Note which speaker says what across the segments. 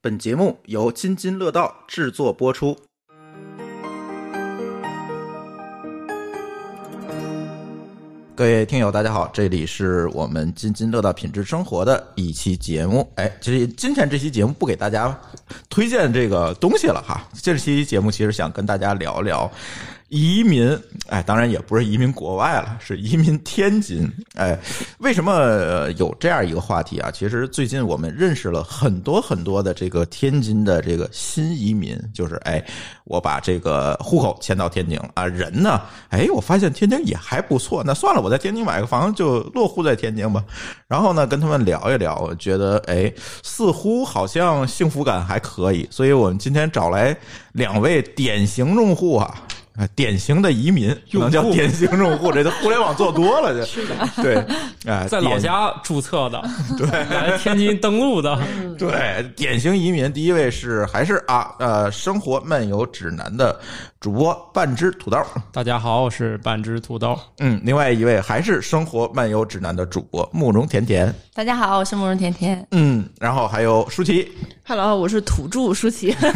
Speaker 1: 本节目由津津乐道制作播出。各位听友，大家好，这里是我们津津乐道品质生活的一期节目。哎，其实今天这期节目不给大家推荐这个东西了哈，这期节目其实想跟大家聊聊移民，哎，当然也不是移民国外了，是移民天津。哎，为什么呃有这样一个话题啊？其实最近我们认识了很多很多的这个天津的这个新移民，就是哎，我把这个户口迁到天津了啊，人呢，哎，我发现天津也还不错，那算了，我在天津买个房就落户在天津吧。然后呢，跟他们聊一聊，我觉得哎，似乎好像幸福感还可以，所以我们今天找来两位典型用户啊。啊，典型的移民，不能叫
Speaker 2: 用户
Speaker 1: 典型用户，这都互联网做多 了，这对，啊，
Speaker 2: 在老
Speaker 1: 典
Speaker 2: 家注册的，对，来天津登录的，
Speaker 1: 嗯对，典型移民，第一位是还是啊呃，生活漫游指南的主播半只土豆，
Speaker 2: 大家好，我是半只土豆。
Speaker 1: 嗯，另外一位还是生活漫游指南的主播慕容甜甜，
Speaker 3: 大家好，我是慕容甜甜。
Speaker 1: 嗯，然后还有舒淇
Speaker 3: Hello，我是土著舒 淇。
Speaker 1: 土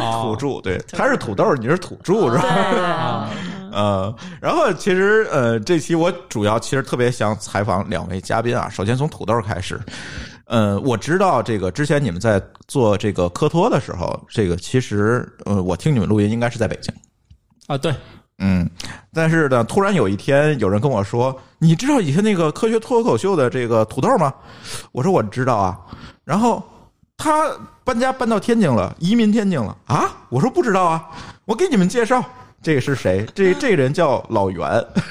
Speaker 2: 哦，
Speaker 1: 著，对，他是土豆，你是土著是吧？
Speaker 4: 哦
Speaker 3: 对，
Speaker 2: 啊
Speaker 1: 呃，然后其实呃，这期我主要其实特别想采访两位嘉宾啊。首先从土豆开始，呃，我知道这个之前你们在做这个科托的时候，这个其实呃，我听你们录音应该是在北京，
Speaker 2: 啊，对，
Speaker 1: 嗯，但是呢，突然有一天有人跟我说：“你知道以前那个科学脱口秀的这个土豆吗？”我说：“我知道啊。”然后他搬家搬到天津了，移民天津了啊！我说不知道啊，我给你们介绍。这个是 谁？这这个人叫老袁，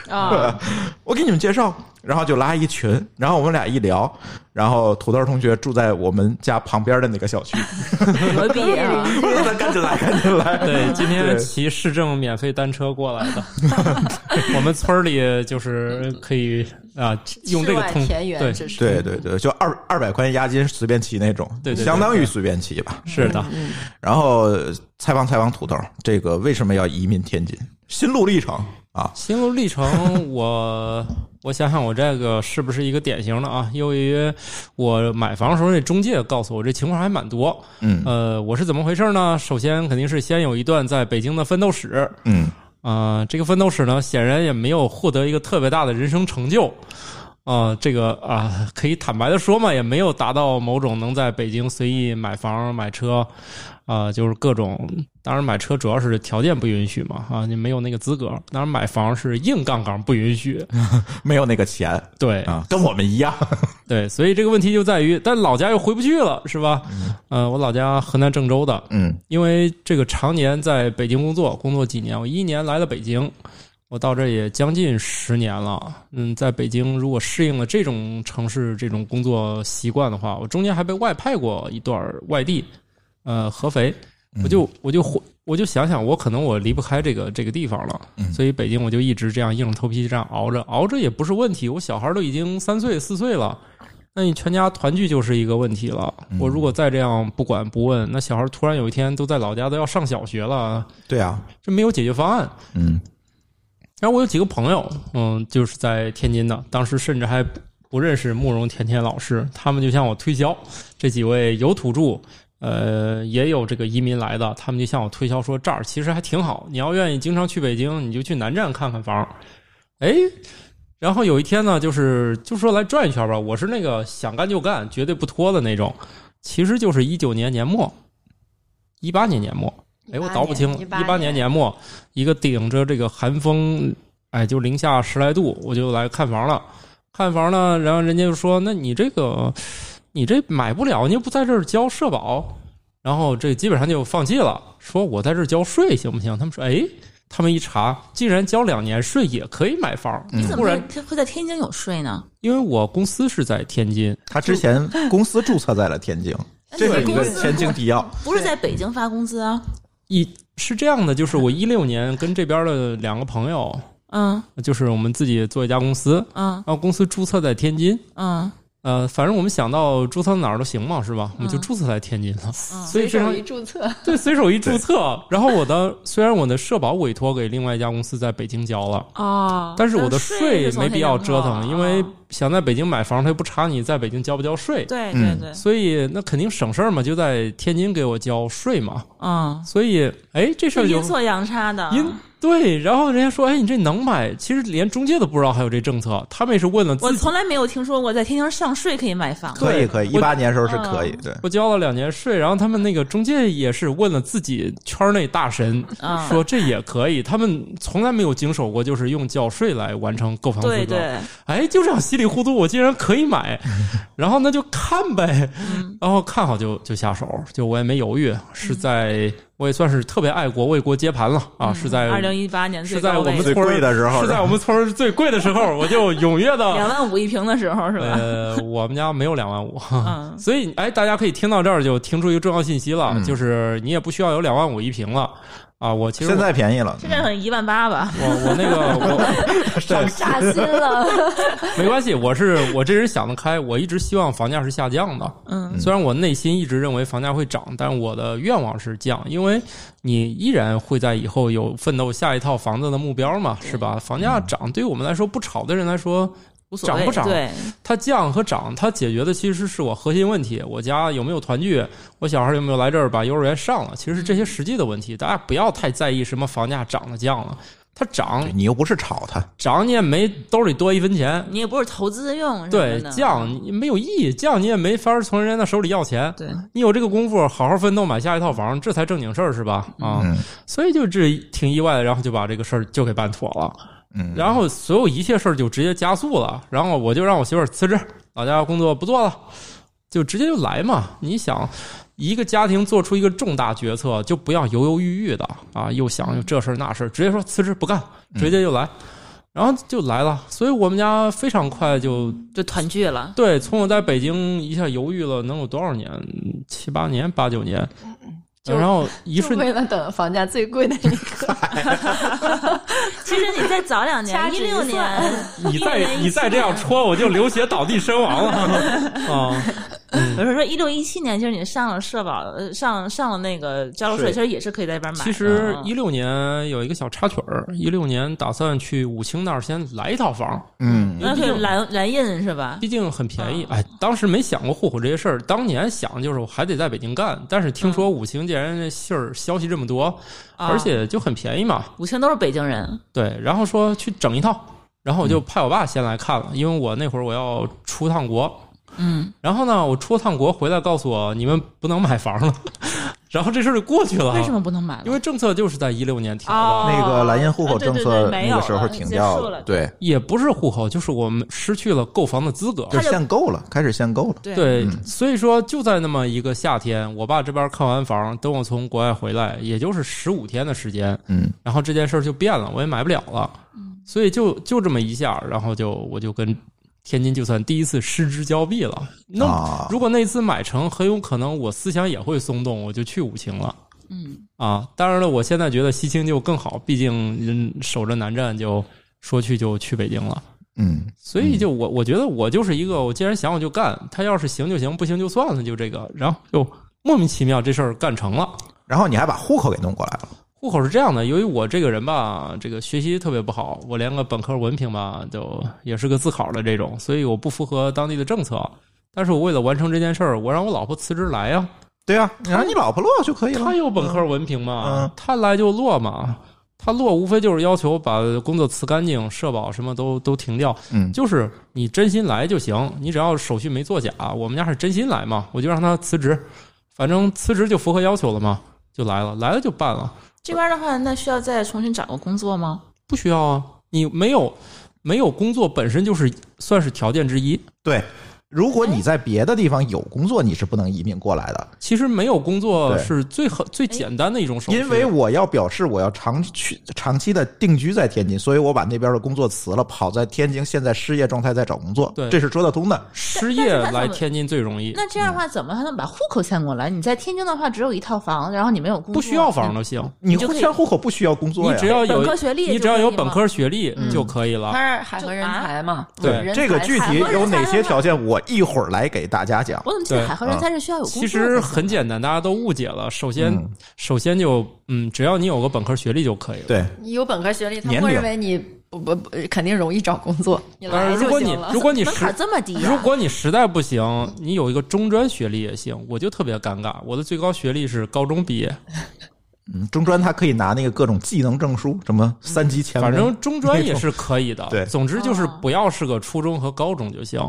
Speaker 3: 啊
Speaker 1: 我给你们介绍，然后就拉一群，然后我们俩一聊，然后土豆同学住在我们家旁边的那个小 区，
Speaker 3: 隔壁啊，
Speaker 1: 我说那赶紧来，赶紧来，
Speaker 2: 对，今
Speaker 1: 对
Speaker 2: 天骑市政免费单车过来的。我们村儿里就是可以啊， 用这个
Speaker 3: 世
Speaker 2: 通
Speaker 3: 外田园，
Speaker 2: 对，
Speaker 3: 这是
Speaker 1: 对对对，就二二百块钱押金随便骑那种，
Speaker 2: 对对对
Speaker 1: 相当于随便骑吧。
Speaker 2: 是的，
Speaker 1: 然后采访采访土豆，这个为什么要移民天津？心路历程啊，
Speaker 2: 心路历程，我我想想，我这个是不是一个典型的啊？由于我买房的时候，那中介告诉我这情况还蛮多。
Speaker 1: 嗯
Speaker 2: 呃，我是怎么回事呢？首先肯定是先有一段在北京的奋斗史，
Speaker 1: 嗯
Speaker 2: 啊，这个奋斗史呢，显然也没有获得一个特别大的人生成就。啊、这个啊、可以坦白的说嘛，也没有达到某种能在北京随意买房、买车，啊、就是各种。当然，买车主要是条件不允许嘛，啊，你没有那个资格。当然，买房是硬杠杠不允许。
Speaker 1: 没有那个钱
Speaker 2: 对，
Speaker 1: 啊，跟我们一样。
Speaker 2: 对，所以这个问题就在于，但老家又回不去了，是吧？呃，我老家河南郑州的，
Speaker 1: 嗯
Speaker 2: 因为这个常年在北京工作，工作几年，我一年来了北京，我到这也将近十年了。嗯，在北京如果适应了这种城市这种工作习惯的话，我中间还被外派过一段儿外地，呃，合肥，我就我就回我就想想，我可能我离不开这个这个地方了，所以北京我就一直这样硬着头皮这样熬着，熬着也不是问题。我小孩儿都已经三岁四岁了。那你全家团聚就是一个问题了。我如果再这样不管不问，那小孩突然有一天都在老家都要上小学了，
Speaker 1: 对啊，
Speaker 2: 这没有解决方案。
Speaker 1: 嗯
Speaker 2: 然后我有几个朋友，嗯，就是在天津的，当时甚至还不认识慕容甜甜老师，他们就向我推销这几位有土著，呃，也有这个移民来的，他们就向我推销说这儿其实还挺好，你要愿意经常去北京，你就去南站看看房。哎，然后有一天呢，就是就说来转一圈吧，我是那个想干就干，绝对不拖的那种，其实就是一九年年末，一八年年末。哎，我倒不清了，一
Speaker 3: 18
Speaker 2: 八年年末，一个顶着这个寒风，哎，就零下十来度，我就来看房了。看房呢，然后人家就说：“那你这个，你这买不了，你又不在这儿交社保。”然后这基本上就放弃了，说我在这儿交税行不行？他们说：“哎，他们一查，既然交两年税也可以买房。
Speaker 1: 嗯
Speaker 3: 怎
Speaker 2: 忽
Speaker 3: 么
Speaker 2: 然，
Speaker 3: 会会在天津有税呢？
Speaker 2: 因为我公司是在天津，
Speaker 1: 他之前公司注册在 了天津，这是一个前情提要。
Speaker 3: 不是在北京发工资啊？
Speaker 2: 一是这样的，就是我一六年跟这边的两个朋友，
Speaker 3: 嗯
Speaker 2: 就是我们自己做一家公司，
Speaker 3: 嗯
Speaker 2: 然后公司注册在天津，
Speaker 3: 嗯，
Speaker 2: 呃，反正我们想到注册哪儿都行嘛，是吧？我们就
Speaker 3: 嗯
Speaker 2: 注册在天津了，
Speaker 3: 嗯
Speaker 2: 所以非常
Speaker 5: 注册，
Speaker 2: 对，随手一注册。然后我的虽然我的社保委托给另外一家公司在北京交了，
Speaker 3: 哦，
Speaker 2: 但是我的
Speaker 3: 税啊
Speaker 2: 没必要折腾，因为想在北京买房，他又不查你在北京交不交税，
Speaker 3: 哦对对
Speaker 1: 嗯
Speaker 3: 对，
Speaker 2: 所以那肯定省事儿嘛，就在天津给我交税嘛。
Speaker 3: 嗯，
Speaker 2: 所以，哎，这事
Speaker 3: 是
Speaker 2: 儿就
Speaker 3: 阴错阳差的，
Speaker 2: 因对，然后人家说，哎，你这能买？其实连中介都不知道还有这政策，他们也是问了
Speaker 3: 我
Speaker 2: 自己。
Speaker 3: 从来没有听说过在天津上税可以买房。
Speaker 1: 可以可以，一
Speaker 2: 我
Speaker 1: 八年时候是
Speaker 3: 嗯
Speaker 1: 可以，对，
Speaker 2: 我交了两年税，然后他们那个中介也是问了自己圈内大神，
Speaker 3: 嗯
Speaker 2: 说这也可以。他们从来没有经手过，就是用缴税来完成购房资格。
Speaker 3: 对对，
Speaker 2: 哎，就这样稀里糊涂，我竟然可以买，然后那就看呗，
Speaker 3: 嗯
Speaker 2: 然后看好就就下手，就我也没犹豫，是在我也算是特别爱国为国接盘了啊，是在
Speaker 3: 嗯二零一八年
Speaker 2: 是
Speaker 3: 最
Speaker 2: 在
Speaker 3: 高
Speaker 2: 我
Speaker 3: 位
Speaker 2: 们
Speaker 1: 最
Speaker 2: 村儿
Speaker 1: 贵的时候
Speaker 2: 是在我们村儿最贵的时候，我就踊跃
Speaker 3: 两
Speaker 2: 的，
Speaker 3: 万五一平的时候是吧？
Speaker 2: 呃，我们家没有两万五，
Speaker 3: 嗯
Speaker 2: 所以哎，大家可以听到这儿就听出一个重要信息了，
Speaker 1: 嗯
Speaker 2: 就是你也不需要有两万五一平了啊，我其实
Speaker 1: 现在便宜了，嗯
Speaker 3: 现在可能一万八吧。
Speaker 2: 我我那 个我。
Speaker 1: 对
Speaker 5: 扎心 了，
Speaker 2: 没关系，我是我这人想得开，我一直希望房价是下降的。
Speaker 3: 嗯，
Speaker 2: 虽然我内心一直认为房价会涨，但我的愿望是降，因为你依然会在以后有奋斗下一套房子的目标嘛，是
Speaker 1: 嗯
Speaker 2: 吧？房价涨对于我们来说，不炒的人来说，
Speaker 3: 无所谓。
Speaker 2: 涨不涨
Speaker 3: 对，
Speaker 2: 它降和涨，它解决的其实是我核心问题：我家有没有团聚，我小孩有没有来这儿把幼儿园上了，其实是这些实际的问题。大家不要太在意什么房价涨了降了，它涨
Speaker 1: 对你又不是炒它，
Speaker 2: 涨你也没兜里多一分钱，
Speaker 3: 你也不是投资用，
Speaker 2: 对，降你没有意义，降你也没法儿从人家那手里要钱。
Speaker 3: 对，
Speaker 2: 你有这个功夫，好好奋斗买下一套房，这才正经事儿是吧？啊、
Speaker 1: 嗯
Speaker 2: 所以就这挺意外的，然后就把这个事儿就给办妥了，
Speaker 1: 嗯，
Speaker 2: 然后所有一切事儿就直接加速了，然后我就让我媳妇儿辞职，老家工作不做了，就直接就来嘛。你想，一个家庭做出一个重大决策，就不要犹犹豫豫的啊，又想这事儿那事儿，直接说辞职不干，直接就来。然后就来了，所以我们家非常快就
Speaker 3: 就团聚 了。
Speaker 2: 对，从我在北京一下犹豫了能有多少年？七八年、八九年，
Speaker 5: 就
Speaker 2: 然后一
Speaker 5: 嗯就
Speaker 2: 瞬
Speaker 5: 为了等房价最贵的那个。
Speaker 3: 其实你再早两
Speaker 5: 掐
Speaker 3: 年，
Speaker 5: 指
Speaker 3: 一
Speaker 5: 一
Speaker 3: 六年，
Speaker 2: 你
Speaker 3: 一
Speaker 2: 再
Speaker 3: 年一
Speaker 2: 你再这
Speaker 5: 啊
Speaker 2: 样戳，我就流血倒地身亡了 啊！
Speaker 3: 比如说一六一七年，其实你上了社保，呃上上了那个交了税，
Speaker 2: 税
Speaker 3: 其实也是可以在这边买的。
Speaker 2: 其实
Speaker 3: 嗯
Speaker 2: 一六年有一个小插曲儿，一六年打算去武清那儿先来一套房，
Speaker 1: 嗯
Speaker 3: 那是蓝蓝印是吧？
Speaker 2: 毕竟很便
Speaker 3: 嗯
Speaker 2: 宜。哎，当时没想过户口这些事儿，当年想就是我还得在北京干，但是听说武清既然这信儿消息这么多，
Speaker 3: 嗯啊
Speaker 2: 而且就很便宜嘛，
Speaker 3: 武啊清都是北京人，
Speaker 2: 对，然后说去整一套，然后我就
Speaker 3: 嗯
Speaker 2: 派我爸先来看了，因为我那会儿我要出趟国，
Speaker 3: 嗯，
Speaker 2: 然后呢，我出趟国回来告诉我你们不能买房了， 然后这事儿就过去了。
Speaker 3: 为什？么不能买了？
Speaker 2: 因为政策就是在一六年调的，
Speaker 3: 哦
Speaker 1: 那个蓝印户口政
Speaker 3: 啊对对
Speaker 1: 策
Speaker 3: 对没
Speaker 1: 那
Speaker 3: 有
Speaker 1: 个时候
Speaker 3: 了
Speaker 1: 停
Speaker 3: 结
Speaker 1: 掉
Speaker 3: 束
Speaker 1: 了，
Speaker 3: 了
Speaker 1: 对，
Speaker 2: 也不是户口，就是我们失去了购房的资格。
Speaker 1: 就
Speaker 3: 他就
Speaker 1: 限购了，开始限购了，
Speaker 3: 对
Speaker 2: 对，所以说就在那么一个夏天，我爸这边看完房，等我从国外回来，也就是十五天的时间，
Speaker 1: 嗯，
Speaker 2: 然后这件事儿就变了，我也买不了了，
Speaker 3: 嗯
Speaker 2: 所以就就这么一下，然后就我就跟天津就算第一次失之交臂了。那、
Speaker 1: 啊
Speaker 2: 如果那次买成，很有可能我思想也会松动，我就去武清了
Speaker 3: 嗯，
Speaker 2: 啊。当然了，我现在觉得西青就更好，毕竟人守着南站就说去就去北京了。
Speaker 1: 嗯，
Speaker 2: 所以就我我觉得我就是一个，我既然想我就干，他要是行就行，不行就算了，就这个，然后就莫名其妙这事儿干成了。
Speaker 1: 然后你还把户口给弄过来了，
Speaker 2: 户口是这样的，由于我这个人吧，这个学习特别不好，我连个本科文凭吧，就也是个自考的这种，所以我不符合当地的政策。但是我为了完成这件事儿，我让我老婆辞职来呀、
Speaker 1: 对啊，你让你老婆落就可以了
Speaker 2: 她，有本科文凭嘛
Speaker 1: 嗯，
Speaker 2: 她来就落嘛，她落无非就是要求把工作辞干净，社保什么都都停掉，
Speaker 1: 嗯，
Speaker 2: 就是你真心来就行，你只要手续没作假，我们家是真心来嘛，我就让她辞职，反正辞职就符合要求了嘛，就来了，来了就办了。
Speaker 3: 这边的话，那需要再重新找个工作吗？
Speaker 2: 不需要啊，你没有没有工作本身就是算是条件之一。
Speaker 1: 对。如果你在别的地方有工作，你是不能移民过来的，
Speaker 2: 其实没有工作
Speaker 1: 对
Speaker 2: 是最很最简单的一种手续，
Speaker 1: 因为我要表示我要长去长期的定居在天津，所以我把那边的工作辞了，跑在天津现在失业状态再找工作，
Speaker 2: 对
Speaker 1: 这是说得通的。
Speaker 2: 失业来天津最容易，
Speaker 3: 那这样的话，怎么还能把户口迁过来？你在天津的话，只有一套房，然后你没有工作，
Speaker 2: 不需要房都行，
Speaker 1: 你
Speaker 3: 就可以
Speaker 1: 迁户口不需要工
Speaker 2: 你
Speaker 1: 作呀，
Speaker 2: 只要有
Speaker 3: 本科学历就可以
Speaker 2: 你只要有本科学历
Speaker 5: 嗯
Speaker 2: 就可以了。
Speaker 5: 他是海河人才嘛？
Speaker 2: 对
Speaker 5: 人才
Speaker 1: 这个具体有哪些条件，我一会儿来给大家讲。
Speaker 3: 我怎么记得海河人才是需要有工作
Speaker 2: 啊其
Speaker 3: 的？
Speaker 2: 实很简单，大家都误解了。首先，
Speaker 1: 嗯
Speaker 2: 首先就嗯，只要你有个本科学历就可以了。
Speaker 1: 对，
Speaker 5: 你有本科学历，他
Speaker 1: 年
Speaker 5: 会
Speaker 1: 龄
Speaker 5: 认为你不不肯定容易找工作，你
Speaker 2: 但
Speaker 5: 来
Speaker 2: 是如
Speaker 5: 就
Speaker 2: 果
Speaker 5: 行
Speaker 2: 你
Speaker 5: 了。
Speaker 2: 如果你
Speaker 3: 门
Speaker 2: 实
Speaker 3: 槛这么低、啊，
Speaker 2: 如果你实在不行，你有一个中专学历也行，我就特别尴尬。我的最高学历是高中毕业，
Speaker 1: 嗯，中专他可以拿那个各种技能证书，什么三级前锋，
Speaker 2: 反正中专也是可以的。
Speaker 1: 对
Speaker 2: 总之就是
Speaker 3: 哦嗯
Speaker 2: 不要是个初中和高中就行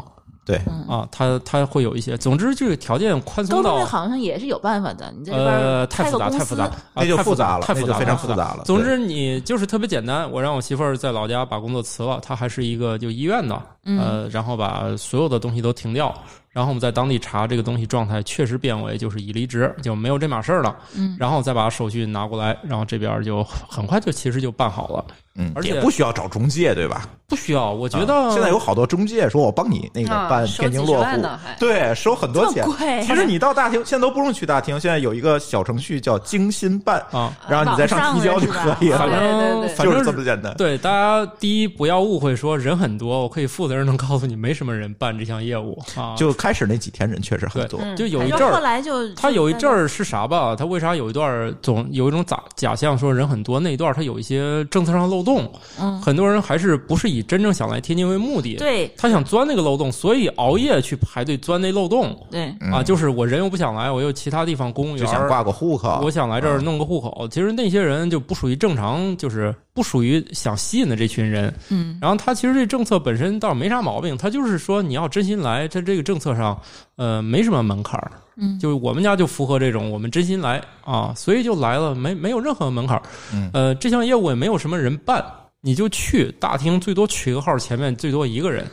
Speaker 1: 对，
Speaker 2: 啊。他他会有一些，总之就是条件宽松
Speaker 3: 高中
Speaker 2: 到
Speaker 3: 那好像也是有办法的，你在这边
Speaker 2: 呃，
Speaker 3: 儿
Speaker 2: 太
Speaker 3: 开个
Speaker 2: 复杂，
Speaker 3: 公司
Speaker 2: 太复杂，啊
Speaker 1: 那就
Speaker 2: 太
Speaker 1: 复杂了
Speaker 2: 太复
Speaker 1: 那
Speaker 2: 杂，
Speaker 1: 就非常
Speaker 2: 太
Speaker 1: 复杂了
Speaker 2: 总
Speaker 1: 对
Speaker 2: 之，你就是特别简单。我让我媳妇儿在老家把工作辞了，她还是一个就医院的，
Speaker 5: 嗯
Speaker 2: 呃，然后把所有的东西都停掉。然后我们在当地查这个东西状态，确实变为就是已离职，就没有这码事儿了。
Speaker 3: 嗯
Speaker 2: 然后再把手续拿过来，然后这边就很快就其实就办好了，
Speaker 1: 嗯，
Speaker 2: 而且嗯
Speaker 1: 也不需要找中介，对吧？
Speaker 2: 不需要。我觉
Speaker 1: 啊
Speaker 2: 得
Speaker 1: 现在有好多中介说我帮你那个
Speaker 5: 啊
Speaker 1: 办
Speaker 5: 收
Speaker 1: 天津
Speaker 5: 几十
Speaker 1: 落
Speaker 5: 万
Speaker 1: 户
Speaker 5: 呢还，
Speaker 1: 对，收很多钱
Speaker 3: 这么
Speaker 5: 啊
Speaker 3: 贵。
Speaker 1: 其实你到大厅，现在都不用去大厅，现在有一个小程序叫精心办，
Speaker 2: 啊，
Speaker 1: 然后你再上提交就可以
Speaker 5: 网
Speaker 2: 反
Speaker 5: 上
Speaker 1: 了，
Speaker 2: 正
Speaker 5: 对对对
Speaker 2: 反
Speaker 1: 就是这
Speaker 2: 正
Speaker 1: 么简单。
Speaker 2: 对大家第一不要误会，说人很多，我可以负责任的告诉你，没什么人办这项业务啊。
Speaker 1: 就开始那几天人确实很
Speaker 2: 对
Speaker 1: 多，
Speaker 5: 嗯
Speaker 2: 就有一
Speaker 3: 然
Speaker 2: 阵
Speaker 3: 后后
Speaker 2: 儿，
Speaker 3: 来就
Speaker 2: 他有一阵，
Speaker 3: 嗯
Speaker 2: 儿是啥吧？他为啥有一段儿总有一种假假象说人很多？那一段儿他有一些政策上漏洞，
Speaker 3: 嗯，
Speaker 2: 很多人还是不是以真正想来天津为目的，
Speaker 3: 对
Speaker 2: 他想钻那个漏洞，所以熬夜去排队钻那漏洞
Speaker 3: 对，
Speaker 1: 嗯
Speaker 2: 啊，就是我人又不想来，我又其他地方公务
Speaker 1: 就
Speaker 2: 员
Speaker 1: 想
Speaker 2: 儿。
Speaker 1: 挂个嗯户口
Speaker 2: 我。想来这儿弄个户口，其实那些人就不属于正常，就是不属于想吸引的这群人。
Speaker 3: 嗯，
Speaker 2: 然后他其实这政策本身倒没啥毛病，他就是说你要真心来，他这个政策上呃没什么门槛儿，
Speaker 3: 嗯
Speaker 2: 就是我们家就符合这种我们真心来啊，所以就来了，没没有任何门槛儿，
Speaker 1: 嗯
Speaker 2: 呃，这项业务也没有什么人办，你就去大厅，最多取个号，前面最多一个人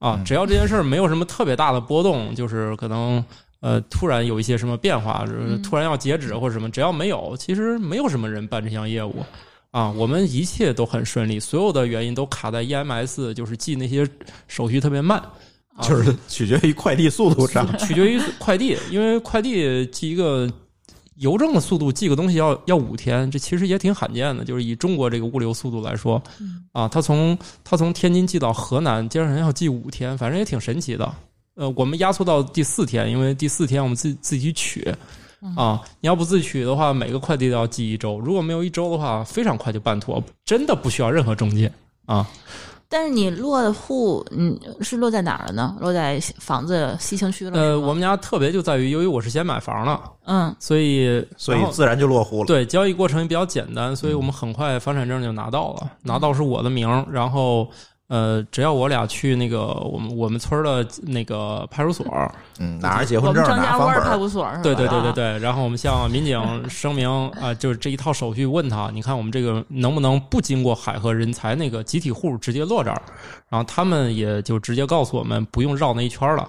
Speaker 2: 啊，
Speaker 1: 嗯
Speaker 2: 只要这件事儿没有什么特别大的波动，就是可能。呃，突然有一些什么变化，就是
Speaker 3: 嗯
Speaker 2: 突然要截止或者什么，只要没有，其实没有什么人办这项业务。啊，我们一切都很顺利，所有的原因都卡在 EMS，就是寄那些手续特别慢，啊、
Speaker 1: 就是取决于快递速度上，
Speaker 2: 取决于快递，因为快递寄一个邮政的速度寄个东西要要五天，这其实也挺罕见的，就是以中国这个物流速度来说，啊，他从他从天津寄到河南，竟然要寄五天，反正也挺神奇的。呃，我们压缩到第四天，因为第四天我们自己自己取。啊，你要不自己取的话，每个快递都要寄一周。如果没有一周的话，非常快就办妥，真的不需要任何中介啊。
Speaker 3: 但是你落的户，嗯，是落在哪儿了呢？落在房子西城区了是吗。
Speaker 2: 呃，我们家特别就在于，由于我是先买房了，
Speaker 3: 嗯
Speaker 2: 所以
Speaker 1: 所
Speaker 2: 然
Speaker 1: 以
Speaker 2: 后
Speaker 1: 自然就落户了。
Speaker 2: 对，交易过程也比较简单，所以我们很快房产证就拿到了，拿到是我的名儿，然后呃，只要我俩去那个我们我们村儿的那个派出所，
Speaker 1: 嗯，拿着结
Speaker 3: 我
Speaker 1: 婚
Speaker 3: 们
Speaker 1: 证，
Speaker 3: 张
Speaker 1: 拿
Speaker 3: 家
Speaker 1: 房
Speaker 3: 湾派
Speaker 1: 本，
Speaker 3: 出所是
Speaker 5: 嗯
Speaker 3: 吧？
Speaker 2: 啊对对对对
Speaker 3: 啊，
Speaker 2: 对，然后我们向民警声明啊、就是这一套手续，问他，你看我们这个能不能不经过海河人才那个集体户直接落这儿？然后他们也就直接告诉我们，不用绕那一圈儿了。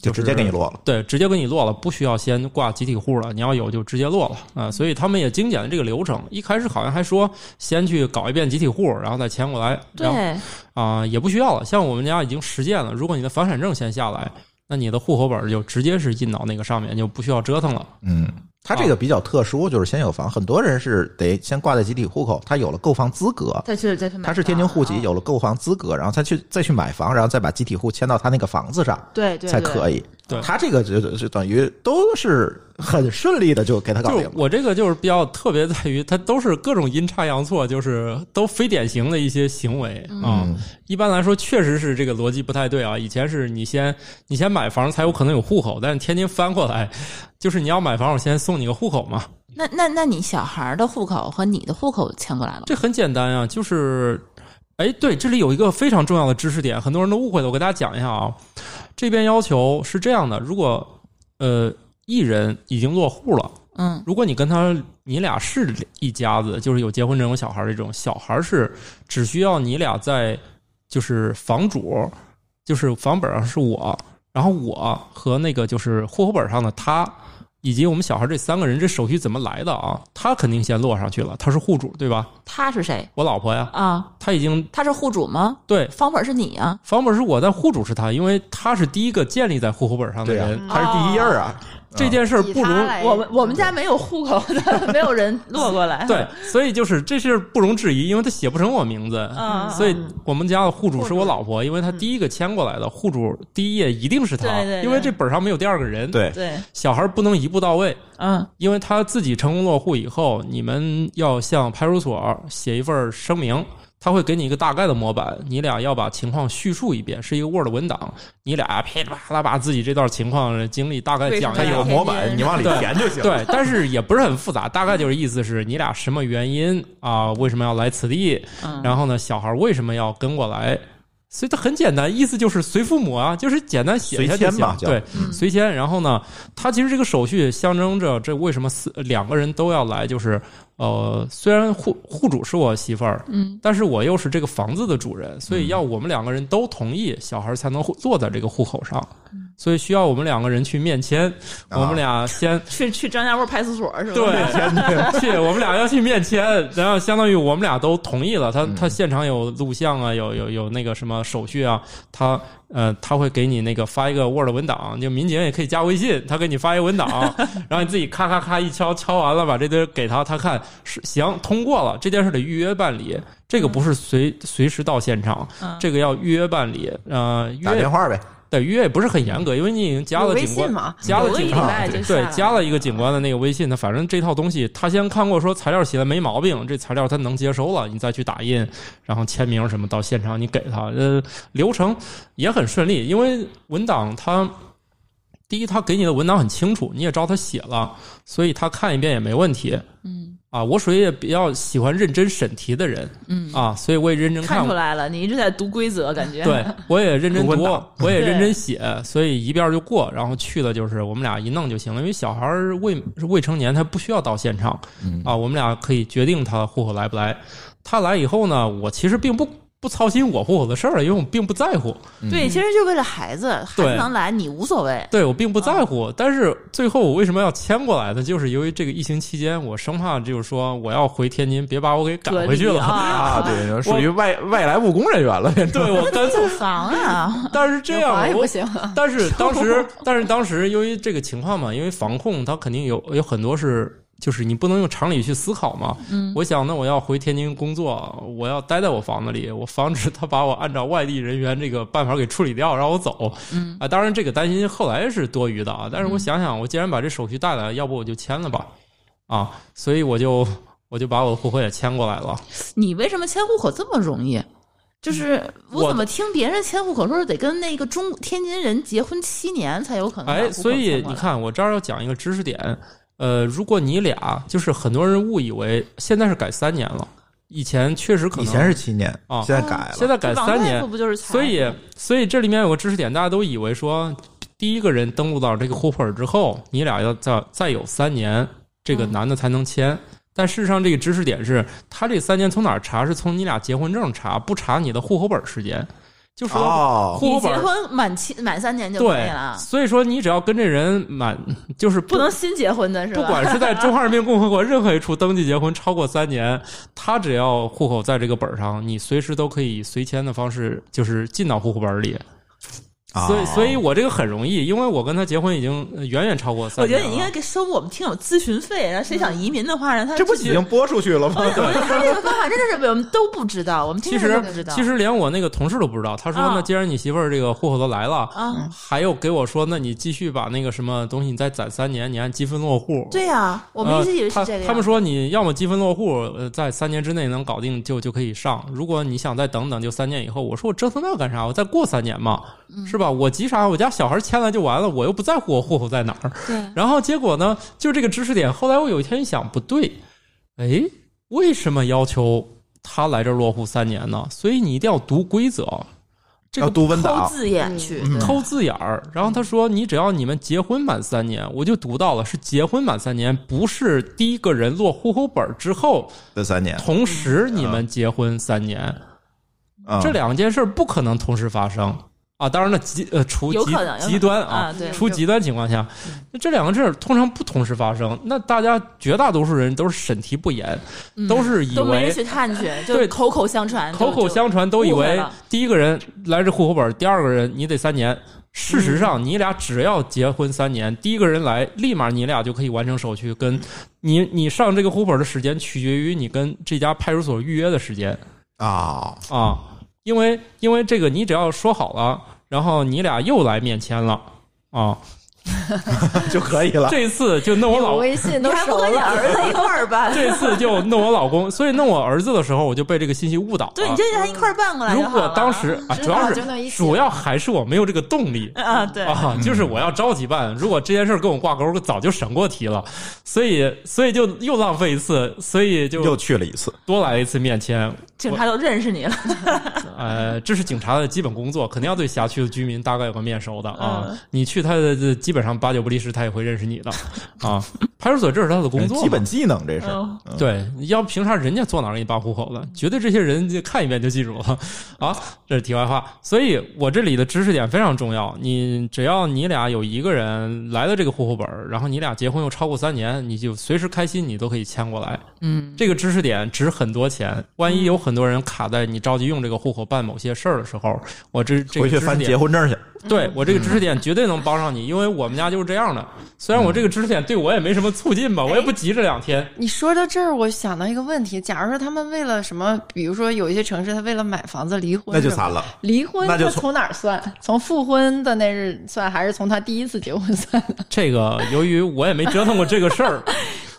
Speaker 1: 就直接给你落了。
Speaker 2: 对，直接给你落了，不需要先挂集体户了。你要有就直接落了啊、所以他们也精简了这个流程。一开始好像还说先去搞一遍集体户，然后再迁过来。然后
Speaker 3: 对，
Speaker 2: 啊、也不需要了。像我们家已经实践了，如果你的房产证先下来，那你的户口本儿就直接是印到那个上面，就不需要折腾了。
Speaker 1: 嗯，他这个比较特殊，就是先有房，很多人是得先挂在集体户口，他有了购房资格，
Speaker 3: 再去再去买房。
Speaker 1: 他是天津户籍，
Speaker 3: 啊
Speaker 1: 有了购房资格，然后他去再去买房，然后再把集体户迁到他那个房子上
Speaker 3: 对对
Speaker 1: 才可
Speaker 3: 以。
Speaker 1: 以。
Speaker 2: 对
Speaker 1: 他这个就就就等于都是很顺利的就给他搞
Speaker 2: 就
Speaker 1: 定
Speaker 2: 是
Speaker 1: 了。
Speaker 2: 我这个就是比较特别，在于它都是各种阴差阳错，就是都非典型的一些行为啊、
Speaker 1: 嗯
Speaker 2: 一般来说，确实是这个逻辑不太对啊。以前是你先你先买房才有可能有户口，但是天津翻过来，就是你要买房，我先送你个户口嘛，
Speaker 3: 那那那你小孩儿的户口和你的户口迁过来了吗？
Speaker 2: 这很简单啊。就是，哎，对，这里有一个非常重要的知识点，很多人都误会了，我给大家讲一下啊。这边要求是这样的：如果呃一人已经落户了，
Speaker 3: 嗯
Speaker 2: 如果你跟他你俩是一家子，就是有结婚证有小孩儿这种，小孩儿是只需要你俩在就是房主，就是房本上是我，啊然后我和那个就是户口本上的他。以及我们小孩儿这三个人，这手续怎么来的啊？他肯定先落上去了，他是户主对吧？，
Speaker 3: 他是谁
Speaker 2: 我老婆呀，
Speaker 3: 啊？
Speaker 2: 他已经
Speaker 3: 他是户主吗？
Speaker 2: 对
Speaker 3: 房本是你啊？
Speaker 2: 房本是我，但户主是他，因为他是第一个建立在户口本上的
Speaker 1: 对呀、
Speaker 2: 人。
Speaker 1: 他是第一页儿啊。
Speaker 2: 这件事儿不容
Speaker 5: 我们
Speaker 3: 我们家没有户口 的，没有人落过
Speaker 5: 嗯
Speaker 3: 来。
Speaker 2: 对，所以就是这事儿不容置疑，因为他写不成我名字，
Speaker 3: 嗯，嗯，
Speaker 2: 所以
Speaker 3: 嗯
Speaker 2: 我们家的户主是我老婆，因为她第一个迁过来的，户主第一页一定是她
Speaker 3: 对对，对
Speaker 2: 因为这本上没有第二个人。，
Speaker 1: 对，
Speaker 3: 对，
Speaker 2: 小孩不能一步到位，
Speaker 3: 嗯
Speaker 2: 因为他自己成功落户以后，你们要向派出所写一份声明，他会给你一个大概的模板，你俩要把情况叙述一遍，是一个 Word 文档，你俩噼里啪啦把自己这段情况经历大概
Speaker 5: 为什
Speaker 2: 讲
Speaker 5: 么
Speaker 1: 它
Speaker 2: 一下
Speaker 5: 呀
Speaker 1: 有模板，
Speaker 5: 天天
Speaker 1: 你往里填就行。
Speaker 2: 对，但是也不是很复杂，大概就是意思是你俩什么原因啊、为什么要来此地？
Speaker 3: 嗯，
Speaker 2: 然后呢，小孩为什么要跟我来？所以它很简单，意思就是随父母啊，就是简单写一下就
Speaker 1: 随
Speaker 2: 行
Speaker 1: 迁吧。叫
Speaker 2: 对，
Speaker 3: 嗯
Speaker 2: 随迁。然后呢，它其实这个手续象征着这为什么四两个人都要来，就是呃，虽然户户主是我媳妇儿，
Speaker 3: 嗯
Speaker 2: 但是我又是这个房子的主人，
Speaker 1: 嗯
Speaker 2: 所以要我们两个人都同意，小孩才能户坐在这个户口上。所以需要我们两个人去面签，
Speaker 1: 嗯啊
Speaker 2: 我们俩先
Speaker 5: 去去张家窝派出所是吧？
Speaker 2: 对，去我们俩要去面签， 然后相当于我们俩都同意了。他
Speaker 1: 嗯
Speaker 2: 他现场有录像啊，有有有那个什么手续啊，他呃他会给你那个发一个 Word 文档，就民警也可以加微信，他给你发一个文 档，然后你自己咔咔咔一敲，敲完了把这堆给他，他看是行通过了，这件事得预约办理。这个不
Speaker 1: 嗯
Speaker 2: 是随随时到现场，
Speaker 3: 嗯
Speaker 2: 这个要预约办理。呃，
Speaker 1: 打
Speaker 2: 约
Speaker 1: 电话呗，
Speaker 2: 对约也不是很严格，因为你已经加
Speaker 5: 有
Speaker 2: 了
Speaker 5: 微
Speaker 2: 警官
Speaker 5: 信，嘛，
Speaker 2: 加了
Speaker 5: 有个
Speaker 2: 警
Speaker 5: 一礼
Speaker 1: 察
Speaker 5: 拜就下
Speaker 2: 对
Speaker 5: 来，
Speaker 2: 加了一个警官的那个微信，他反正这套东西他先看过，说材料写的没毛病，这材料他能接收了，你再去打印，然后签名什么到现场你给他，呃，流程也很顺利，因为文档他第一他给你的文档很清楚，你也知道他写了，所以他看一遍也没问题
Speaker 3: 嗯
Speaker 2: 啊。我属于也比较喜欢认真审题的人
Speaker 3: 嗯，
Speaker 2: 啊，所以我也认真
Speaker 3: 看
Speaker 2: 看
Speaker 3: 出来了，你一直在读规则，感觉
Speaker 2: 对，我也认真
Speaker 1: 读文
Speaker 2: 读
Speaker 1: 档，
Speaker 2: 我也认
Speaker 3: 对
Speaker 2: 真写，所以一遍就过。然后去了就是我们俩一弄就行了，因为小孩儿未是未成年，他不需要到现场
Speaker 1: 嗯
Speaker 2: 啊。我们俩可以决定他户口来不来。他来以后呢，我其实并不不操心我户口的事儿了，因为我并不在乎，
Speaker 3: 对，其实就为了孩子，孩子
Speaker 2: 嗯对
Speaker 3: 能来你无所 谓，
Speaker 2: 对我并不
Speaker 3: 啊
Speaker 2: 在乎。但是最后我为什么要迁过来呢？就是由于这个疫情期间，我生怕就是说我要回天津，别把我给赶
Speaker 3: 隔
Speaker 2: 回去
Speaker 3: 离
Speaker 2: 了。
Speaker 1: 啊，
Speaker 3: 啊，
Speaker 1: 对，属于外外来务工人员了，变成
Speaker 2: 对我干
Speaker 3: 住
Speaker 2: 脆，
Speaker 3: 房啊，
Speaker 2: 但是这样
Speaker 5: 有房也
Speaker 2: 我
Speaker 5: 不行，
Speaker 2: 但是当时，但是当时由于这个情况嘛，因为防控它肯定有有很多是。就是你不能用常理去思考嘛。
Speaker 3: 嗯
Speaker 2: 我想，那我要回天津工作，我要待在我房子里，我防止他把我按照外地人员这个办法给处理掉，让我走。
Speaker 3: 嗯
Speaker 2: 啊，当然这个担心后来是多余的啊。但是我想想，我既然把这手续带来，要不我就签了吧。啊，所以我就我就把我的户口也迁过来了。
Speaker 3: 你为什么迁户口这么容易？就是我
Speaker 2: 嗯我
Speaker 3: 怎么听别人迁户口说是得跟那个中天津人结婚七年才有可能把户口
Speaker 2: 哎，
Speaker 3: 迁
Speaker 2: 所
Speaker 3: 过来？
Speaker 2: 以你看，我这儿要讲一个知识点。呃，如果你俩就是很多人误以为现在是改三年了，以前确实可能
Speaker 1: 以前是七年
Speaker 2: 啊，
Speaker 1: 现在改了，
Speaker 2: 现在改
Speaker 3: 王
Speaker 2: 三
Speaker 3: 大
Speaker 2: 年
Speaker 3: 夫，不就是才
Speaker 2: 所以所以这里面有个知识点，大家都以为说，第一个人登录到这个户口之后，你俩要再再有三年，这个
Speaker 3: 嗯
Speaker 2: 男的才能签。但事实上，这个知识点是，他这三年从哪儿查？是从你俩结婚证查，不查你的户口本时间。就说
Speaker 1: 哦，
Speaker 2: 户
Speaker 3: 你
Speaker 2: 口
Speaker 3: 结
Speaker 2: 本
Speaker 3: 婚满七满三年就可以
Speaker 2: 对
Speaker 3: 了，，
Speaker 2: 所以说你只要跟这人满， 就是
Speaker 3: 不能啊新结婚的是吧？
Speaker 2: 不管是在中华人民共和国任何一处登记结婚超过三年，他只要户口在这个本儿上，你随时都可以以随迁的方式，就是进到户口本儿里。
Speaker 1: 啊
Speaker 2: 所以，所以我这个很容易，因为我跟他结婚已经呃远远超过三
Speaker 3: 我觉
Speaker 2: 年
Speaker 3: 得
Speaker 2: 了。嗯
Speaker 3: 你应该给收我们听友咨询费，然后谁想移民的话，让他哎
Speaker 1: 这不已经播出去了吗？
Speaker 3: 我觉得他这个方法真的是我们都不知道，我们
Speaker 2: 其
Speaker 3: 听
Speaker 2: 实
Speaker 3: 都不知道。
Speaker 2: 其实连我那个同事都不知道，他说：“
Speaker 3: 啊
Speaker 2: 那既然你媳妇儿这个户口都来了，
Speaker 3: 啊，
Speaker 2: 还有给我说，那你继续把那个什么东西，你再攒三年，你按积分落户。”
Speaker 3: 对呀、我们一直以为是这个、
Speaker 2: 呃
Speaker 3: 呀。
Speaker 2: 他。他们说你要么积分落户，呃，在三年之内能搞定就就可以上；如果你想再等等，就三年以后。我说我折腾那干啥？我再过三年嘛，
Speaker 3: 嗯
Speaker 2: 是吧？我急啥？我家小孩迁来就完了，我又不在乎我户口在哪儿。
Speaker 3: 对
Speaker 2: 然后结果呢，就这个知识点，后来我有一天一想，不对，哎，为什么要求他来这儿落户三年呢？所以你一定要读规则。这个
Speaker 1: 要读文
Speaker 3: 抠
Speaker 2: 啊
Speaker 1: 档，
Speaker 3: 字眼去，
Speaker 1: 嗯
Speaker 3: 对
Speaker 2: 抠字眼儿。然后他说：“你只要你们结婚满三年，我就读到了是结婚满三年，不是第一个人落户口本儿之后，
Speaker 1: 这三年，
Speaker 2: 同时你们结婚三年，
Speaker 1: 啊
Speaker 2: 这两件事儿不可能同时发生。”啊，当然了，极呃，除
Speaker 3: 有
Speaker 2: 极
Speaker 3: 可能有可能
Speaker 2: 极端啊
Speaker 3: 啊，，对，
Speaker 2: 出极端情况下，那这两个事儿通常不同时发生。那大家绝大多数人都是审题不严，
Speaker 3: 嗯
Speaker 2: 都是以
Speaker 3: 都没
Speaker 2: 为
Speaker 3: 人去探去，就
Speaker 2: 对
Speaker 3: 口口相传，
Speaker 2: 口口
Speaker 3: 就
Speaker 2: 相传都以
Speaker 3: 误会
Speaker 2: 为
Speaker 3: 了
Speaker 2: 第一个人来这户口本，第二个人你得三年。事实上，你俩只要结婚三年，第一个人来，立马你俩就可以完成手续。跟你你上这个户口本的时间取决于你跟这家派出所预约的时间
Speaker 1: 啊，
Speaker 2: 啊，因为因为这个你只要说好了，然后你俩又来面签了啊，
Speaker 1: 就可以了。
Speaker 2: 这次就弄我
Speaker 4: 有
Speaker 2: 老
Speaker 4: 微信
Speaker 5: 你
Speaker 4: 都
Speaker 5: 还不
Speaker 4: 熟
Speaker 5: 跟你
Speaker 4: 了，
Speaker 5: 儿子一块儿 办？
Speaker 2: 这次就弄我老公，所以弄我儿子的时候，我就被这个信息误导了。
Speaker 5: 对，你就让他一块儿办过来就
Speaker 2: 啊如
Speaker 5: 好了。
Speaker 2: 果当时啊，
Speaker 4: 知
Speaker 2: 主要
Speaker 4: 道
Speaker 2: 是
Speaker 4: 就能一起
Speaker 2: 主要还是我没有这个动力
Speaker 5: 啊， 对，
Speaker 2: 啊，就是我要着急办。如果这件事儿跟我挂钩，我早就省过题了。所以，所以就又浪费一次，所以
Speaker 1: 又
Speaker 2: 就
Speaker 1: 去了一次，
Speaker 2: 多来一次面签。
Speaker 5: 警察都认识你了。
Speaker 2: 呃，这是警察的基本工作，肯定要对辖区的居民大概有个面熟的啊。
Speaker 5: 嗯
Speaker 2: 你去他的这基本上八九不离十，他也会认识你的啊。派出所这是他的工作嘛，
Speaker 1: 嗯基本技能这是。
Speaker 5: 嗯
Speaker 1: 嗯，
Speaker 2: 对，要凭啥人家坐哪儿给你扒户口的？绝对这些人就看一遍就记住了啊！这是题外话，所以我这里的知识点非常重要。你只要你俩有一个人来了这个户口本儿，然后你俩结婚又超过三年，你就随时开心，你都可以迁过来。
Speaker 3: 嗯，
Speaker 2: 这个知识点值很多钱，万一有很多人卡在你着急用这个户口办某些事儿的时候，我这这个
Speaker 1: 回
Speaker 2: 知
Speaker 1: 去
Speaker 2: 识
Speaker 1: 翻结
Speaker 2: 点，
Speaker 1: 婚嗯证去。
Speaker 2: 对我这个知识点绝对能帮上你，因为我们家就是这样的。虽然我这
Speaker 1: 嗯
Speaker 2: 个知识点对我也没什么促进吧，我也不急这两天。
Speaker 4: 你说到这儿，我想到一个问题：假如说他们为了什么，比如说有一些城市，他为了买房子离婚，
Speaker 1: 那就惨。了，
Speaker 4: 离婚
Speaker 1: 那就
Speaker 4: 他
Speaker 1: 从
Speaker 4: 从哪儿算？从复婚的那日算，还是从他第一次结婚算？
Speaker 2: 这个由于我也没折腾过这个事 儿，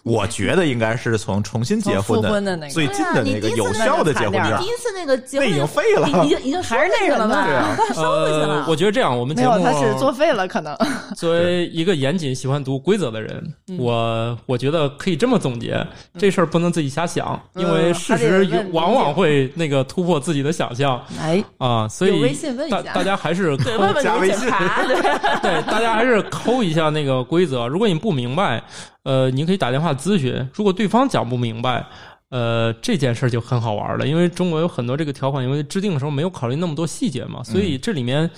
Speaker 1: 我觉得应该是从重新结
Speaker 4: 从复
Speaker 1: 的
Speaker 4: 婚的那个
Speaker 1: 最近的那个有效的结婚
Speaker 4: 对啊
Speaker 1: 证
Speaker 3: 第，一次那个结
Speaker 1: 那
Speaker 3: 婚
Speaker 1: 已经废了
Speaker 3: 已经已经已经收
Speaker 4: 还是那
Speaker 3: 回去了
Speaker 4: 人呢
Speaker 3: 吧？收回去
Speaker 2: 呃
Speaker 3: 了，。
Speaker 2: 我觉得这样，我们
Speaker 4: 没
Speaker 2: 节
Speaker 4: 有，
Speaker 2: 目
Speaker 4: 他是作废了，可能。
Speaker 2: 作为一个严谨、喜欢读规则的人，我我觉得可以这么总结：这事儿不能自己瞎想，
Speaker 4: 嗯
Speaker 2: 因为事实
Speaker 4: 还得问
Speaker 2: 往往会那个突破自己的想象
Speaker 4: 哎，
Speaker 2: 啊。所
Speaker 4: 有微
Speaker 2: 以
Speaker 4: 信问一
Speaker 2: 大
Speaker 4: 下，
Speaker 2: 大家还 是
Speaker 5: 对，
Speaker 2: 抠
Speaker 5: 问问
Speaker 1: 加
Speaker 5: 你
Speaker 1: 微
Speaker 5: 们
Speaker 1: 信
Speaker 5: 警察，对，
Speaker 2: 对大家还是抠一下那个规则。如果你不明白，呃，你可以打电话咨询。如果对方讲不明白，呃，这件事儿就很好玩了，因为中国有很多这个条款，因为制定的时候没有考虑那么多细节嘛，所以这里面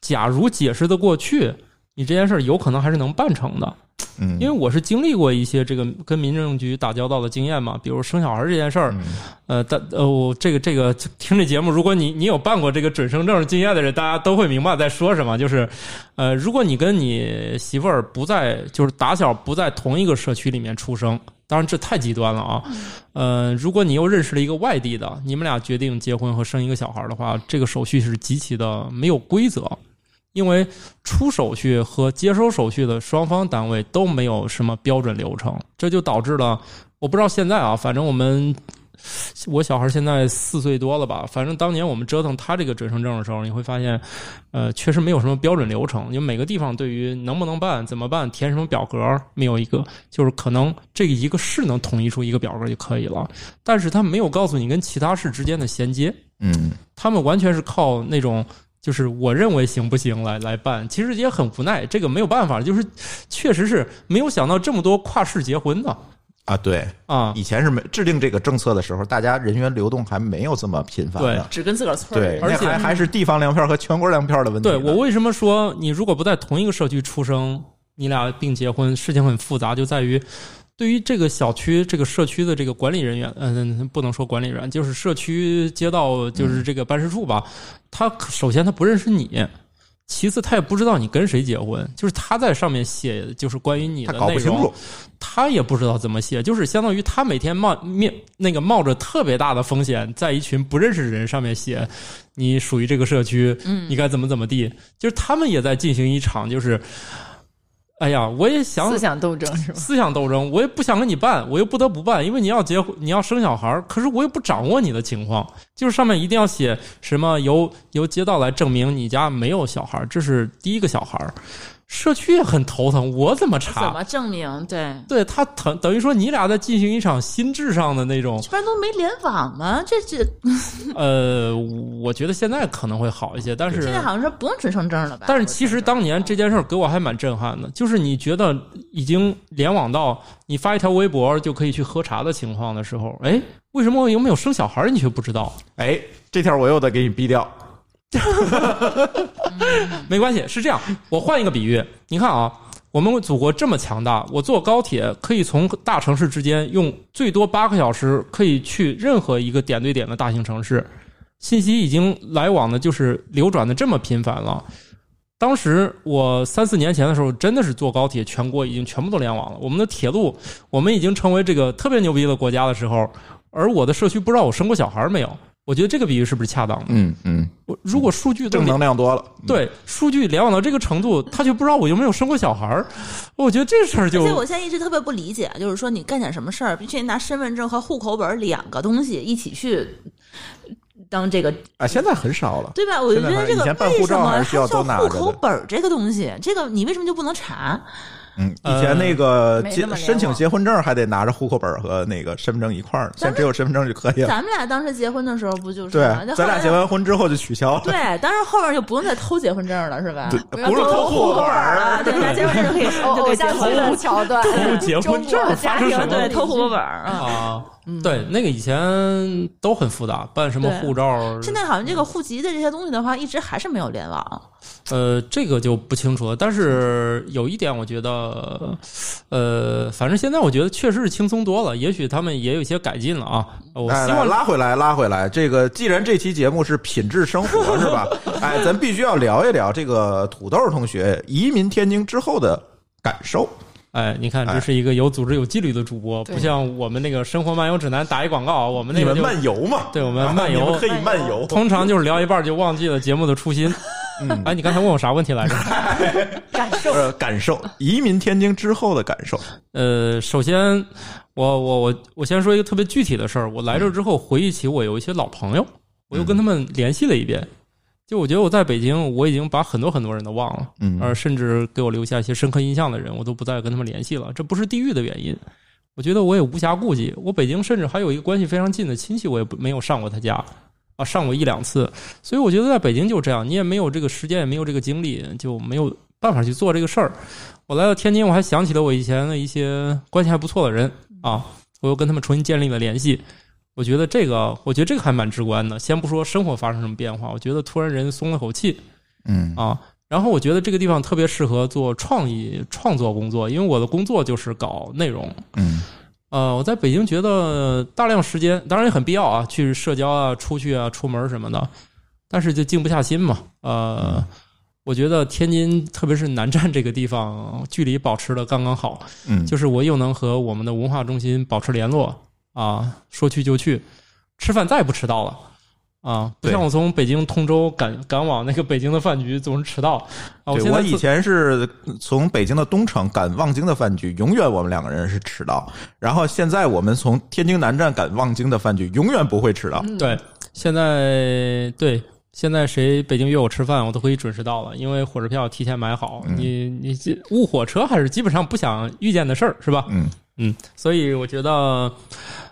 Speaker 2: 假如解释的过去，你这件事儿有可能还是能办成的。
Speaker 1: 嗯，
Speaker 2: 因为我是经历过一些这个跟民政局打交道的经验嘛，比如生小孩这件事儿，
Speaker 1: 嗯
Speaker 2: 呃，但呃，我这个这个听这节目，如果你你有办过这个准生证经验的人，大家都会明白在说什么。就是，呃，如果你跟你媳妇儿不在，就是打小不在同一个社区里面出生，当然这太极端了啊。呃，如果你又认识了一个外地的，你们俩决定结婚和生一个小孩的话，这个手续是极其的没有规则。因为出手续和接收手续的双方单位都没有什么标准流程，这就导致了我不知道现在啊，反正我们我小孩现在四岁多了吧，反正当年我们折腾他这个准生证的时候，你会发现，呃，确实没有什么标准流程，就每个地方对于能不能办、怎么办、填什么表格没有一个，就是可能这个一个市能统一出一个表格就可以了，但是他没有告诉你跟其他市之间的衔接，
Speaker 1: 嗯，
Speaker 2: 他们完全是靠那种就是我认为行不行来来办，其实也很无奈，这个没有办法，就是确实是没有想到这么多跨市结婚的
Speaker 1: 啊，对，
Speaker 2: 啊。
Speaker 1: 以前是没制定这个政策的时候，大家人员流动还没有这么频繁的，
Speaker 5: 只跟自个儿村
Speaker 1: 对，
Speaker 5: 儿。
Speaker 2: 而且
Speaker 1: 那还还是地方粮票和全国粮票的问题
Speaker 2: 对
Speaker 1: 呢。
Speaker 2: 我为什么说你如果不在同一个社区出生，你俩并结婚，事情很复杂，就在于。对于这个小区、这个社区的这个管理人员，嗯、不能说管理员，就是社区街道，
Speaker 1: 嗯
Speaker 2: 就是这个办事处吧。他可首先他不认识你，其次他也不知道你跟谁结婚，就是他在上面写就是关于你
Speaker 1: 他
Speaker 2: 的
Speaker 1: 搞
Speaker 2: 内
Speaker 1: 不清
Speaker 2: 容，
Speaker 1: 楚，
Speaker 2: 他也不知道怎么写，就是相当于他每天冒面那个冒着特别大的风险，在一群不认识的人上面写你属于这个社区，
Speaker 3: 嗯
Speaker 2: 你该怎么怎么地，就是他们也在进行一场就是，哎呀，我也想
Speaker 4: 思想斗争 是吧？
Speaker 2: 思想斗争，我也不想跟你办，我又不得不办，因为你要结婚，你要生小孩儿，可是我又不掌握你的情况，就是上面一定要写什么由由街道来证明你家没有小孩儿，这是第一个小孩儿，社区也很头疼，我怎么查？
Speaker 3: 怎么证明？对，
Speaker 2: 对他等等于说你俩在进行一场心智上的那 种
Speaker 3: 这，边都没联网吗？这这
Speaker 2: 呃，我觉得现在可能会好一些，但是
Speaker 3: 现在好像说不用准生证了吧？
Speaker 2: 但是其实当年这件事儿给我还蛮震撼的，就是你觉得已经联网到你发一条微博就可以去喝茶的情况的时候，哎，为什么我有没有生小孩儿你却不知道？
Speaker 1: 哎，这条我又得给你逼掉。
Speaker 2: 没关系，是这样，我换一个比喻，你看啊。我们祖国这么强大，我坐高铁可以从大城市之间用最多八个小时，可以去任何一个点对点的大型城市。信息已经来往的，就是流转的这么频繁了。当时我三四年前的时候，真的是坐高铁，全国已经全部都联网了。我们的铁路，我们已经成为这个特别牛逼的国家的时候，而我的社区不知道我生过小孩没有。我觉得这个比喻是不是恰当的？
Speaker 1: 嗯嗯，
Speaker 2: 我如果数据都
Speaker 1: 正
Speaker 2: 没
Speaker 1: 能量多了。
Speaker 2: 对数据联网到这个程度，他就不知道我有没有生过小孩儿。我觉得这事儿就
Speaker 5: 而且我现在一直特别不理解，就是说你干点什么事儿，必须拿身份证和户口本两个东西一起去当这个，
Speaker 1: 啊，现在很少了。
Speaker 5: 对吧？我就觉
Speaker 1: 现在反
Speaker 5: 得这
Speaker 1: 正
Speaker 5: 个
Speaker 1: 以前办
Speaker 5: 为
Speaker 1: 护
Speaker 5: 什
Speaker 1: 照
Speaker 5: 么
Speaker 1: 还
Speaker 5: 还
Speaker 1: 是需要
Speaker 5: 需要
Speaker 1: 都拿
Speaker 5: 户
Speaker 1: 着
Speaker 5: 口
Speaker 1: 的
Speaker 5: 本儿这个东西？这个你为什么就不能查？
Speaker 1: 嗯，以前那个
Speaker 4: 没
Speaker 1: 结
Speaker 4: 那么联网
Speaker 1: 申请结婚证还得拿着户口本和那个身份证一块儿，现在只有身份证就可以了。
Speaker 5: 咱们俩当时结婚的时候不就是
Speaker 1: 对
Speaker 5: 吗？那，后
Speaker 1: 咱俩
Speaker 5: 来
Speaker 1: 结完婚之后就取消了。
Speaker 5: 对，啊当时后面就不用再偷结婚证了，是吧？
Speaker 1: 对，
Speaker 4: 不要
Speaker 1: 不是偷
Speaker 4: 偷
Speaker 1: 户口本
Speaker 5: 啊，
Speaker 1: 儿，哎
Speaker 5: 对，拿结婚证就可以就 可
Speaker 4: 哦偶
Speaker 5: 以结
Speaker 4: 像
Speaker 5: 婚
Speaker 4: 剧
Speaker 5: 了
Speaker 4: 的。桥段，
Speaker 2: 偷结婚证儿发生什么
Speaker 4: 中国家
Speaker 5: 对，
Speaker 4: 庭
Speaker 5: 偷户口本儿啊。
Speaker 2: 啊，对那个以前都很复杂，办什么
Speaker 5: 对
Speaker 2: 护照，
Speaker 5: 现在好像这个户籍的这些东西的话，一直还是没有联
Speaker 1: 啊
Speaker 5: 网。
Speaker 2: 呃，这个就不清楚了。但是有一点，我觉得，呃，反正现在我觉得确实是轻松多了。也许他们也有一些改进了啊。呃我
Speaker 1: 哎，
Speaker 2: 希
Speaker 1: 来
Speaker 2: 望
Speaker 1: 拉回来，拉回来。这个既然这期节目是品质生活，是吧？哎，咱必须要聊一聊这个土豆同学移民天津之后的感受。
Speaker 2: 哎，你看，
Speaker 1: 哎
Speaker 2: 这是一个有组织、有纪律的主播，
Speaker 4: 对
Speaker 2: 不像我们那个《生活漫游指南》打一广告，我们那
Speaker 1: 你
Speaker 2: 个
Speaker 1: 们
Speaker 2: 就
Speaker 1: 漫游嘛？啊
Speaker 2: 对我们漫游
Speaker 1: 你们可以漫游。
Speaker 2: 通常就是聊一半就忘记了节目的初心。
Speaker 1: 嗯
Speaker 2: 哎，你刚才问我啥问题来着？
Speaker 4: 感 受
Speaker 1: 呃，感受移民天津之后的感受。
Speaker 2: 呃，首先，我我我我先说一个特别具体的事儿。我来这儿之后，回忆起我有一些老朋友，我又跟他们联系了一遍。就我觉得我在北京，我已经把很多很多人都忘了，
Speaker 1: 嗯
Speaker 2: 而甚至给我留下一些深刻印象的人，我都不再跟他们联系了。这不是地域的原因，我觉得我也无暇顾及。我北京甚至还有一个关系非常近的亲戚，我也不没有上过他家。啊，上过一两次，所以我觉得在北京就这样，你也没有这个时间，也没有这个精力，就没有办法去做这个事儿。我来到天津，我还想起了我以前的一些关系还不错的人啊，我又跟他们重新建立了联系。我觉得这个，我觉得这个还蛮直观的。先不说生活发生什么变化，我觉得突然人松了口气
Speaker 1: 嗯
Speaker 2: 啊。然后我觉得这个地方特别适合做创意创作工作，因为我的工作就是搞内容。
Speaker 1: 嗯
Speaker 2: 呃，我在北京觉得大量时间当然也很必要啊，去社交啊、出去啊、出门什么的，但是就静不下心嘛。呃，我觉得天津，特别是南站这个地方，距离保持的刚刚好，
Speaker 1: 嗯，
Speaker 2: 就是是我又能和我们的文化中心保持联络啊，说去就去，吃饭再也不迟到了。啊，不
Speaker 1: 对
Speaker 2: 像我从北京通州赶赶往那个北京的饭局总是迟到啊！我
Speaker 1: 对
Speaker 2: 现
Speaker 1: 我
Speaker 2: 在
Speaker 1: 以前是从北京的东城赶望京的饭局，永远我们两个人是迟到。然后现在我们从天津南站赶望京的饭局，永远不会迟到。
Speaker 2: 对，现在对现在谁北京约我吃饭，我都可以准时到了，因为火车票提前买好。
Speaker 1: 嗯
Speaker 2: 你你这误火车还是基本上不想遇见的事儿，是吧？
Speaker 1: 嗯
Speaker 2: 嗯，所以我觉得，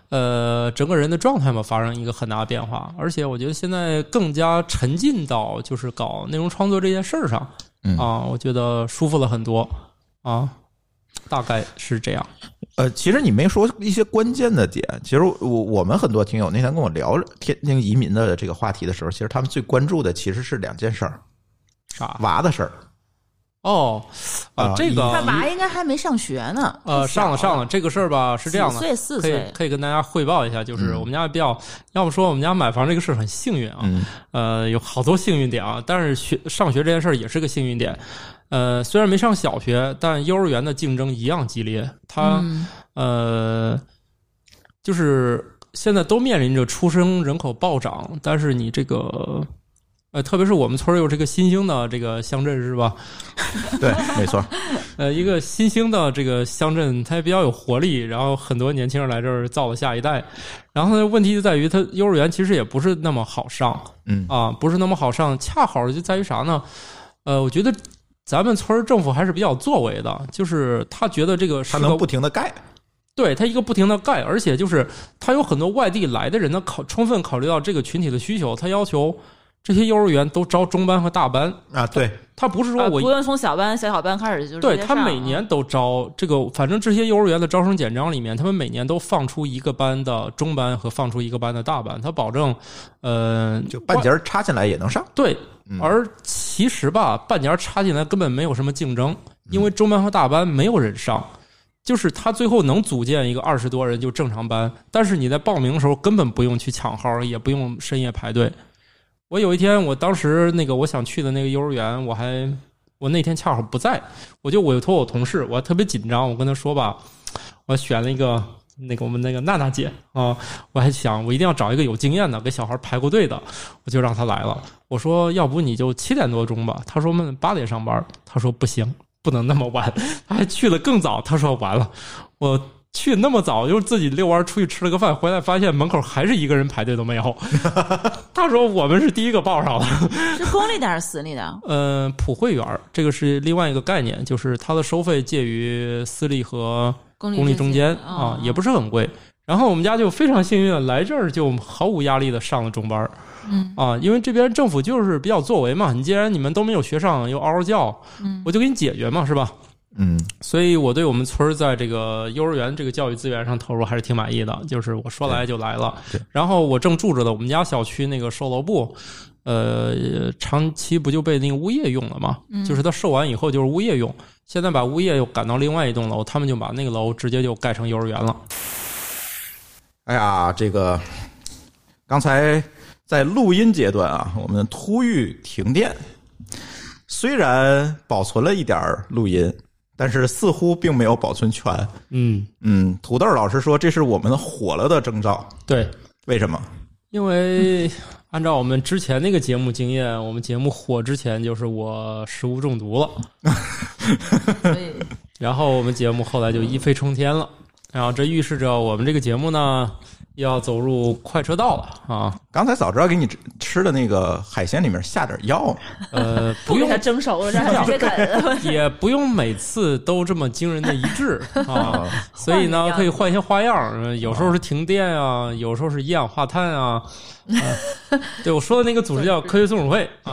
Speaker 2: 呃，整个人的状态嘛，发生一个很大的变化，而且我觉得现在更加沉浸到就是搞内容创作这件事儿上
Speaker 1: 嗯
Speaker 2: 啊，我觉得舒服了很多啊，大概是这样。
Speaker 1: 呃，其实你没说一些关键的点。其实我我们很多听友那天跟我聊天津移民的这个话题的时候，其实他们最关注的其实是两件事儿：
Speaker 2: 啥？
Speaker 1: 娃的事儿。
Speaker 2: 哦，啊
Speaker 1: 啊，
Speaker 2: 这个
Speaker 5: 他娃应该还没上学呢，哦
Speaker 2: 呃，上了上
Speaker 5: 了，
Speaker 2: 了，这个事儿吧是这样
Speaker 5: 几
Speaker 2: 的，
Speaker 5: 岁四
Speaker 2: 可以
Speaker 5: 岁，
Speaker 2: 可以跟大家汇报一下，就是
Speaker 1: 嗯
Speaker 2: 我们家比较，要么说我们家买房这个事儿很幸运啊，
Speaker 1: 嗯
Speaker 2: 呃，有好多幸运点啊，但是学上学这件事儿也是个幸运点。呃，虽然没上小学，但幼儿园的竞争一样激烈。他、
Speaker 5: 嗯
Speaker 2: 呃，就是现在都面临着出生人口暴涨，但是你这个呃，特别是我们村儿有这个新兴的这个乡镇是吧？
Speaker 1: 对，没错。
Speaker 2: 呃，一个新兴的这个乡镇，它也比较有活力，然后很多年轻人来这儿造了下一代。然后呢，问题就在于它幼儿园其实也不是那么好上
Speaker 1: 嗯
Speaker 2: 啊，不是那么好上。恰好就在于啥呢？呃，我觉得咱们村儿政府还是比较作为的，就是他觉得这个
Speaker 1: 他
Speaker 2: 是
Speaker 1: 能
Speaker 2: 个
Speaker 1: 不停的盖。
Speaker 2: 对他一个不停的盖，而且就是他有很多外地来的人呢，考充分考虑到这个群体的需求，他要求这些幼儿园都招中班和大班。
Speaker 1: 啊，对，
Speaker 2: 他不是说
Speaker 5: 啊
Speaker 2: 我
Speaker 5: 不用从小班、小小班开始就
Speaker 2: 对
Speaker 5: 直接
Speaker 2: 他
Speaker 5: 上啊
Speaker 2: 每年都招这个，反正这些幼儿园的招生简章里面，他们每年都放出一个班的中班和放出一个班的大班，他保证，呃，
Speaker 1: 就半
Speaker 2: 截
Speaker 1: 截儿插进来也能上。
Speaker 2: 对
Speaker 1: 嗯。
Speaker 2: 而其实吧，半截儿插进来根本没有什么竞争，因为中班和大班没有人上，就是他最后能组建一个二十多人就正常班，但是你在报名的时候根本不用去抢号，也不用深夜排队。我有一天，我当时那个我想去的那个幼儿园，我还我那天恰好不在，我就委托我同事，我还特别紧张，我跟他说吧，我选了一个那个我们那个娜娜姐啊，我还想我一定要找一个有经验的，给小孩排过队的，我就让她来了。我说要不你就七点多钟吧，她说我们八点上班，她说不行，不能那么晚，她还去了更早，她说完了，我。去那么早，就是自己遛弯儿出去吃了个饭，回来发现门口还是一个人排队都没有。 她说我们是第一个报上的，
Speaker 5: 是公立的还是私立的？
Speaker 2: 嗯，普惠园儿这个是另外一个概念，就是它的收费介于私立和
Speaker 5: 公 立
Speaker 2: 公立中间
Speaker 5: 间
Speaker 2: 啊，也不是很贵。然后我们家就非常幸运，来这儿就毫无压力的上了中班儿
Speaker 5: 嗯
Speaker 2: 啊，因为这边政府就是比较作为嘛，你既然你们都没有学上，又嗷嗷叫，
Speaker 5: 嗯
Speaker 2: 我就给你解决嘛，是吧？
Speaker 1: 嗯，
Speaker 2: 所以我对我们村儿在这个幼儿园这个教育资源上投入还是挺满意的，就是我说来就来了
Speaker 1: 对。
Speaker 2: 然后我正住着的我们家小区那个售楼部，呃，长期不就被那个物业用了嘛？就是它售完以后就是物业用，现在把物业又赶到另外一栋楼，他们就把那个楼直接就盖成幼儿园了。
Speaker 1: 哎呀，这个刚才在录音阶段啊，我们突遇停电，虽然保存了一点儿录音，但是似乎并没有保存全。
Speaker 2: 嗯，
Speaker 1: 嗯，土豆老师说这是我们火了的征兆，
Speaker 2: 对，
Speaker 1: 为什么？
Speaker 2: 因为 按照我们之前那个节目经验，我们节目火之前就是我食物中毒了。
Speaker 5: 所以
Speaker 2: 然后我们节目后来就一飞冲天了，然后这预示着我们这个节目呢要走入快车道了啊，
Speaker 1: 刚才早知道给你吃吃的那个海鲜里面下点药呢，
Speaker 2: 呃，不
Speaker 5: 不给
Speaker 2: 用
Speaker 5: 它蒸熟了，让它直接 啃。
Speaker 2: 也不用每次都这么惊人的一 致啊，所以呢可以换一些花样儿，呃有时候是停电啊，有时候是一氧化碳啊，啊对我说的那个 组织叫科学松鼠会啊。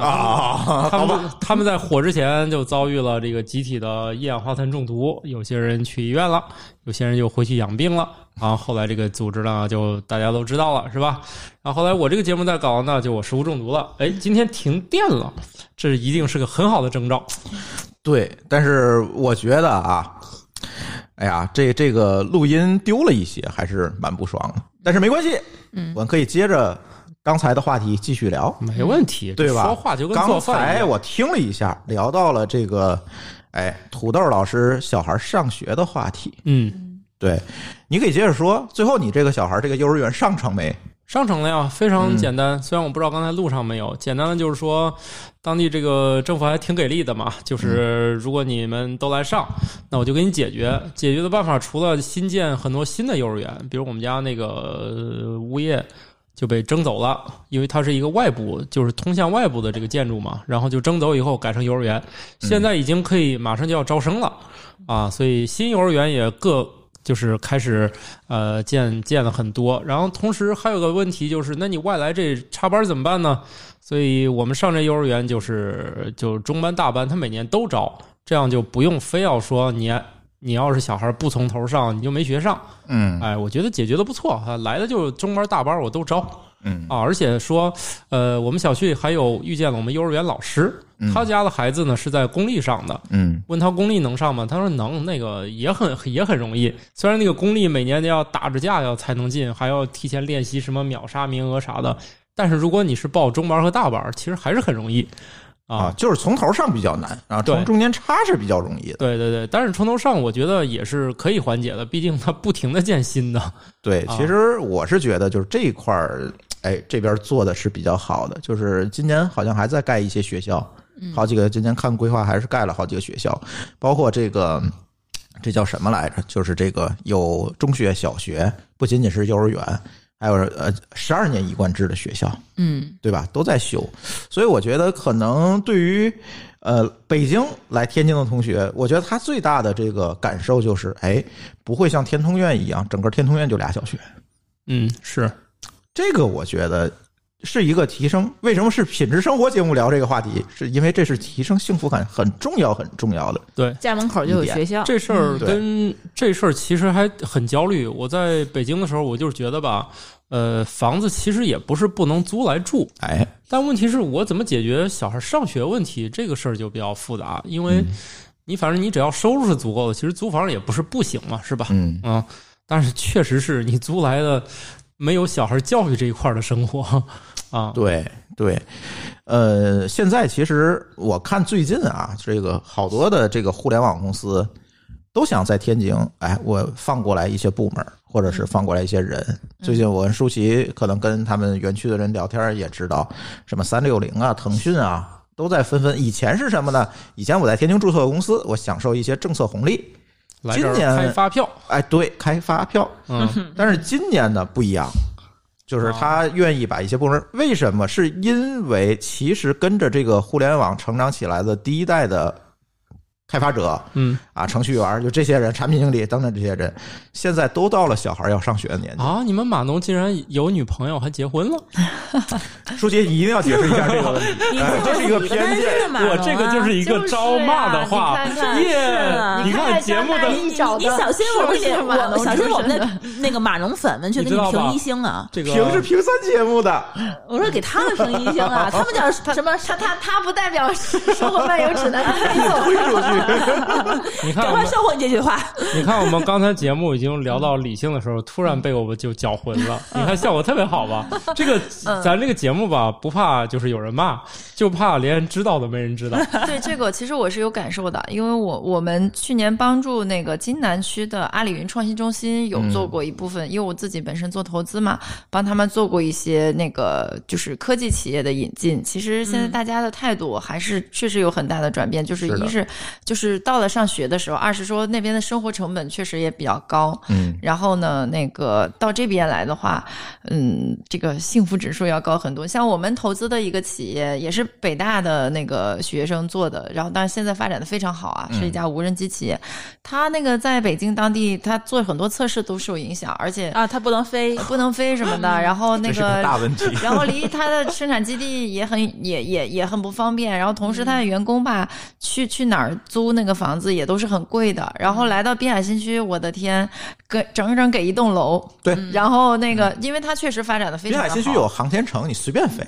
Speaker 1: 啊，
Speaker 2: 他们他们在火之前就遭遇了这个集体的一氧化碳中毒，有些人去医院了，有些人就回去养病了。然后后来这个组织呢，就大家都知道了，是吧？然后后来我这个节目在搞呢，就我食物中毒了。哎，今天停电了，这一定是个很好的征兆。
Speaker 1: 对，但是我觉得啊，哎呀，这这个录音丢了一些，还是蛮不爽的。但是没关系，嗯，我们可以接着刚才的话题继续聊，
Speaker 2: 没问题，
Speaker 1: 对吧？
Speaker 2: 说话就跟做
Speaker 1: 刚
Speaker 2: 饭一
Speaker 1: 才
Speaker 2: 样。
Speaker 1: 我听了一下，聊到了这个，哎，土豆老师小孩上学的话题。
Speaker 2: 嗯，
Speaker 1: 对，你可以接着说。最后，你这个小孩这个幼儿园上成没？
Speaker 2: 上成了呀，非常简单。虽然我不知道刚才路上没有，简单的就是说，当地这个政府还挺给力的嘛，就是如果你们都来上，那我就给你解决。解决的办法除了新建很多新的幼儿园，比如我们家那个呃物业就被征走了，因为它是一个外部，就是通向外部的这个建筑嘛，然后就征走以后改成幼儿园，现在已经可以马上就要招生了啊，所以新幼儿园也各。就是开始，呃，建建了很多，然后同时还有个问题就是，那你外来这插班怎么办呢？所以我们上这幼儿园就是就中班大班，他每年都招，这样就不用非要说你你要是小孩不从头上，你就没学上。
Speaker 1: 嗯
Speaker 2: 哎，我觉得解决的不错啊，来的就中班大班我都招
Speaker 1: 嗯
Speaker 2: 啊，而且说，呃，我们小区还有遇见了我们幼儿园老师，他家的孩子呢是在公立上的，
Speaker 1: 嗯
Speaker 2: 问他公立能上吗？他说能，那个也很 也很容易。虽然那个公立每年都要打着架要才能进，还要提前练习什么秒杀名额啥的，但是如果你是报中班和大班，其实还是很容易
Speaker 1: 啊，就是从头上比较难啊，从
Speaker 2: 对
Speaker 1: 中间插是比较容易的。
Speaker 2: 对对对，但是从头上我觉得也是可以缓解的，毕竟它不停的建新的。
Speaker 1: 对，
Speaker 2: 啊
Speaker 1: 其实我是觉得就是这一块儿，哎，这边做的是比较好的，就是今年好像还在盖一些学校，好几个今年看规划还是盖了好几个学校，包括这个。这叫什么来着？就是这个有中学、小学，不仅仅是幼儿园，还有呃十二年一贯制的学校，
Speaker 3: 嗯，
Speaker 1: 对吧？都在修，所以我觉得可能对于呃北京来天津的同学，我觉得他最大的这个感受就是，哎，不会像天通苑一样，整个天通苑就俩小学，
Speaker 2: 嗯，是
Speaker 1: 这个我觉得是一个提升。为什么是品质生活节目聊这个话题？是因为这是提升幸福感很重要、很重要的。
Speaker 2: 对。
Speaker 3: 家门口就有学
Speaker 5: 啊
Speaker 3: 校，
Speaker 2: 这事儿
Speaker 1: 嗯对
Speaker 2: 跟这事儿其实还很焦虑。我在北京的时候，我就是觉得吧，呃，房子其实也不是不能租来住，
Speaker 1: 哎，
Speaker 2: 但问题是我怎么解决小孩上学问题这个事儿就比较复杂，因为
Speaker 1: 嗯
Speaker 2: 你反正你只要收入是足够的，其实租房也不是不行嘛，是吧？
Speaker 1: 嗯，
Speaker 2: 啊，但是确实是你租来的没有小孩教育这一块儿的生活啊，
Speaker 1: 对对，呃，现在其实我看最近啊，这个好多的这个互联网公司都想在天津，哎，我放过来一些部门，或者是放过来一些人。最近我跟舒淇可能跟他们园区的人聊天也知道，什么三六零啊、腾讯啊，都在纷纷。以前是什么呢？以前我在天津注册公司，我享受一些政策红利。
Speaker 2: 来这儿
Speaker 1: 今年
Speaker 2: 开发票，
Speaker 1: 哎，对，开发票。
Speaker 2: 嗯，
Speaker 1: 但是今年呢不一样，就是他愿意把一些部门，为什么？是因为其实跟着这个互联网成长起来的第一代的开发者，
Speaker 2: 嗯
Speaker 1: 啊，程序员儿就这些人，产品经理等等这些人，现在都到了小孩儿要上学的年纪。
Speaker 2: 啊，你们码农竟然有女朋友还结婚了，
Speaker 1: 舒淇，你一定要解释一下 这个问题。
Speaker 5: 你
Speaker 1: 哎这是一个偏见
Speaker 2: 我这个啊就是一个招骂的话，
Speaker 4: 就是呀你
Speaker 2: 耶、
Speaker 5: 啊
Speaker 2: 你看节目的
Speaker 5: 你你小心我们
Speaker 4: 是
Speaker 5: 得
Speaker 4: 不是码
Speaker 5: 我
Speaker 4: 农
Speaker 5: 小心我们
Speaker 4: 出
Speaker 5: 的 那个码农粉们去
Speaker 2: 你
Speaker 5: 给
Speaker 2: 知
Speaker 5: 你
Speaker 2: 道吧呃
Speaker 5: 评一星啊！
Speaker 2: 这个
Speaker 1: 评是评三节目的，
Speaker 5: 我说给他们评一星 啊，他们叫什么？
Speaker 4: 他他他不代表生活漫游指南，你走
Speaker 1: 推出去。
Speaker 2: 你看我
Speaker 5: 赶快
Speaker 2: 们，
Speaker 5: 收回你这句话。
Speaker 2: 你看我们刚才节目已经聊到理性的时候，突然被我们就搅浑了。你看效果特别好吧？这个咱这个节目吧，不怕就是有人骂，就怕连知道都没人知道。
Speaker 4: 对这个，其实我是有感受的，因为我我们去年帮助那个津南区的阿里云创新中心有
Speaker 1: 嗯
Speaker 4: 做过一部分，因为我自己本身做投资嘛，帮他们做过一些那个就是科技企业的引进。其实现在大家的态度还是确实有很大的转变，就是
Speaker 1: 是的
Speaker 4: 一是就是到了上学的时候，二是说那边的生活成本确实也比较高，
Speaker 1: 嗯，
Speaker 4: 然后呢，那个到这边来的话，嗯，这个幸福指数要高很多。像我们投资的一个企业，也是北大的那个学生做的，然后但是现在发展的非常好啊，是一家无人机企业。他那个在北京当地，他做很多测试都受影响，而且
Speaker 5: 啊，他不能飞，
Speaker 4: 不能飞什么 的。然后那
Speaker 1: 这是个大
Speaker 4: 个。
Speaker 1: 问
Speaker 5: 嗯
Speaker 1: 题。
Speaker 4: 然后离他的生产基地也很也也也很不方便，然后同时他的员工吧，去去哪儿租那个房子也都是很贵的。然
Speaker 1: 嗯
Speaker 4: 后来到滨海新区，我的天，给整整给一栋楼，
Speaker 1: 对，
Speaker 5: 嗯
Speaker 4: 然后那
Speaker 1: 嗯
Speaker 4: 个，因为它确实发展的非
Speaker 1: 滨
Speaker 4: 常
Speaker 1: 海
Speaker 4: 好。
Speaker 1: 新区有航天城，你随便飞，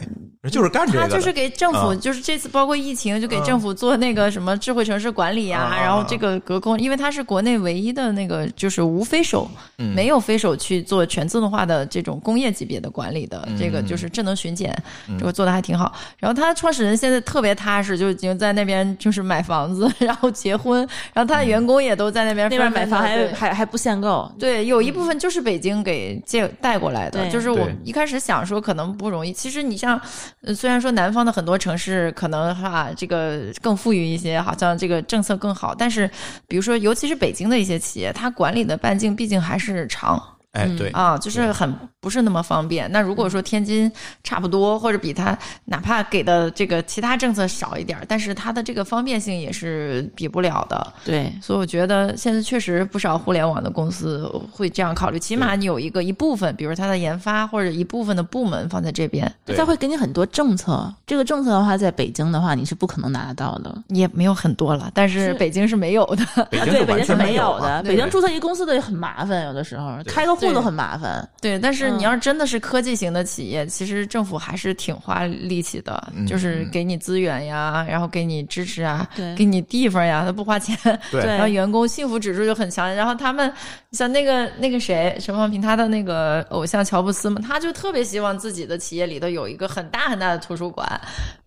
Speaker 1: 就是干这个
Speaker 4: 他
Speaker 5: 啊
Speaker 4: 就是
Speaker 1: 的。
Speaker 4: 给政府，
Speaker 1: 嗯
Speaker 4: 就是这次包括疫情，就给政府做那个什么智慧城市管理呀、
Speaker 1: 啊啊啊
Speaker 4: 然后这个隔空，因为它是国内唯一的那个就是无飞手，
Speaker 1: 嗯
Speaker 4: 没有飞手去做全自动化的这种工业级别的管理的，这
Speaker 1: 嗯
Speaker 4: 个就是智能巡检，这个做的还挺好。然后他创始人现在特别踏实，就已经在那边就是买房子， 然后结婚，然后他的员工也都在那边
Speaker 5: 那边
Speaker 4: 纷纷
Speaker 5: 买房
Speaker 4: 地
Speaker 5: 还
Speaker 4: 对
Speaker 5: 还还不限购，
Speaker 4: 对，有一部分就是北京给借带过来的，
Speaker 5: 对
Speaker 4: 就是我
Speaker 1: 对
Speaker 4: 一开始想说可能不容易，其实你像，呃虽然说南方的很多城市可能哈、这个更富裕一些，好像这个政策更好，但是比如说尤其是北京的一些企业，它管理的半径毕竟还是长，
Speaker 1: 哎，
Speaker 5: 嗯
Speaker 1: 对，嗯
Speaker 4: 啊，就是很不是那么方便。那如果说天津差不多，或者比它哪怕给的这个其他政策少一点儿，但是它的这个方便性也是比不了的。
Speaker 5: 对，
Speaker 4: 所以我觉得现在确实不少互联网的公司会这样考虑，起码你有一个一部分，比如它的研发或者一部分的部门放在这边，
Speaker 1: 对
Speaker 5: 他会给你很多政策。这个政策的话，在北京的话，你是不可能拿得到的。
Speaker 4: 也没有很多了，但是
Speaker 5: 是
Speaker 4: 北京是没有的。
Speaker 1: 北京
Speaker 5: 啊对，
Speaker 1: 就
Speaker 5: 北
Speaker 1: 完
Speaker 5: 京是
Speaker 1: 全
Speaker 5: 没
Speaker 1: 有嘛
Speaker 5: 的。
Speaker 1: 对
Speaker 5: 北京注册一公司的也很麻烦，有的时候
Speaker 1: 对
Speaker 5: 开个户
Speaker 4: 对
Speaker 5: 都很麻烦。
Speaker 4: 对，但是
Speaker 5: 嗯
Speaker 4: 你要真的是科技型的企业，其实政府还是挺花力气的，
Speaker 1: 嗯
Speaker 4: 就是给你资源呀，然后给你支持啊，
Speaker 5: 对
Speaker 4: 给你地方呀，他不花钱，
Speaker 1: 对
Speaker 4: 然后员工幸福指数就很强。然后他们像那个那个谁，陈方平他的那个偶像乔布斯嘛，他就特别希望自己的企业里头有一个很大很大的图书馆，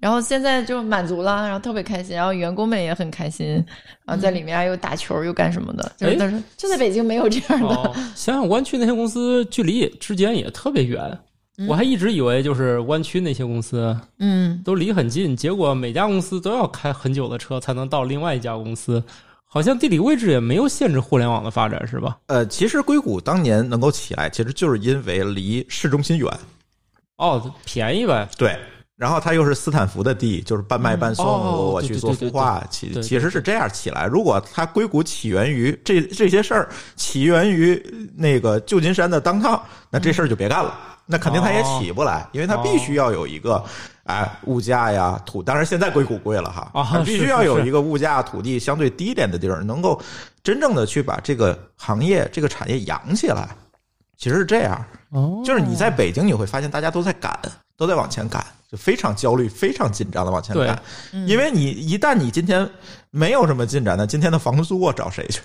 Speaker 4: 然后现在就满足了，然后特别开心，然后员工们也很开心，然后在
Speaker 2: 嗯
Speaker 4: 里面啊又打球又干什么的，就是
Speaker 2: 哎
Speaker 4: 他说就在北京没有这样的。
Speaker 2: 哦，想想湾区那些公司距离之间也特别远，我还一直以为就是湾区那些公司
Speaker 4: 嗯，
Speaker 2: 都离很近，结果每家公司都要开很久的车才能到另外一家公司，好像地理位置也没有限制互联网的发展，是吧？
Speaker 1: 呃，其实硅谷当年能够起来，其实就是因为离市中心远。
Speaker 2: 哦，便宜呗，
Speaker 1: 对，然后他又是斯坦福的地，就是半卖半送，
Speaker 2: 嗯哦
Speaker 1: 我我
Speaker 2: 对
Speaker 1: 去
Speaker 2: 对
Speaker 1: 做
Speaker 2: 对对
Speaker 1: 孵化，
Speaker 2: 对
Speaker 1: 其
Speaker 2: 对
Speaker 1: 其实是这样起来。如果它硅谷起源于这这些事儿，起源于那个旧金山的当趟，那这事儿就别干了。那肯定它也起不来，因为它必须要有一
Speaker 2: 哦
Speaker 1: 个，哎，物价呀、土，当然现在硅谷贵了哈，
Speaker 2: 哦
Speaker 1: 它必
Speaker 2: 是
Speaker 1: 须
Speaker 2: 是
Speaker 1: 要有
Speaker 2: 是
Speaker 1: 一个物价、土地相对低廉的地儿，能够真正的去把这个行业、这个产业养起来。其实是这样，
Speaker 2: 哦
Speaker 1: 就是你在北京，你会发现大家都在赶，都在往前赶，就非常焦虑、非常紧张的往前赶。因为你一旦你今天没有什么进展，那今天的房租我找谁去？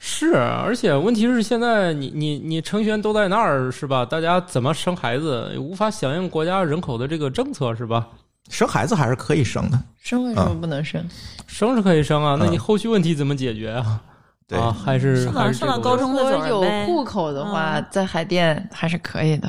Speaker 2: 是，啊而且问题是现在你你你程序员都在那儿是吧？大家怎么生孩子，无法响应国家人口的这个政策是吧？
Speaker 1: 生孩子还是可以生的，
Speaker 4: 生为什么不能生？
Speaker 2: 生是可以生啊，那你
Speaker 1: 嗯
Speaker 2: 后续问题怎么解决啊？
Speaker 1: 对
Speaker 2: 啊，还是
Speaker 5: 上
Speaker 2: 还
Speaker 5: 到
Speaker 2: 是这
Speaker 5: 上
Speaker 2: 个
Speaker 5: 到
Speaker 2: 问
Speaker 5: 高
Speaker 2: 题
Speaker 5: 中
Speaker 4: 如果
Speaker 5: 的
Speaker 4: 有户口的话，
Speaker 5: 嗯
Speaker 4: 在海淀还是可以的。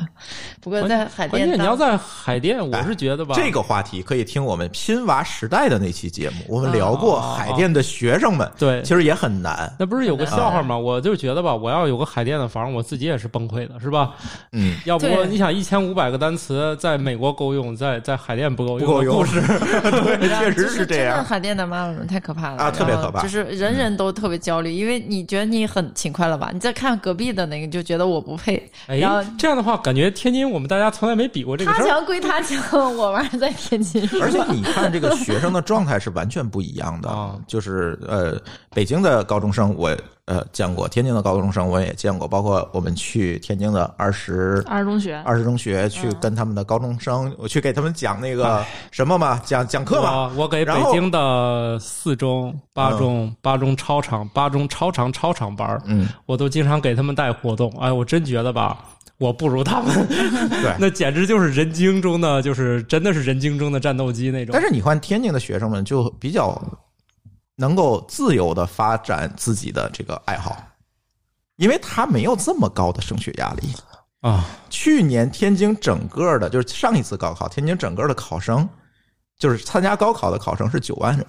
Speaker 4: 不过
Speaker 2: 关
Speaker 4: 在海
Speaker 2: 关
Speaker 4: 淀
Speaker 2: 键
Speaker 4: 当，
Speaker 2: 你要在海淀，我
Speaker 1: 哎
Speaker 2: 是觉得吧，
Speaker 1: 这个话题可以听我们拼娃时代的那期节目，我们聊过海淀的学生们，
Speaker 2: 对
Speaker 1: 其实也很难。
Speaker 2: 那不是有个笑话吗？我就觉得吧，我要有个海淀的房，我自己也是崩溃的，是吧？
Speaker 1: 嗯，
Speaker 2: 要不
Speaker 4: 对
Speaker 2: 你想一千五百个单词，在美国够用，在在海淀不够
Speaker 1: 不
Speaker 2: 用，
Speaker 1: 够用，
Speaker 2: 故事
Speaker 1: 对，确实
Speaker 4: 就
Speaker 1: 这
Speaker 4: 是真的
Speaker 1: 样。
Speaker 4: 海淀的妈妈们太可怕了
Speaker 1: 啊特别可怕
Speaker 4: 然后就是人人都特别焦虑，因为你觉得你很勤快了吧？你再看隔壁的那个，你就觉得我不配。
Speaker 2: 哎
Speaker 4: 然后，
Speaker 2: 这样的话，感觉天津我们大家从来没比过这个
Speaker 4: 他
Speaker 2: 事儿。
Speaker 4: 强归他强，我玩儿在天津。
Speaker 1: 而且你看，这个学生的状态是完全不一样的。
Speaker 2: 啊
Speaker 1: 就是呃，北京的高中生我呃见过，天津的高中生我也见过，包括我们去天津的二十
Speaker 5: 二中学
Speaker 1: 二十中学去跟他们的高中生，我去给他们讲那个什么嘛，讲讲课嘛。
Speaker 2: 我我给北
Speaker 1: 然后
Speaker 2: 京的四中、八中、八中超长、八中超长超长班儿，
Speaker 1: 嗯，
Speaker 2: 我都经常给他们带活动。哎，我真觉得吧，我不如他们，
Speaker 1: 对
Speaker 2: 那简直就是人精中的，就是真的是人精中的战斗机那种。
Speaker 1: 但是你看天津的学生们就比较能够自由的发展自己的这个爱好，因为他没有这么高的升学压力。哎
Speaker 2: 啊，
Speaker 1: 去年天津整个的，就是上一次高考，天津整个的考生，就是参加高考的考生是九万人，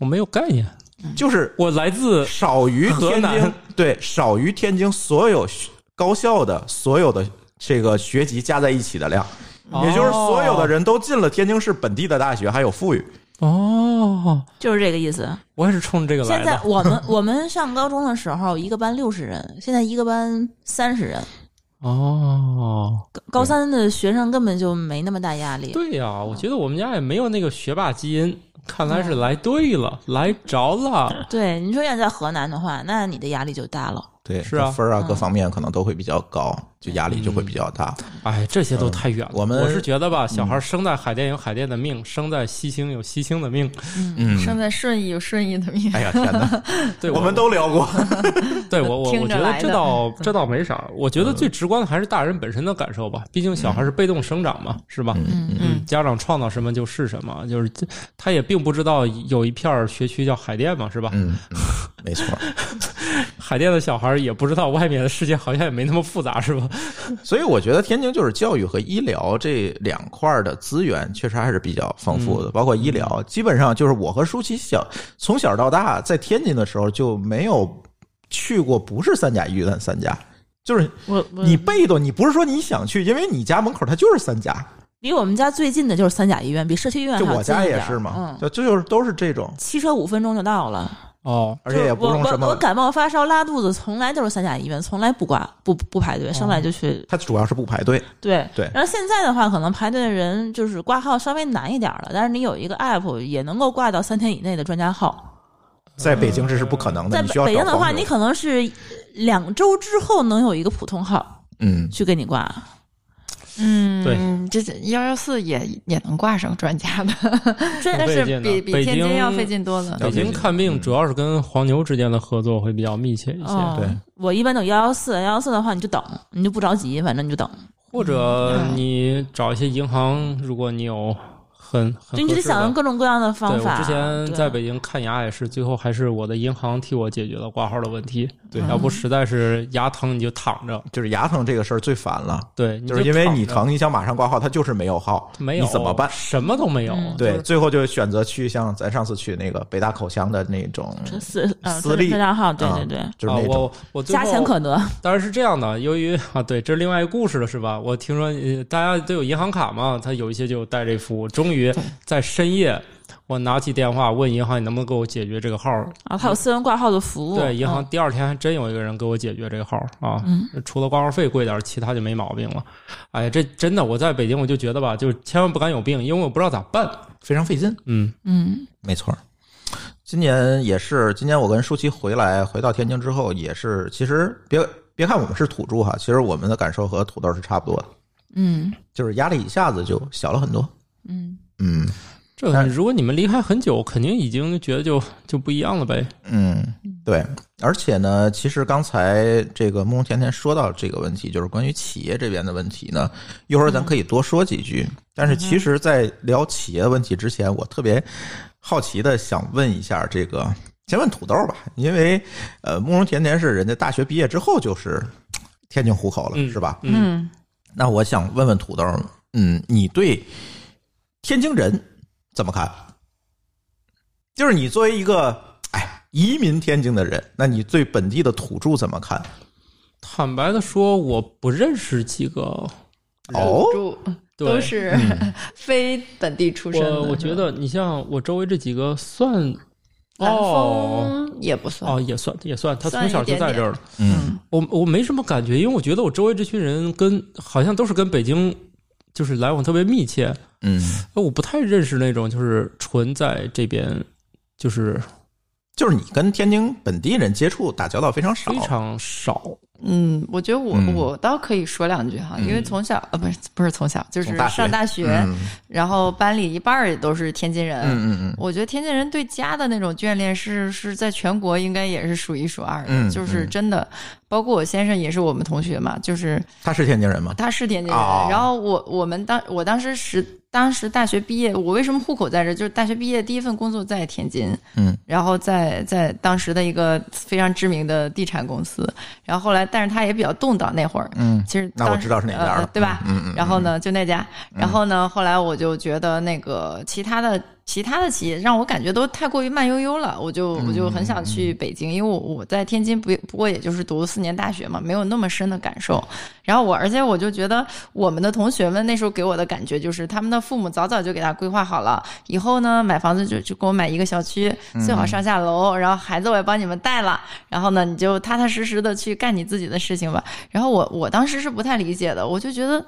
Speaker 2: 我没有概念，
Speaker 1: 就是
Speaker 2: 我来自
Speaker 1: 少于
Speaker 2: 嗯河
Speaker 1: 天
Speaker 2: 南
Speaker 1: 津， 对，少于天津所有学高校的所有的这个学籍加在一起的量，
Speaker 2: 哦
Speaker 1: 也就是所有的人都进了天津市本地的大学，还有富裕。
Speaker 2: 哦，
Speaker 5: 就是这个意思。
Speaker 2: 我也是冲着这个来
Speaker 5: 现在
Speaker 2: 的。
Speaker 5: 我们 我们上高中的时候，一个班六十人，现在一个班三十人。
Speaker 2: 哦，
Speaker 5: 高高三的学生根本就没那么大压力。
Speaker 2: 对呀、我觉得我们家也没有那个学霸基因，看来是来对了，来着了。
Speaker 5: 对，你说要在河南的话，那你的压力就大了。
Speaker 1: 对，
Speaker 2: 是啊
Speaker 1: 分儿啊，各方面可能都会比较高，就压力就会比较大。
Speaker 2: 哎，这些都太远了。
Speaker 1: 嗯我们嗯
Speaker 2: 是觉得吧，小孩生在海淀有海淀的命，生在西青有西青 的命。
Speaker 1: 嗯，
Speaker 4: 生在顺义有顺义的命。
Speaker 1: 哎呀天哪，
Speaker 2: 对，
Speaker 1: 我们都聊 过，
Speaker 2: 对我我我
Speaker 4: 听
Speaker 2: 觉
Speaker 4: 着
Speaker 2: 得
Speaker 4: 来
Speaker 2: 这
Speaker 4: 的嗯
Speaker 2: 倒这倒没啥。我
Speaker 1: 嗯
Speaker 2: 觉得最直观的还是大人本身的感受吧，毕竟小孩是被动生长嘛，是吧？
Speaker 1: 嗯
Speaker 2: 嗯，家长创造什么就是什么，就是这他也并不知道有一片儿学区叫海淀嘛，是吧？
Speaker 1: 嗯，嗯没错。
Speaker 2: 海淀的小孩儿也不知道外面的世界好像也没那么复杂，是
Speaker 1: 嗯
Speaker 2: 吧？
Speaker 1: 所以我觉得天津就是教育和医疗这两块儿的资源确实还是比较丰富
Speaker 5: 嗯
Speaker 1: 的，包括医疗，基本上就是我和舒淇小从小到大在天津的时候就没有去过不是三甲医院三甲。就是
Speaker 5: 我我
Speaker 1: 你被动，你不是说你想去，因为你家门口它就是三甲，
Speaker 5: 离我们家最近的就是三甲医院，比社区医院
Speaker 1: 就
Speaker 5: 还要
Speaker 1: 我家
Speaker 5: 近一
Speaker 1: 也
Speaker 5: 点
Speaker 1: 是嘛，
Speaker 5: 嗯，
Speaker 1: 就就是都是这种，
Speaker 5: 汽车五分钟就到了，
Speaker 2: 哦，
Speaker 1: 而且也不用什
Speaker 5: 我我我
Speaker 1: 么，
Speaker 5: 感冒发烧拉肚子，从来都是三甲医院，从来不挂不不排队，上来就去。
Speaker 1: 它主要是不排队，
Speaker 5: 对
Speaker 1: 哦对
Speaker 5: 然后现在的话，可能排队的人就是挂号稍微难一点了，但是你有一个 app 也能够挂到三天以内的专家号。
Speaker 1: 在北京这是不可能的，
Speaker 5: 在
Speaker 1: 你需要
Speaker 5: 北京
Speaker 1: 找
Speaker 5: 的话，
Speaker 1: 黄牛
Speaker 5: 你可能是两周之后能有一个普通号
Speaker 1: 嗯，
Speaker 5: 去给你挂。
Speaker 4: 嗯，
Speaker 2: 对，
Speaker 4: 这幺幺四也也能挂上专家的， 但
Speaker 2: 费
Speaker 4: 是
Speaker 2: 劲呢
Speaker 4: 比比
Speaker 2: 北
Speaker 4: 天津
Speaker 2: 京
Speaker 4: 要费劲多了。
Speaker 2: 北京看病主要是跟黄牛之间的合作会比较密切一些，
Speaker 5: 哦
Speaker 1: 对，
Speaker 5: 我一般等幺幺四，幺幺四的话你就等，你就不着急，反正你就等。
Speaker 2: 或者
Speaker 5: 嗯
Speaker 2: 你找一些银行，如果你有很很
Speaker 5: 就你
Speaker 2: 合
Speaker 5: 得
Speaker 2: 适的
Speaker 5: 想各种各样的方
Speaker 2: 对我
Speaker 5: 法。
Speaker 2: 之前在
Speaker 5: 对
Speaker 2: 北京看牙也是，最后还是我的银行替我解决了挂号的问题。
Speaker 1: 对
Speaker 2: 要不实在是牙疼你就躺着，
Speaker 1: 就是牙疼这个事儿最烦了，
Speaker 2: 对，你
Speaker 1: 就是因为你
Speaker 2: 躺着，
Speaker 1: 疼，你想马上挂号，它就是没有号，
Speaker 2: 没有
Speaker 1: 你怎么办？
Speaker 2: 什么都没有。
Speaker 5: 嗯
Speaker 1: 对
Speaker 2: 就，是
Speaker 1: 最后就选择去像咱上次去那个北大口腔的那种，
Speaker 5: 这私呃
Speaker 1: 私立
Speaker 5: 专家号，对
Speaker 1: 啊
Speaker 5: 对对，
Speaker 1: 就是
Speaker 2: 啊，
Speaker 1: 那种
Speaker 2: 我我最
Speaker 5: 加
Speaker 2: 后
Speaker 5: 钱可得。
Speaker 2: 当然是这样的，由于啊，对，这是另外一个故事了，是吧？我听说、呃大家都有银行卡嘛，他有一些就带这服务。终于在深夜，我拿起电话问银行，你能不能给我解决这个号？
Speaker 5: 啊，它有私人挂号的服务。
Speaker 2: 对，银行
Speaker 5: 嗯
Speaker 2: 第二天还真有一个人给我解决这个号啊，
Speaker 5: 嗯
Speaker 2: 除了挂号费贵点儿，其他就没毛病了。哎呀，这真的，我在北京我就觉得吧，就是千万不敢有病，因为我不知道咋办。
Speaker 1: 非常费劲，
Speaker 2: 嗯，
Speaker 5: 嗯，
Speaker 1: 没错儿。今年也是，今年我跟舒淇回来，回到天津之后也是，其实别别看我们是土著哈，其实我们的感受和土豆是差不多的，
Speaker 5: 嗯
Speaker 1: 就是压力一下子就小了很多。
Speaker 5: 嗯，
Speaker 1: 嗯
Speaker 2: 这个
Speaker 1: 但是
Speaker 2: 如果你们离开很久，肯定已经觉得就就不一样了呗。
Speaker 1: 嗯，对。而且呢，其实刚才这个梦甜甜说到这个问题，就是关于企业这边的问题呢，一会儿咱可以多说几句。但是其实，在聊企业问题之前，我特别好奇的想问一下这个先问土豆吧，因为呃，慕容甜甜是人家大学毕业之后就是天津户口了，
Speaker 2: 嗯
Speaker 1: 是吧？
Speaker 2: 嗯，
Speaker 1: 那我想问问土豆，嗯，你对天津人怎么看？就是你作为一个哎移民天津的人，那你对本地的土著怎么看？
Speaker 2: 坦白的说，我不认识几个。
Speaker 1: 哦，
Speaker 4: 住
Speaker 2: 对
Speaker 4: 都是
Speaker 1: 嗯
Speaker 4: 非本地出身的。
Speaker 2: 我我觉得你像我周围这几个算
Speaker 4: 蓝
Speaker 2: 哦
Speaker 4: 峰也不算
Speaker 2: 哦，也算也算，他
Speaker 4: 算
Speaker 2: 从小就
Speaker 4: 一点
Speaker 2: 在
Speaker 4: 点
Speaker 2: 这儿了。
Speaker 1: 嗯
Speaker 2: 我我没什么感觉，因为我觉得我周围这群人跟好像都是跟北京就是来往特别密切，呃
Speaker 1: 嗯，
Speaker 2: 我不太认识那种就是纯在这边就是
Speaker 1: 就是你跟天津本地人接触打交道非常少，
Speaker 2: 非常少。
Speaker 4: 嗯，我觉得我、
Speaker 1: 嗯
Speaker 4: 我倒可以说两句哈，因为从小呃不是不是从小，就是
Speaker 1: 从大学
Speaker 4: 上大学，
Speaker 1: 嗯
Speaker 4: 然后班里一半儿也都是天津人。
Speaker 1: 嗯嗯
Speaker 4: 我觉得天津人对家的那种眷恋是是在全国应该也是数一数二的，
Speaker 1: 嗯
Speaker 4: 就是
Speaker 1: 嗯
Speaker 4: 真的，包括我先生也是我们同学嘛，就是
Speaker 1: 嗯，他是天津人吗？
Speaker 4: 他是天津人。
Speaker 1: 哦
Speaker 4: 然后我我们当我当时是当时大学毕业，我为什么户口在这儿？就是大学毕业第一份工作在天津，
Speaker 1: 嗯，
Speaker 4: 然后在在当时的一个非常知名的地产公司，然后后来，但是他也比较动荡那会儿，
Speaker 1: 嗯
Speaker 4: 其实
Speaker 1: 那我
Speaker 4: 当
Speaker 1: 知道是哪家
Speaker 4: 呃
Speaker 1: 了
Speaker 4: 呃对吧？
Speaker 1: 嗯嗯嗯
Speaker 4: 然后呢，就那家，然后呢，后来我就觉得那个其他的。其他的企业让我感觉都太过于慢悠悠了，我就
Speaker 1: 嗯
Speaker 4: 我就很想去北京，因为我我在天津不不过也就是读四年大学嘛，没有那么深的感受。然后我，而且我就觉得我们的同学们那时候给我的感觉就是，他们的父母早早就给他规划好了，以后呢买房子就就给我买一个小区，
Speaker 1: 嗯
Speaker 4: 最好上下楼，然后孩子我也帮你们带了，然后呢你就踏踏实实的去干你自己的事情吧。然后我我当时是不太理解的，我就觉得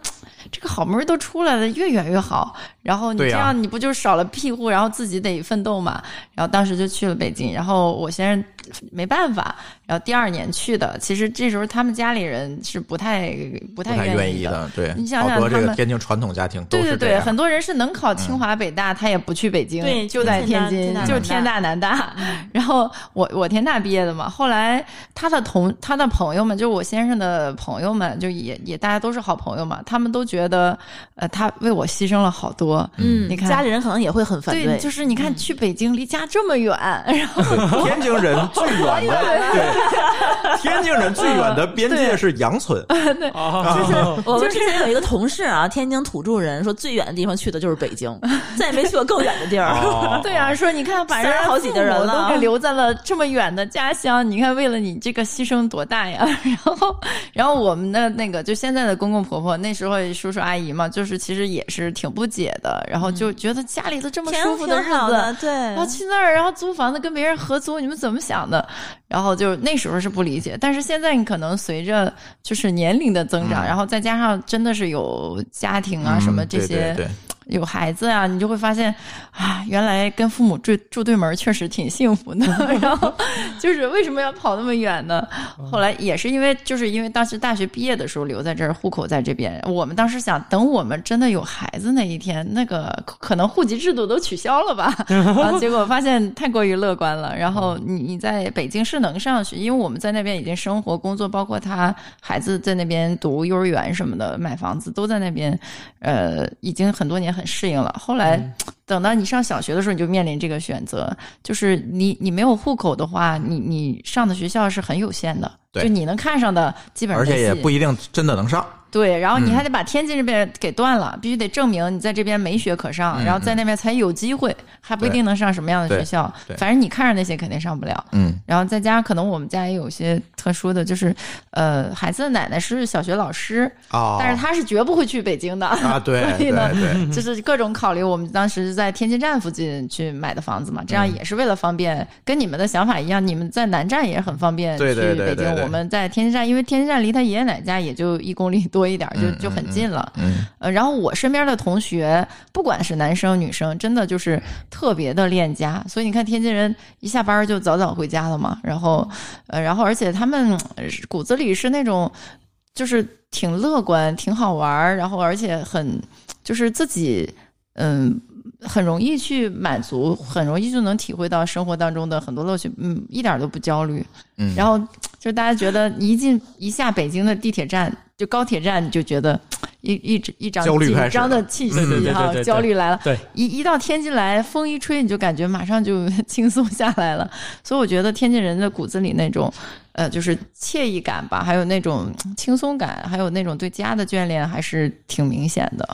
Speaker 4: 这个好门儿都出来了，越远越好。然后你
Speaker 1: 对
Speaker 4: 这
Speaker 1: 呀
Speaker 4: 样你不就少了庇护，然后自己得奋斗嘛。然后当时就去了北京，然后我先生没办法，然后第二年去的。其实这时候他们家里人是不太不
Speaker 1: 不太
Speaker 4: 太
Speaker 1: 愿
Speaker 4: 意
Speaker 1: 意
Speaker 4: 的。
Speaker 1: 的，对，
Speaker 4: 你想想
Speaker 1: 好多这
Speaker 4: 他
Speaker 1: 个
Speaker 4: 们
Speaker 1: 天津传统家庭都
Speaker 4: 对
Speaker 1: 是
Speaker 4: 对
Speaker 1: 这
Speaker 4: 对，
Speaker 1: 样嗯
Speaker 4: 很多人是能考清华北大，他也不去北京，
Speaker 5: 对
Speaker 4: 就在天津
Speaker 5: 天大，嗯
Speaker 4: 就是
Speaker 5: 天
Speaker 4: 天
Speaker 5: 大
Speaker 4: 大南大。 然后我我天大毕业的嘛，后来他的同他的朋友们，就我先生的朋友们，就也也大家都是好朋友嘛，他们都觉得，呃，他为我牺牲了好多，
Speaker 5: 嗯
Speaker 4: 你看
Speaker 5: 家里人可能也会很反嗯
Speaker 4: 对，就是你看去北京离家这么远， 然后
Speaker 1: 天津人最 远的，对，天津人最远的边界是杨村，
Speaker 2: 啊，
Speaker 5: 我们之前有一个同事啊，天津土著人说最远的地方去的就是北 京，再也没去过更远的地儿。
Speaker 2: 哦
Speaker 4: 对啊，说你看，把人
Speaker 5: 三十好几个人
Speaker 4: 父母都
Speaker 5: 了
Speaker 4: 给留在了这么远的家乡，你看为了你这个牺牲多大呀？ 然后，然后我们的那个就现在的公公婆婆，那时候叔叔阿姨嘛，就是其实也是挺不解的，然后就觉得家里都这么
Speaker 5: 挺
Speaker 4: 舒服
Speaker 5: 挺
Speaker 4: 日
Speaker 5: 好的，
Speaker 4: 子。
Speaker 5: 对，
Speaker 4: 然后去那儿，然后租房子跟别人合租，你们怎么想的？然后就那时候是不理解，但是现在你可能随着就是年龄的增
Speaker 5: 嗯
Speaker 4: 长，然后再加上真的是有家庭啊、什么这些，
Speaker 1: 嗯对对对
Speaker 4: 有孩子啊，你就会发现啊，原来跟父母住住对门儿确实挺幸福的。然后就是为什么要跑那么远呢？后来也是因为，就是因为当时大学毕业的时候留在这儿，户口在这边。我们当时想，等我们真的有孩子那一天，那个可可能户籍制度都取消了吧？啊，结果发现太过于乐观了。然后你你在北京是能上学，因为我们在那边已经生活、工作，包括他孩子在那边读幼儿园什么的，买房子都在那边，呃，已经很多年很适应了。后来。
Speaker 1: 嗯
Speaker 4: 等到你上小学的时候，你就面临这个选择，就是你你没有户口的话，你你上的学校是很有限的，
Speaker 1: 对
Speaker 4: 就你能看上的基本上
Speaker 1: 而且也
Speaker 4: 没戏
Speaker 1: 不一嗯定真的能上，
Speaker 4: 对，然后你还得把天津这边给断了，必须得证明你在这边没学可上，
Speaker 1: 嗯
Speaker 4: 然后在那边才有机会，还不一定能上什么样的学校
Speaker 1: 对对，
Speaker 4: 反正你看上那些肯定上不了。
Speaker 1: 嗯
Speaker 4: 然后再加上可能我们家也有些特殊的，就是呃，孩子的奶奶是小学老师，
Speaker 1: 哦，
Speaker 4: 但是她是绝不会去北京的。
Speaker 1: 啊，对
Speaker 4: 所
Speaker 1: 对
Speaker 4: 以呢
Speaker 1: 对，
Speaker 4: 就是各种考虑，我们当时在天津站附近去买的房子嘛，这
Speaker 1: 嗯
Speaker 4: 样也是为了方便，跟你们的想法一样，你们在南站也很方便去
Speaker 1: 对对对
Speaker 4: 北
Speaker 1: 对
Speaker 4: 京，
Speaker 1: 对
Speaker 4: 我们在天津站，因为天津站离他爷爷奶奶家也就一公里多一点儿，就
Speaker 1: 嗯
Speaker 4: 就很近了。
Speaker 1: 嗯
Speaker 4: 呃，然后我身边的同学，不管是男生女生，真的
Speaker 1: 嗯
Speaker 4: 就是特别的恋家，所以你看天津人一下班就早早回家了嘛，然后，呃，然后而且他们呃骨子里是那种，就是挺乐观、挺好玩儿，然后而且很就是自己，嗯。很容易去满足，很容易就能体会到生活当中的很多乐趣，嗯，一点儿都不焦虑。
Speaker 1: 嗯，
Speaker 4: 然后就大家觉得你一进一下北京的地铁站，就高铁站，你就觉得一一直一张
Speaker 1: 焦虑
Speaker 4: 紧
Speaker 1: 开始
Speaker 4: 张
Speaker 1: 了
Speaker 4: 的气
Speaker 2: 嗯对对
Speaker 4: 息
Speaker 2: 对
Speaker 4: 哈
Speaker 2: 对对，
Speaker 4: 焦虑来了。
Speaker 2: 对，
Speaker 4: 一一到天津来，风一吹，你就感觉马上就 轻松下来了。 所以我觉得天津人的骨子里那种，呃，就是惬意感吧，还有那种嗯轻松感，还有那种对家的眷恋，还是挺明显的。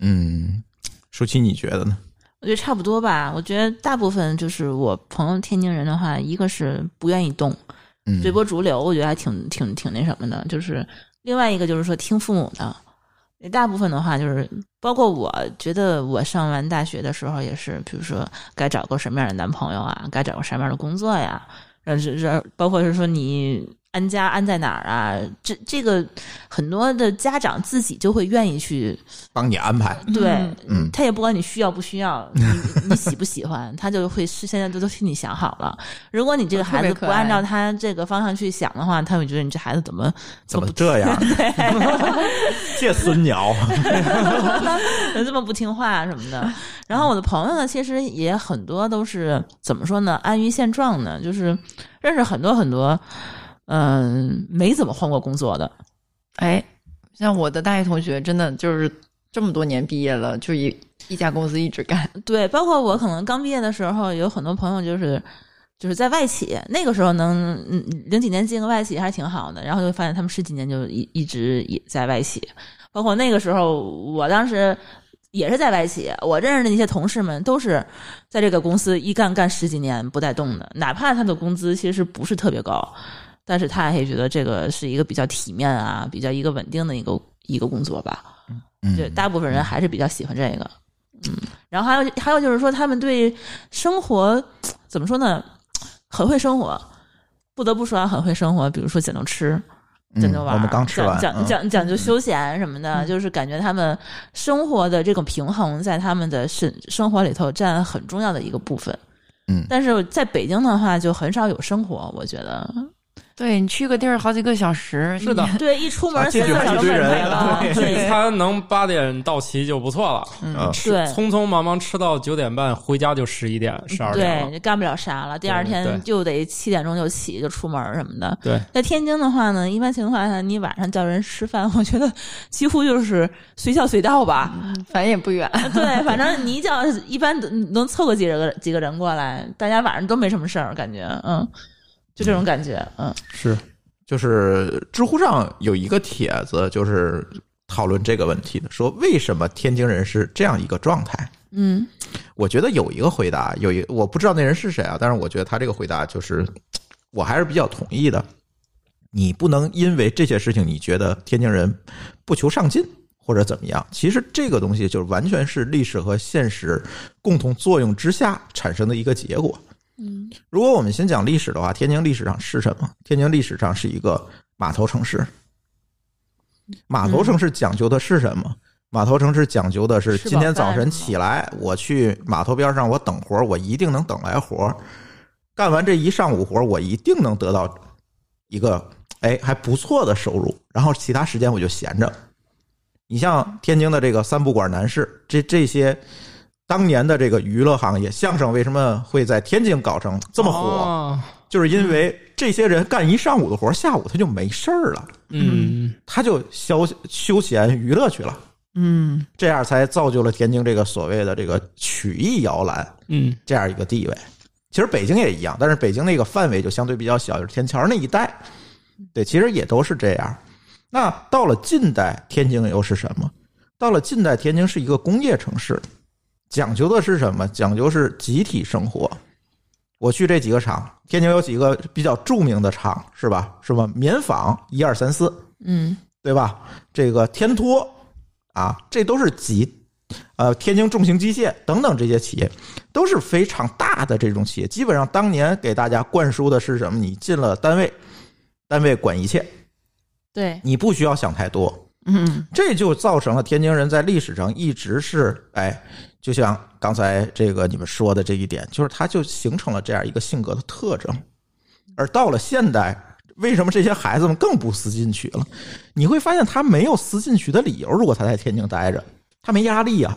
Speaker 1: 嗯，舒淇，你觉得呢？
Speaker 5: 我觉得差不多吧。我觉得大部分就是我朋友天津人的话，一个是不愿意动，
Speaker 1: 嗯
Speaker 5: 随波逐流，我觉得还挺挺挺那什么的。就是另外一个就是说听父母的，大部分的话就是包括我觉得我上完大学的时候也是，比如说该找个什么样的男朋友啊，该找个什么样的工作呀，然后这这包括是说你安家安在哪儿啊，这这个很多的家长自己就会愿意去
Speaker 1: 帮你安排，
Speaker 5: 对，
Speaker 1: 嗯
Speaker 5: 他也不管你需要不需要，你你喜不喜欢，他就会是现在都都替你想好了。如果你这个孩子
Speaker 4: 特别可
Speaker 5: 不
Speaker 4: 爱
Speaker 5: 按照他这个方向去想的话，他会觉得你这孩子怎么
Speaker 1: 怎么这 样？ 这孙鸟，
Speaker 5: 这么不听话什么的。然后我的朋友呢，其实也很多都是怎么说呢，安于现状呢，就是认识很多很多，嗯、没怎么换过工作的，
Speaker 4: 哎，像我的大学同学，真的就是这么多年毕业了，就一一家公司一直干。
Speaker 5: 对，包括我可能刚毕业的时候，有很多朋友就是就是在外企，那个时候能嗯零几年进个外企还挺好的，然后就发现他们十几年就一一直也在外企，包括那个时候我当时。也是在外企，我认识的那些同事们都是在这个公司一干干十几年不带动的，哪怕他的工资其实不是特别高，但是他也觉得这个是一个比较体面啊，比较一个稳定的一个一个工作吧。对，
Speaker 1: 嗯，
Speaker 5: 大部分人还是比较喜欢这个。嗯，然后还有还有就是说，他们对生活怎么说呢？很会生活，不得不说啊，很会生活。比如说讲究吃，讲究玩儿，
Speaker 1: 嗯我们刚吃完，
Speaker 5: 讲
Speaker 1: 嗯
Speaker 5: 讲讲讲究休闲什么的，就是感觉他们生活的这种平衡在他们的生生活里头占很重要的一个部分。
Speaker 1: 嗯
Speaker 5: 但是在北京的话，就很少有生活，我觉得。
Speaker 4: 对你去个地儿好几个小时，
Speaker 2: 是的，
Speaker 5: 对，一出
Speaker 1: 啊
Speaker 5: 门
Speaker 1: 进
Speaker 5: 三
Speaker 1: 去
Speaker 5: 个
Speaker 1: 看
Speaker 5: 小
Speaker 1: 一
Speaker 5: 时
Speaker 1: 堆人
Speaker 5: 没了，
Speaker 2: 聚
Speaker 5: 对
Speaker 2: 餐能八点到齐就不错了，
Speaker 1: 嗯
Speaker 2: 吃
Speaker 5: 对
Speaker 2: 匆匆忙忙吃到九点半，回家就十一点、十二点了。
Speaker 5: 对，干不了啥了。第二
Speaker 2: 对对
Speaker 5: 天就得七点钟就起，就出门儿什么的。
Speaker 2: 对，
Speaker 5: 在天津的话呢，一般情况下你晚上叫人吃饭，我觉得几乎就是随叫随到吧。
Speaker 4: 反正也不远。
Speaker 5: 对，反正你一叫，一般都能凑个几个人几个人过来，大家晚上都没什么事儿，感觉嗯，就这种感觉，嗯，
Speaker 2: 是
Speaker 1: 就是知乎上有一个帖子，就是讨论这个问题的，说为什么天津人是这样一个状态？
Speaker 5: 嗯，
Speaker 1: 我觉得有一个回答，有一我不知道那人是谁啊，但是我觉得他这个回答就是，我还是比较同意的。你不能因为这些事情，你觉得天津人不求上进或者怎么样？其实这个东西就是完全是历史和现实共同作用之下产生的一个结果。嗯，如果我们先讲历史的话，天津历史上是什么？天津历史上是一个码头城市。码头城市讲究的是什么？码头城市讲究的是
Speaker 5: 吃饱
Speaker 1: 今天早
Speaker 5: 饭是
Speaker 1: 晨
Speaker 5: 吗
Speaker 1: 起来，我去码头边上，我等活儿，我一定能等来活儿。干完这一上午活儿，我一定能得到一个哎还不错的收入，然后其他时间我就闲着。你像天津的这个三不管男士，这这些当年的这个娱乐行业，相声为什么会在天津搞成这么火？
Speaker 2: 哦
Speaker 1: 就是因为这些人干一上午的活儿，下午他就没事儿了，
Speaker 2: 嗯，
Speaker 1: 他就消休闲娱乐去了。
Speaker 4: 嗯，
Speaker 1: 这样才造就了天津这个所谓的这个曲艺摇篮
Speaker 2: 嗯，
Speaker 1: 这样一个地位。其实北京也一样，但是北京那个范围就相对比较小，就是天桥那一带。对，其实也都是这样。那到了近代，天津又是什么？到了近代，天津是一个工业城市，讲究的是什么？讲究是集体生活。我去这几个厂，天津有几个比较著名的厂，是吧？是吧？棉纺一二三四，
Speaker 5: 嗯，
Speaker 1: 对吧？这个天托啊，这都是几呃天津重型机械等等这些企业，都是非常大的这种企业。基本上当年给大家灌输的是什么？你进了单位，单位管一切，
Speaker 5: 对，
Speaker 1: 你不需要想太多。
Speaker 4: 嗯，
Speaker 1: 这就造成了天津人在历史上一直是，哎，就像刚才这个你们说的这一点，就是他就形成了这样一个性格的特征。而到了现代，为什么这些孩子们更不思进取了？你会发现他没有思进取的理由。如果他在天津待着，他没压力啊，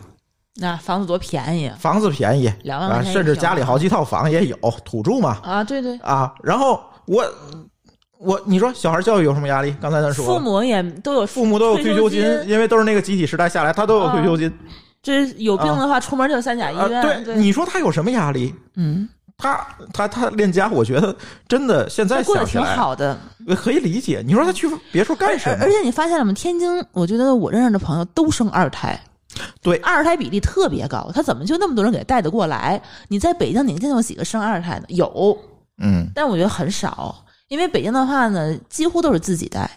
Speaker 5: 那房子多便宜啊
Speaker 1: 房子便宜，
Speaker 5: 两万块
Speaker 1: 啊，
Speaker 5: 钱一
Speaker 1: 甚至
Speaker 5: 平
Speaker 1: 家里好几套房也有，土著嘛，
Speaker 5: 啊，对对，
Speaker 1: 啊，然后我我你说小孩教育有什么压力？刚才咱说
Speaker 5: 父
Speaker 1: 了，
Speaker 5: 母也都有
Speaker 1: 父母都有退休金，因为都是那个集体时代下来，他都有退休
Speaker 5: 啊
Speaker 1: 金
Speaker 5: 这有病的话，出门就三甲医
Speaker 1: 啊。
Speaker 5: 院。
Speaker 1: 对，你说他有什么压力？
Speaker 5: 嗯，
Speaker 1: 他他他练家，我觉得真的现在
Speaker 5: 他过得
Speaker 1: 想起
Speaker 5: 挺
Speaker 1: 来
Speaker 5: 好的。
Speaker 1: 可以理解。你说他去别处干什
Speaker 5: 而
Speaker 1: 么
Speaker 5: 而？且你发现了吗？天津，我觉得我认识的朋友都生二胎，
Speaker 1: 对
Speaker 5: 二胎比例特别高。他怎么就那么多人给带得过来？你在北京，你见到几个生二胎的？有，
Speaker 1: 嗯，
Speaker 5: 但我觉得很少，因为北京的话呢，几乎都是自己带。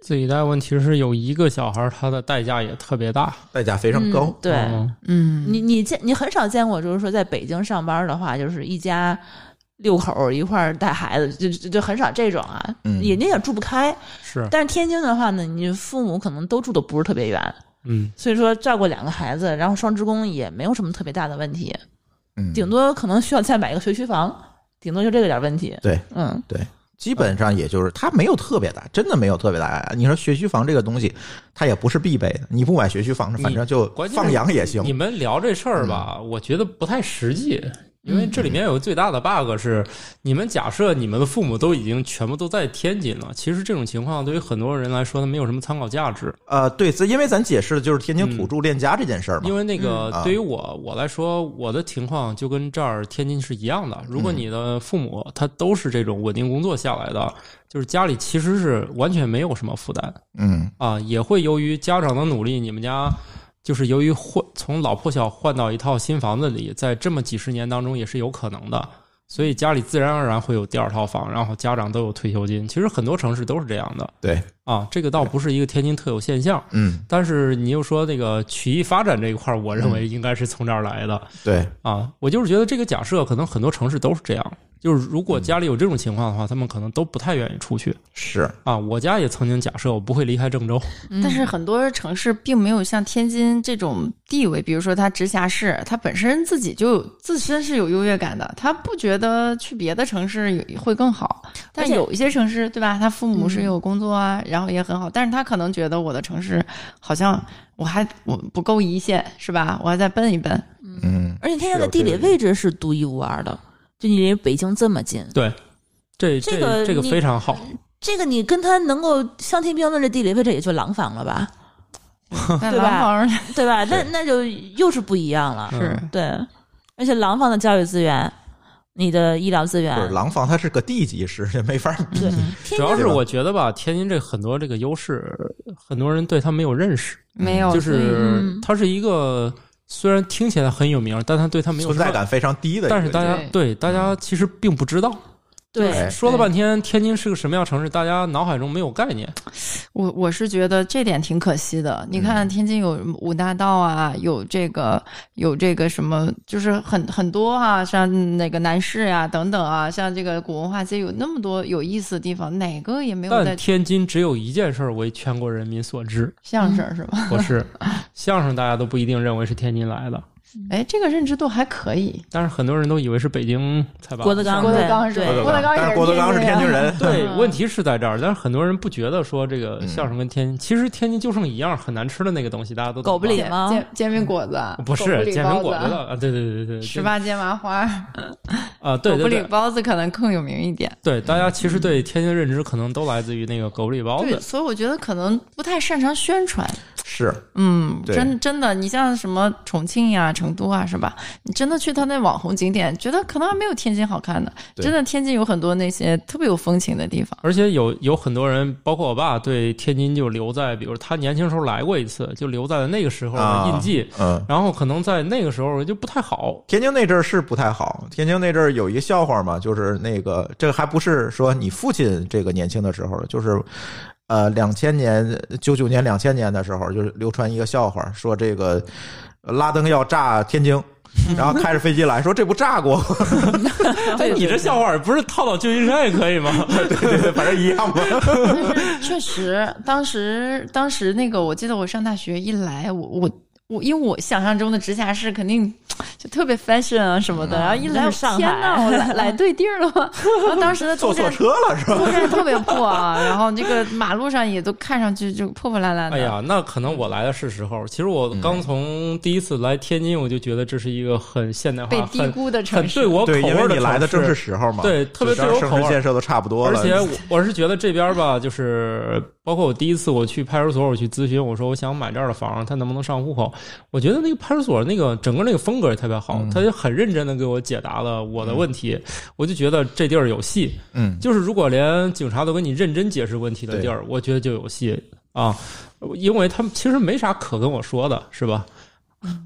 Speaker 2: 自己带问题是有一个小孩儿，他的代价也特别大。
Speaker 1: 代价非常高
Speaker 5: 嗯。对、
Speaker 2: 嗯
Speaker 4: 嗯，
Speaker 5: 你，你见你很少见过，就是说在北京上班的话，就是一家。六口儿一块儿带孩子，就就就很少这种啊，
Speaker 1: 嗯
Speaker 5: 人家也住不开。
Speaker 2: 是，
Speaker 5: 但是天津的话呢，你父母可能都住的不是特别远，
Speaker 2: 嗯，
Speaker 5: 所以说照顾两个孩子，然后双职工也没有什么特别大的问题，
Speaker 1: 嗯，
Speaker 5: 顶多可能需要再买一个学区房，顶多就这个点问题。
Speaker 1: 对，
Speaker 5: 嗯，
Speaker 1: 基本上也就是它没有特别大，真的没有特别大压力。你说学区房这个东西，它也不是必备的，你不买学区房，
Speaker 2: 你
Speaker 1: 反正就
Speaker 2: 关键是
Speaker 1: 放养也行
Speaker 2: 你。们聊这事儿吧，
Speaker 1: 嗯
Speaker 2: 我觉得不太实际，因为这里面有个最大的 bug 是，你们假设你们的父母都已经全部都在天津了，其实这种情况对于很多人来说，它没有什么参考价值。
Speaker 1: 呃，对，这因为咱解释的就是天津土著恋家这件事儿嘛
Speaker 2: 因。为那个
Speaker 1: 嗯啊
Speaker 2: 对于我我来说，我的情况就跟这儿天津是一样
Speaker 1: 嗯
Speaker 2: 的。如果你的父母他都是这种稳定工作下来的，就是家里其实是完全没有什么负担
Speaker 1: 嗯
Speaker 2: 啊，也会由于家长的努力，你们家。就是由于换从老破小换到一套新房子里，在这么几十年当中也是有可能的，所以家里自然而然会有第二套房，然后家长都有退休金。其实很多城市都是这样的，
Speaker 1: 对，
Speaker 2: 啊，这个倒不是一个天津特有现象，
Speaker 1: 嗯，
Speaker 2: 但是你又说那个曲艺发展这一块儿，我认为应该是从这儿来的、
Speaker 1: 对，
Speaker 2: 啊。我就是觉得这个假设可能很多城市都是这样，就是如果家里有这种情况的话，他们可能都不太愿意出去
Speaker 1: 是，
Speaker 2: 啊。我家也曾经假设我不会离开郑州，
Speaker 4: 但
Speaker 5: 嗯
Speaker 4: 是很多城市并没有像天津这种地位，比如说它直辖市，它本身自己就有自身是有优越感的，他不觉得去别的城市有会更好。但
Speaker 5: 而且嗯
Speaker 4: 有一些城市，对吧？他父母是有工作啊，然后也很好，但是他可能觉得我的城市好像我还我不够一线，是吧？我还再奔一 奔。
Speaker 1: 嗯，
Speaker 5: 而且天津的地理位置是独一无二的，就你离北京这么近，
Speaker 2: 对，这
Speaker 5: 这个
Speaker 2: 这个
Speaker 5: 你
Speaker 2: 非常好。
Speaker 5: 这个你跟他能够相提并论的地理位置也就廊坊了吧，
Speaker 4: 但
Speaker 5: 对吧
Speaker 4: 廊坊
Speaker 5: 对吧？那那就又是不一样了，
Speaker 2: 嗯
Speaker 4: 是
Speaker 5: 对。而且廊坊的教育资源，你的医疗资源
Speaker 1: 不，是廊坊，它是个地级市，也没法比。
Speaker 5: 对，天
Speaker 2: 主要
Speaker 5: 津
Speaker 2: 是我觉得吧，天津这很多这个优势，很多人对他没有认识，
Speaker 4: 没有，
Speaker 2: 就
Speaker 4: 哦所以
Speaker 5: 嗯
Speaker 2: 是它是一个虽然听起来很有名，但他对他没有
Speaker 1: 存
Speaker 2: 什么
Speaker 1: 在，感非常低的一个地方。
Speaker 2: 但是大家对大家其实并不知道。
Speaker 5: 对
Speaker 1: 哎
Speaker 2: 说了半天，天津是个什么样城市，大家脑海中没有概念。
Speaker 4: 我我是觉得这点挺可惜的。你看天津有五大道啊，有这个有这个什么，就是很很多啊，像那个南市呀、等等啊，像这个古文化街有那么多有意思的地方，哪个也没有
Speaker 2: 但嗯
Speaker 4: 在
Speaker 2: 天津只有一件事儿为全国人民所知，
Speaker 4: 相声是吧？
Speaker 2: 不 是相声，大家都不一定认为是天津来的，
Speaker 4: 哎，这个认知度还可以。
Speaker 2: 但是很多人都以为是北京才把
Speaker 5: 郭德纲
Speaker 4: 郭德纲是
Speaker 5: 对
Speaker 4: 吧？
Speaker 1: 对
Speaker 4: 郭德纲
Speaker 1: 但
Speaker 4: 也
Speaker 1: 是郭德纲是天津
Speaker 4: 人啊。
Speaker 1: 人，
Speaker 2: 对，
Speaker 4: 嗯
Speaker 2: 问题是在这儿，但是很多人不觉得说这个相声跟天津，其实天津就剩一样很难吃的那个东西，大家都懂
Speaker 5: 狗不理
Speaker 4: 煎
Speaker 5: 吗？
Speaker 4: 煎煎饼果子啊
Speaker 2: 不是煎饼果子
Speaker 4: 子啊，
Speaker 2: 了啊，对对对对对，
Speaker 4: 十八街麻花，
Speaker 2: 啊，对
Speaker 4: 狗不
Speaker 2: 对
Speaker 4: 理
Speaker 2: 对
Speaker 4: 包子可能更有名一点。
Speaker 2: 对，大家其实对天津认知可能都来自于那个狗不理包
Speaker 4: 对，
Speaker 2: 子，
Speaker 4: 所以我觉得可能不太擅长宣传。
Speaker 1: 是
Speaker 4: 嗯，
Speaker 1: 对
Speaker 4: 真真的，你像什么重庆呀、成都啊，是吧？你真的去他那网红景点，觉得可能还没有天津好看呢。
Speaker 1: 对
Speaker 4: 真的，天津有很多那些特别有风情的 地方。
Speaker 2: 而且有有很多人，包括我爸，对天津就留在，比如他年轻时候来过一次，就留在了那个时候的
Speaker 1: 啊
Speaker 2: 印记。
Speaker 1: 嗯。
Speaker 2: 然后可能在那个时候就不 太好，
Speaker 1: 天津那阵儿是不太好。天津那阵儿有一个笑话嘛，就是那个这还不是说你父亲这个年轻的时候，就是呃两千年九九年两千年的时候，就是流传一个笑话，说这个呃拉登要炸天 津。然后开着飞机来说这不炸过，
Speaker 2: 但你这笑话不是套到旧金山也可以吗？
Speaker 1: 对对对，反正一 样嘛。
Speaker 4: 确实，当时当时那个，我记得我上大学一来，我我我，因为我想象中的直辖市肯定就就特别 fashion 啊什么的。然后一来，
Speaker 5: 真是上海
Speaker 4: 天哪，我来来对地儿了吗？然后当时的
Speaker 1: 坐
Speaker 4: 中
Speaker 1: 错
Speaker 4: 站
Speaker 1: 车了是吧？
Speaker 4: 中站特别破啊，然后这个马路上也都看上去就破破烂烂的。嗯
Speaker 2: 哎呀，那可能我来的是时候。其实我刚从第一次来天津，我就觉得这是一个很现代化、
Speaker 4: 被低
Speaker 2: 啊很
Speaker 4: 估的城
Speaker 2: 很
Speaker 4: 市，
Speaker 2: 对我口
Speaker 1: 对，
Speaker 2: 味
Speaker 1: 因
Speaker 2: 的
Speaker 1: 为你来的
Speaker 2: 城
Speaker 1: 正
Speaker 2: 市
Speaker 1: 是时候嘛，
Speaker 2: 对特别
Speaker 1: 就
Speaker 2: 对我
Speaker 1: 是
Speaker 2: 口
Speaker 1: 城市
Speaker 2: 味
Speaker 1: 建设都差不多
Speaker 2: 而
Speaker 1: 了，
Speaker 2: 且我我是觉得这边吧，就是包括我第一次我去派出所，我去咨询，我说我想买这儿的房，它能不能上户口？我觉得那个派出所那个整个那个风格也特别好，他就很认真的给我解答了我的问题，我就觉得这地儿有戏。
Speaker 1: 嗯，
Speaker 2: 就是如果连警察都跟你认真解释问题的地儿，我觉得就有戏啊，因为他们其实没啥可跟我说的，是吧？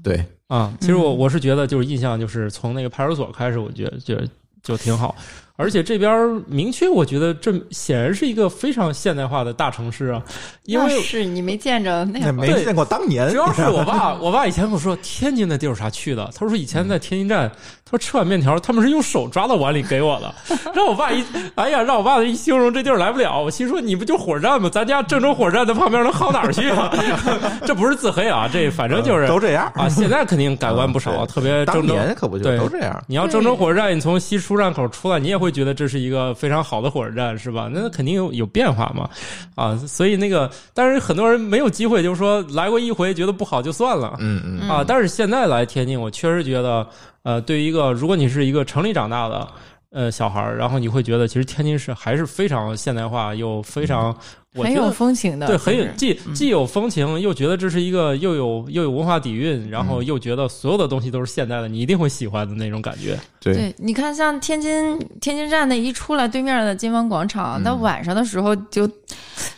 Speaker 1: 对，
Speaker 2: 啊，其实我我是觉得，就是印象就是从那个派出所开始，我觉得觉得就挺好，而且这边儿明确，我觉得这显然是一个非常现代化的大城市啊，因
Speaker 4: 那
Speaker 2: 为
Speaker 4: 是你没见着
Speaker 2: 哎
Speaker 4: 那
Speaker 1: 那
Speaker 4: 样。
Speaker 1: 没见过当年，
Speaker 2: 主要是我爸，我爸以前跟我说天津那地儿有啥去的，他说以前在天津站，他说吃碗面条，他们是用手抓到碗里给我的，让我爸一，哎呀，让我爸一形容这地儿来不了，我心说你不就火车站吗？咱家郑州火车站在旁边能好哪儿去啊？ 这不是自黑啊，这反正就是
Speaker 1: 呃都这样
Speaker 2: 啊，现在肯定改观不少，啊
Speaker 1: 嗯对
Speaker 2: 特别
Speaker 1: 当
Speaker 2: 呃郑州。
Speaker 1: 年可不就
Speaker 2: 对
Speaker 1: 都这样？
Speaker 2: 你要
Speaker 4: 对
Speaker 2: 郑州火车站，你从西出站口出来，你也会觉得这是一个非常好的火车站，是吧？那肯定有有变化嘛，啊，所以那个，但是很多人没有机会，就是说来过一回觉得不好就算了，
Speaker 1: 嗯嗯，
Speaker 2: 啊，但是现在来天津，我确实觉得，呃，对于一个如果你是一个城里长大的呃小孩儿，然后你会觉得其实天津市还是非常现代化，又非常，我
Speaker 4: 嗯很
Speaker 2: 觉
Speaker 4: 有
Speaker 2: 得
Speaker 4: 风情的，嗯
Speaker 2: 对，很有
Speaker 4: 就是
Speaker 2: 既既有风情，又觉得这是一个又有又有文化底蕴，然
Speaker 4: 嗯
Speaker 2: 后又觉得所有的东西都是现代的，你一定会喜欢的那种感觉。
Speaker 1: 对，
Speaker 4: 对，你看，像天津天津站那一出来，对面的金湾广场，
Speaker 2: 嗯
Speaker 4: 那、晚上的时候就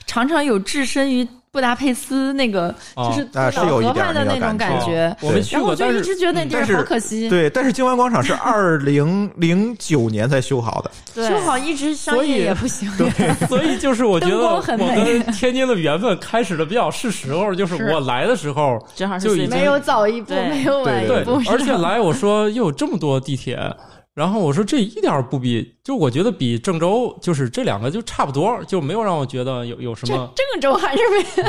Speaker 4: 常常有置身于布达佩斯那个，
Speaker 2: 哦
Speaker 4: 就是
Speaker 1: 啊是有一
Speaker 4: 老河
Speaker 1: 点
Speaker 4: 畔的
Speaker 1: 那
Speaker 4: 那
Speaker 1: 个
Speaker 4: 种
Speaker 1: 感
Speaker 4: 感觉。
Speaker 2: 我没去
Speaker 4: 然后
Speaker 2: 过，
Speaker 4: 我就
Speaker 2: 哦但
Speaker 4: 一
Speaker 2: 是
Speaker 4: 直觉得那地
Speaker 1: 但
Speaker 4: 儿
Speaker 1: 是
Speaker 4: 好可惜，
Speaker 1: 对，但是京湾广场是二零零九年才修好的，
Speaker 3: 对
Speaker 4: 修好一直商业也不行。
Speaker 2: 所以就是我觉得
Speaker 4: 灯光
Speaker 2: 我
Speaker 4: 很
Speaker 2: 跟
Speaker 4: 美
Speaker 2: 天津的缘分开始的比较是时候，就是
Speaker 4: 是
Speaker 2: 我来的时候，
Speaker 3: 正好是
Speaker 2: 就
Speaker 3: 四
Speaker 2: 已
Speaker 3: 月
Speaker 2: 经
Speaker 4: 没有早一步，
Speaker 3: 对
Speaker 4: 没有晚一
Speaker 2: 对
Speaker 4: 步，，
Speaker 2: 而
Speaker 4: 是啊
Speaker 2: 且
Speaker 4: 吧
Speaker 2: 来我说又有这么多地铁，然后我说这一点儿不比，就我觉得比郑州就是这两个就差不多，就没有让我觉得有有什
Speaker 4: 这
Speaker 2: 么。
Speaker 4: 郑州还是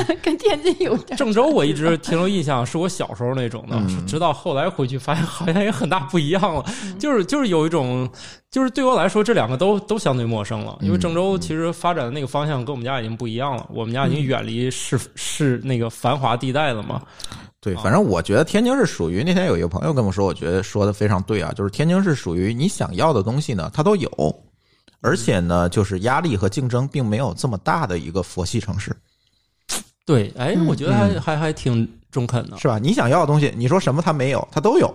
Speaker 4: 没 跟天津有 点儿。
Speaker 2: 郑州我一直停留印象是我小时候那种的，
Speaker 1: 嗯
Speaker 2: 直到后来回去发现好像也很大不一样了，就是就是有一种，就是对我来说这两个都都相对陌生了，因为
Speaker 1: 嗯
Speaker 2: 郑州其实发展的那个方向跟我们家已经不一样了，我们家已经远离市市那个繁华地带了嘛，哦
Speaker 1: 对，反正我觉得天津是属于那天有一个朋友跟我说，我觉得说的非常对啊，就是天津是属于你想要的东西呢，它都有，
Speaker 2: 嗯
Speaker 1: 而且呢，就是压力和竞争并没有这么大的一个佛系城市，
Speaker 2: 对，哎，我觉得还、
Speaker 1: 嗯
Speaker 2: 还还挺中肯的，
Speaker 1: 是吧？你想要的东西，你说什么它没有，它都有，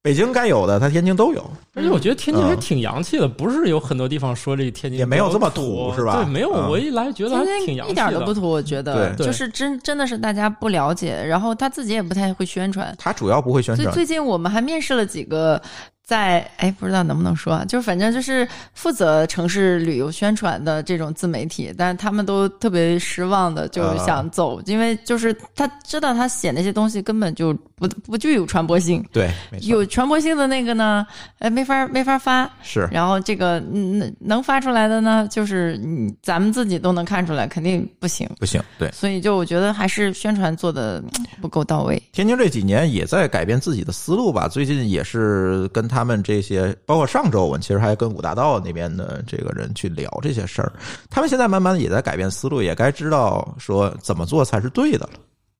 Speaker 1: 北京该有的它天津都有，
Speaker 2: 而且我觉得天津
Speaker 1: 嗯
Speaker 2: 还挺洋气的，不是有很多地方说这天津
Speaker 1: 也没有这么
Speaker 2: 比较啊
Speaker 1: 土是吧
Speaker 2: 对，没有，
Speaker 1: 嗯
Speaker 2: 我一来觉得还
Speaker 4: 天
Speaker 2: 挺
Speaker 4: 津
Speaker 2: 洋
Speaker 4: 一
Speaker 2: 气
Speaker 4: 点儿
Speaker 2: 的，
Speaker 4: 都不土，我觉得
Speaker 2: 对
Speaker 4: 就是真真的是大家不了解，然后他自己也不太会宣传，
Speaker 1: 它主要不会宣
Speaker 4: 所以
Speaker 1: 传，
Speaker 4: 最近我们还面试了几个在哎，不知道能不能说，啊，就是反正就是负责城市旅游宣传的这种自媒体，但是他们都特别失望的，就
Speaker 1: 啊
Speaker 4: 是想走，因为就是他知道他写那些东西根本就不不具有传播性，
Speaker 1: 对，没错，
Speaker 4: 有传播性的那个呢，哎，没法没法发。
Speaker 1: 是
Speaker 4: 然后这个嗯，能发出来的呢，就是嗯，咱们自己都能看出来，肯定不行。
Speaker 1: 不行，对。
Speaker 4: 所以就我觉得还是宣传做的不够到位。
Speaker 1: 天津这几年也在改变自己的思路吧，最近也是跟他们这些，包括上周我们其实还跟五大道那边的这个人去聊这些事儿，他们现在慢慢的也在改变思路，也该知道说怎么做才是对的了。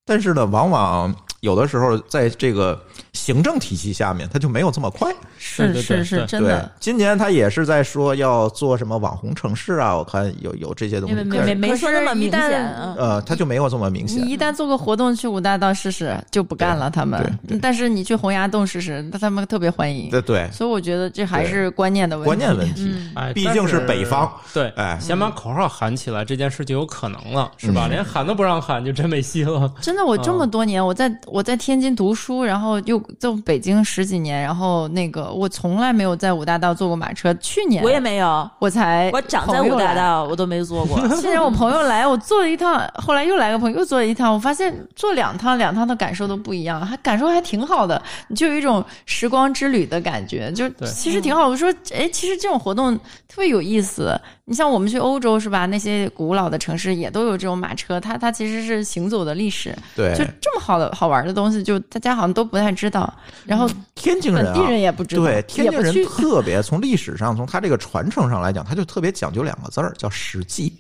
Speaker 1: 但是呢，往往有的时候在这个行政体系下面，他就没有这么快。
Speaker 2: 对
Speaker 4: 是
Speaker 2: 对
Speaker 4: 是
Speaker 2: 对
Speaker 4: 是，
Speaker 2: 对
Speaker 4: 真的。
Speaker 1: 对，今年他也是在说要做什么网红城市啊，我看有有这些东西，
Speaker 3: 没没
Speaker 1: 可
Speaker 3: 没
Speaker 1: 是
Speaker 3: 没说那么明
Speaker 4: 可是一
Speaker 3: 显
Speaker 4: 旦
Speaker 3: 啊。
Speaker 1: 呃，他就没有这么明显。
Speaker 4: 你一旦做个活动去五大道试试，就不干了。他们嗯
Speaker 1: 对对，
Speaker 4: 但是你去洪崖洞试试，他们特别欢迎。
Speaker 1: 对对，
Speaker 4: 所以我觉得这还是观念的问题。
Speaker 1: 观念问题。
Speaker 3: 嗯
Speaker 2: 哎，
Speaker 1: 毕竟
Speaker 2: 但
Speaker 1: 是北方，
Speaker 2: 对，
Speaker 1: 哎
Speaker 2: 先
Speaker 4: 嗯
Speaker 2: 把口号喊起来，这件事就有可能了，是吧？
Speaker 1: 嗯
Speaker 2: 连喊都不让喊，就真没戏了。
Speaker 4: 真的，我这么多年，我在我在天津读书，然后又在北京十几年，然后那个我从来没有在五大道坐过马车。去年
Speaker 5: 我也没有，
Speaker 4: 我才
Speaker 5: 我长在
Speaker 4: 朋友
Speaker 5: 五大
Speaker 4: 来。
Speaker 5: 道，我都没坐过。
Speaker 4: 之 前我朋友来，我坐了一趟，后来又来个朋友又坐了一趟，我发现坐两趟，两趟的感受都不一样，还感受还挺好的，就有一种时光之旅的感觉，就
Speaker 2: 对
Speaker 4: 其实挺好。我说，哎，其实这种活动特别有意思。你像我们去欧洲是吧？那些古老的城市也都有这种马车，它它其实是行走的历史，
Speaker 1: 对
Speaker 4: 就，这么好的好玩的东西，就大家好像都不太知道，然后
Speaker 1: 天津人
Speaker 4: 本
Speaker 1: 啊
Speaker 4: 地，人也不知道，
Speaker 1: 嗯对天津
Speaker 4: 也不
Speaker 1: 人
Speaker 4: 去
Speaker 1: 特别，从历史上，从他这个传承上来讲，他就特别讲究两个字儿，叫实际。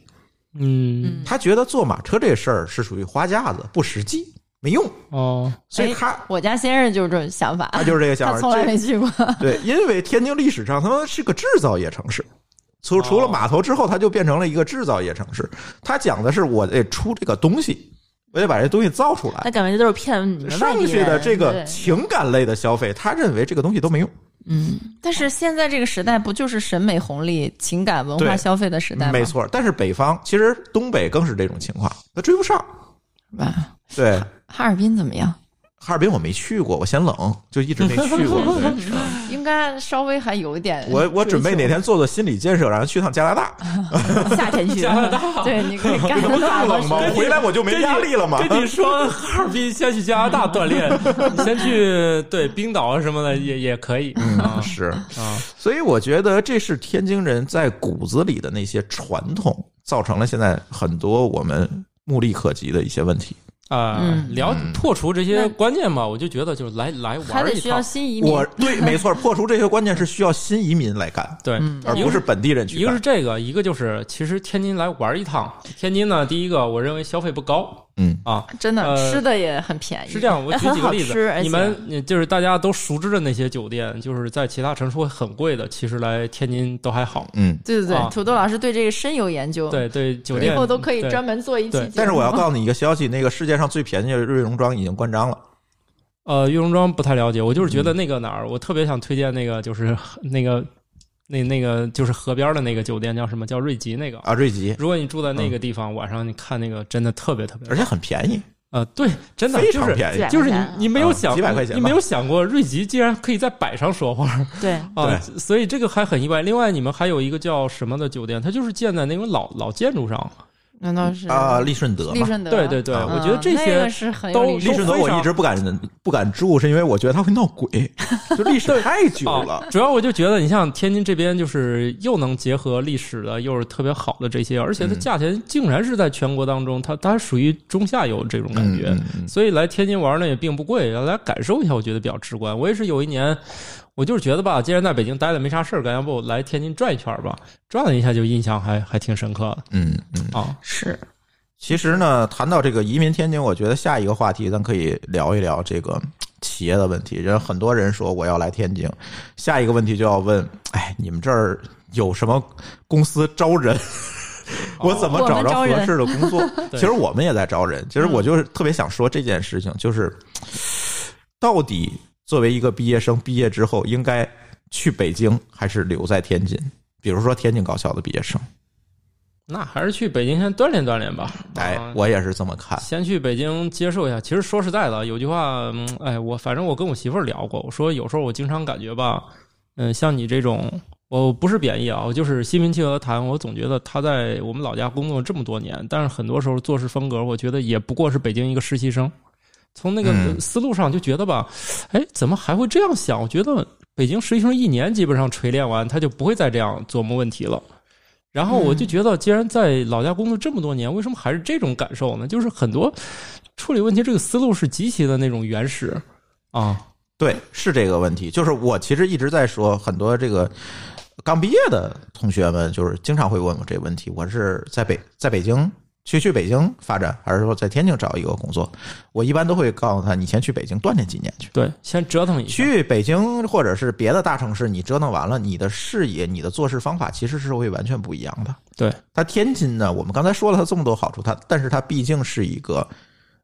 Speaker 2: 嗯，
Speaker 1: 他觉得坐马车这事儿是属于花架子，不实际，没用，
Speaker 4: 嗯
Speaker 2: 哦，
Speaker 1: 所以他
Speaker 4: 我家先生就是这种想法，
Speaker 1: 他就是这个想
Speaker 4: 哎他
Speaker 1: 法，
Speaker 4: 从来
Speaker 1: 啊这
Speaker 4: 没去 过。
Speaker 1: 对，因为天津历史上他妈是个制造业城市，除除了
Speaker 2: 哦
Speaker 1: 码头之后，它就变成了一个制造业城市。它讲的是我得出这个东西，我得把这东西造出
Speaker 5: 那
Speaker 1: 来。
Speaker 5: 感觉都是骗你们外
Speaker 1: 剩
Speaker 5: 地
Speaker 1: 下的
Speaker 5: 人。
Speaker 1: 这个
Speaker 4: 对
Speaker 1: 情感类的消费，他认为这个东西都没用，
Speaker 5: 嗯，
Speaker 4: 但是现在这个时代，不就是审美红利、情感文
Speaker 1: 对
Speaker 4: 化消费的时代吗？
Speaker 1: 没，错。但是北方其实东北更是这种情况，他追不上。
Speaker 4: 是吧？
Speaker 1: 对，
Speaker 4: 哈尔滨怎么样？
Speaker 1: 哈尔滨我没去过，我嫌冷，就一直没去过。对
Speaker 4: 应该稍微还有一点。
Speaker 1: 我我准备哪天做做心理建设，然后去趟加拿大，
Speaker 5: 夏天 去
Speaker 4: 对，你可以干
Speaker 1: 这不大冷吗？回来我就没
Speaker 2: 跟你
Speaker 1: 压力了嘛。
Speaker 2: 跟你说，哈尔滨先去加拿大锻炼，你先去对冰岛啊什么的也也可以
Speaker 1: 嗯
Speaker 2: 啊
Speaker 1: 是，
Speaker 2: 啊，
Speaker 1: 所以我觉得这是天津人在骨子里的那些传统，造成了现在很多我们目力可及的一些问题。
Speaker 2: 啊、
Speaker 5: 嗯
Speaker 2: 聊
Speaker 1: 嗯
Speaker 2: 破除这些
Speaker 4: 那
Speaker 2: 观念嘛，我就觉得就是来来
Speaker 4: 还
Speaker 2: 玩
Speaker 4: 得
Speaker 2: 一
Speaker 4: 需
Speaker 2: 趟
Speaker 4: 要，新移民。
Speaker 1: 我对，没错，破除这些关键是需要新移民来干，
Speaker 2: 对。
Speaker 1: 而嗯不是本地人去干。
Speaker 2: 一个是这个，一个就是其实天津来玩一趟，天津呢，第一个我认为消费不高
Speaker 1: 嗯，
Speaker 2: 啊，
Speaker 4: 真的
Speaker 2: 呃
Speaker 4: 吃的也很便宜，
Speaker 2: 是这样，我举几个例
Speaker 5: 哎很好吃
Speaker 2: 子
Speaker 5: 而，且
Speaker 2: 你们你就是大家都熟知的那些酒店，就是在其他城市会很贵的，其实来天津都还好。
Speaker 1: 嗯。
Speaker 4: 对对对，
Speaker 2: 啊
Speaker 4: 土豆老师对这个深有研究，，
Speaker 2: 对对，酒
Speaker 4: 哦以
Speaker 2: 店
Speaker 4: 后都可以
Speaker 2: 对
Speaker 4: 专门做一期
Speaker 2: 对
Speaker 4: 节目。
Speaker 1: 但是我要告诉你一个消息，那个世界上最便宜的瑞荣庄已经关张了。
Speaker 2: 呃，玉龙庄不太了解，我就是觉得
Speaker 1: 嗯
Speaker 2: 那个哪儿，我特别想推荐那个，就是那个那那个就是河边的那个酒店，叫什么叫瑞吉那个。
Speaker 4: 哦
Speaker 1: 啊，瑞吉，
Speaker 2: 如果你住在那个地方，晚上你看那个真的特别特别
Speaker 1: 嗯而，且很便宜，
Speaker 2: 呃，对，真的
Speaker 1: 非
Speaker 2: 就
Speaker 1: 常
Speaker 2: 是
Speaker 1: 便宜哦
Speaker 5: 对。
Speaker 2: 就是你
Speaker 4: 啊
Speaker 5: 几百块钱
Speaker 2: 你没有想
Speaker 1: 几百块钱吧
Speaker 2: 你没有想过瑞吉竟然可以在摆上说话
Speaker 5: 对，
Speaker 2: 啊，所以这个还很意外。另外，你们还有一个叫什么的酒店，它就是建在那种老老建筑上，
Speaker 4: 难道是
Speaker 1: 啊，利顺德
Speaker 4: 嗯利
Speaker 1: 嘛，
Speaker 4: 顺德？
Speaker 2: 对对对，
Speaker 1: 啊
Speaker 4: 嗯，
Speaker 2: 我觉得这
Speaker 4: 那个
Speaker 2: 些
Speaker 4: 是很
Speaker 2: 都
Speaker 4: 有历史
Speaker 1: 利顺德我一直不敢不敢住，是因为我觉得它会闹鬼，就历史太久了
Speaker 2: 啊。。主要我就觉得，你像天津这边，就是又能结合历史的，又是特别好的这些，而且它
Speaker 1: 嗯
Speaker 2: 价钱竟然是在全国当中，它它属于中下游这种感觉。
Speaker 1: 嗯嗯嗯
Speaker 2: 所以来天津玩呢也并不贵，来感受一下，我觉得比较直观。我也是有一年，我就是觉得吧，既然在北京待着没啥事儿干，要不我来天津转一圈吧？转了一下就印象还还挺深刻
Speaker 1: 嗯嗯，
Speaker 2: 的啊。
Speaker 4: 是
Speaker 1: 其实呢，谈到这个移民天津，我觉得下一个话题咱可以聊一聊这个嗯企业的问题。人很多人说我要来天津，下一个问题就要问，哎，你们这儿有什么公司招人？
Speaker 2: 啊
Speaker 1: 我怎么找着合适的工作？ 其
Speaker 2: 对
Speaker 1: 实我们也嗯在招人。其实我就是特别想说这件事情，就是到底作为一个毕业生，毕业之后应该去北京还是留在天津？比如说天津高校的毕业生，
Speaker 2: 那还是去北京先锻炼锻炼吧。
Speaker 1: 哎
Speaker 2: 啊，
Speaker 1: 我也是这么看。
Speaker 2: 先去北京接受一下。其实说实在的，有句话，嗯哎，我反正我跟我媳妇儿聊过，我说有时候我经常感觉吧，嗯，像你这种，我不是贬义啊，我就是心平气和地谈。我总觉得她在我们老家工作这么多年，但是很多时候做事风格，我觉得也不过是北京一个实习生。从那个
Speaker 1: 嗯
Speaker 2: 思路上就觉得吧，哎，怎么还会这样想？我觉得北京实习生一年基本上锤炼完，他就不会再这样琢磨问题了。然后我就觉得，既然在老家工作这么多年，为什么还是这种感受呢？就是很多处理问题这个思路是极其的那种原始啊，
Speaker 1: 对，是这个问题。就是我其实一直在说，很多这个刚毕业的同学们，就是经常会问我这个问题：我是在北在北京去去北京发展，还是说在天津找一个工作？我一般都会告诉他，你先去北京锻炼几年去。
Speaker 2: 对，先折腾一下，
Speaker 1: 去北京或者是别的大城市，你折腾完了，你的视野、你的做事方法其实是会完全不一样的。
Speaker 2: 对，
Speaker 1: 它天津呢，我们刚才说了它这么多好处，它但是它毕竟是一个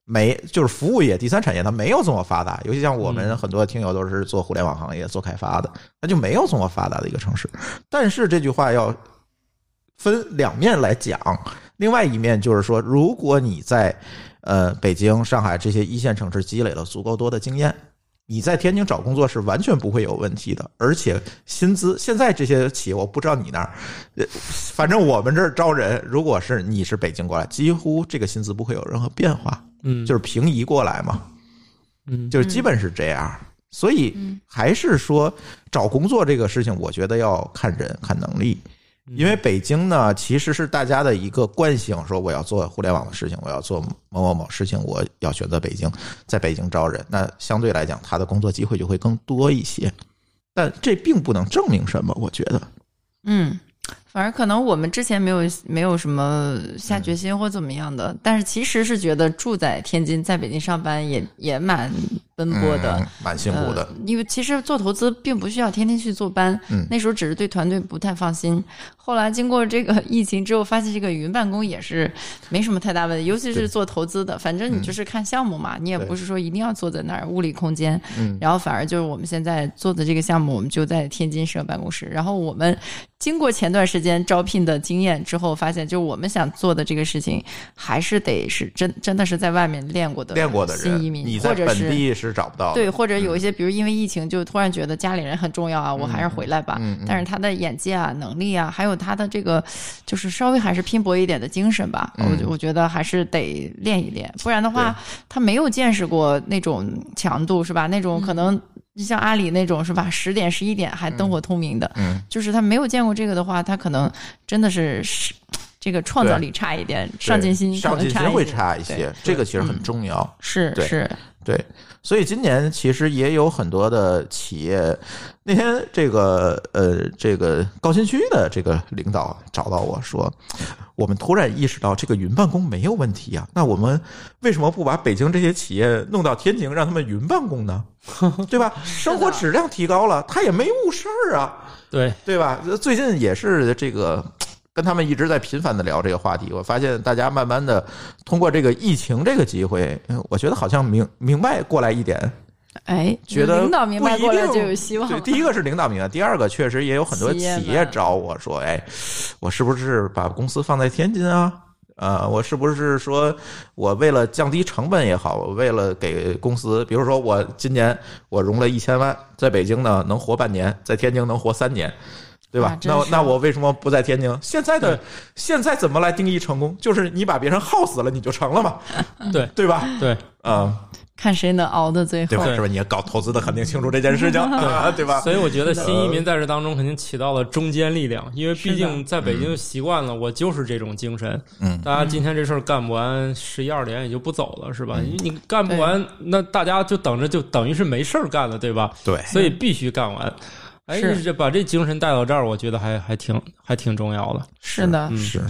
Speaker 1: 没就是服务业第三产业，它没有这么发达。尤其像我们
Speaker 2: 嗯
Speaker 1: 很多听友都是做互联网行业、做开发的，它就没有这么发达的一个城市。但是这句话要分两面来讲，另外一面就是说，如果你在呃北京、上海这些一线城市积累了足够多的经验，你在天津找工作是完全不会有问题的，而且薪资现在这些企业，我不知道你那儿，呃反正我们这儿招人，如果是你是北京过来，几乎这个薪资不会有任何变化，
Speaker 2: 嗯，
Speaker 1: 就是平移过来嘛，
Speaker 2: 嗯，
Speaker 1: 就是基本是这样。所以还是说找工作这个事情，我觉得要看人看能力。
Speaker 2: 嗯
Speaker 1: 因为北京呢，其实是大家的一个惯性，说我要做互联网的事情，我要做某某某事情，我要选择北京，在北京招人，那相对来讲，他的工作机会就会更多一些。但这并不能证明什么，我觉得。
Speaker 4: 嗯，反正可能我们之前没有没有什么下决心或怎么样的，但是其实是觉得住在天津，在北京上班也也蛮奔波的。
Speaker 1: 嗯、蛮辛苦的
Speaker 4: 呃，因为其实做投资并不需要天天去坐班，
Speaker 1: 嗯
Speaker 4: 那时候只是对团队不太放心。后来经过这个 疫情之后，发现这个云办公也是没什么太大问题，尤其
Speaker 1: 对嗯
Speaker 4: 是做投资的，反正你就是看项目嘛，你也
Speaker 1: 对
Speaker 4: 不是说一定要坐在那儿物理空间。
Speaker 1: 嗯
Speaker 4: 然后反而就是我们现在做的这个项目，我们就在天津设办公室。然后我们经过前段时间招聘的经验之后，发现就我们想做的这个事情，还是得是真真的是在外面练过的
Speaker 1: 练过的人，
Speaker 4: 新移民，
Speaker 1: 你在
Speaker 4: 或者
Speaker 1: 本
Speaker 4: 是
Speaker 1: 地是找不到的。嗯
Speaker 4: 对，或者有一些，比如因为疫情，就突然觉得家里人很重要啊，我还是回来吧。
Speaker 1: 嗯嗯
Speaker 4: 但是他的眼界啊、能力啊，还有他的这个，就是稍微还是拼搏一点的精神吧。
Speaker 1: 嗯
Speaker 4: 我觉我觉得还是得练一练，不然的话，他没有见识过那种强度，是吧？那
Speaker 1: 嗯
Speaker 4: 种可能你像阿里那种，是吧？十点、十一点还灯火通明的，
Speaker 1: 嗯，
Speaker 4: 就是他没有见过这个的话，他可能真的是是这个创造
Speaker 1: 对
Speaker 4: 力差一点，
Speaker 1: 对
Speaker 4: 上进心可
Speaker 1: 上
Speaker 4: 能
Speaker 1: 进心
Speaker 4: 差
Speaker 1: 会
Speaker 4: 点
Speaker 1: 差一
Speaker 4: 对嗯
Speaker 1: 些，这个其实很重要。
Speaker 4: 是
Speaker 1: 对
Speaker 4: 是，
Speaker 1: 对，所以今年其实也有很多的企业。那天这个呃，这个高新区的这个领导找到我说，我们突然意识到这个云办公没有问题啊，那我们为什么不把北京这些企业弄到天津，让他们云办公 呢？对吧？生活质量提高了，他也没误事儿啊。
Speaker 2: 对，
Speaker 1: 对吧？呃最近也是这个。跟他们一直在频繁的聊这个话题，我发现大家慢慢的通过这个疫情这个机会，嗯我觉得好像明明白过来一点，
Speaker 4: 哎，
Speaker 1: 觉得
Speaker 4: 领导明白
Speaker 1: 不一
Speaker 4: 过来
Speaker 1: 定
Speaker 4: 就有希望
Speaker 1: 对，
Speaker 4: 了。
Speaker 1: 第一个是领导明白，第二个确实也有很多
Speaker 4: 企
Speaker 1: 企
Speaker 4: 业
Speaker 1: 业
Speaker 4: 们
Speaker 1: 找我说，哎，我是不是把公司放在天津啊？啊，我是不是说我为了降低成本也好，我为了给公司，比如说我今年我融了一千万，在北京呢能活半年，在天津能活三年。对吧？
Speaker 4: 啊真
Speaker 1: 那
Speaker 4: 是
Speaker 1: 那我为什么不在天津？现在的现在怎么来定义成功？就是你把别人耗死了，你就成了 嘛？
Speaker 2: 对
Speaker 1: 对吧？
Speaker 2: 对，
Speaker 1: 啊、
Speaker 4: 看谁能熬到最
Speaker 1: 对吧
Speaker 4: 后。？
Speaker 2: 对
Speaker 1: 是吧？你搞投资的肯定清楚这件事情，啊对吧？
Speaker 2: 所以我觉得新移民在这当中肯定起到了中坚力量，因为毕竟在北京习惯了，我就是这种精神。
Speaker 1: 嗯
Speaker 2: 大家今天这事儿干不完，十一二点也就不走了，是吧？你你干不完，那大家就等着，就等于是没事儿干了，对吧？
Speaker 1: 对，
Speaker 2: 所以必须干完。哎，
Speaker 4: 嗯是
Speaker 2: 这把这精神带到这儿，我觉得还还挺还挺重要的。
Speaker 4: 是的，
Speaker 2: 嗯，
Speaker 1: 是。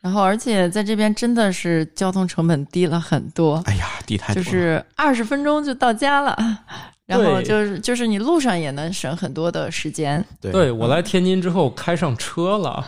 Speaker 4: 然后而且在这边真的是交通成本低了很多，
Speaker 1: 哎呀，地太
Speaker 4: 就
Speaker 1: 多了
Speaker 4: 是二十分钟就到家了， 然后
Speaker 2: 对
Speaker 4: 就是就是你路上也能省很多的时间。
Speaker 1: 对
Speaker 2: 对
Speaker 5: 嗯
Speaker 2: 我来天津之后开上车了，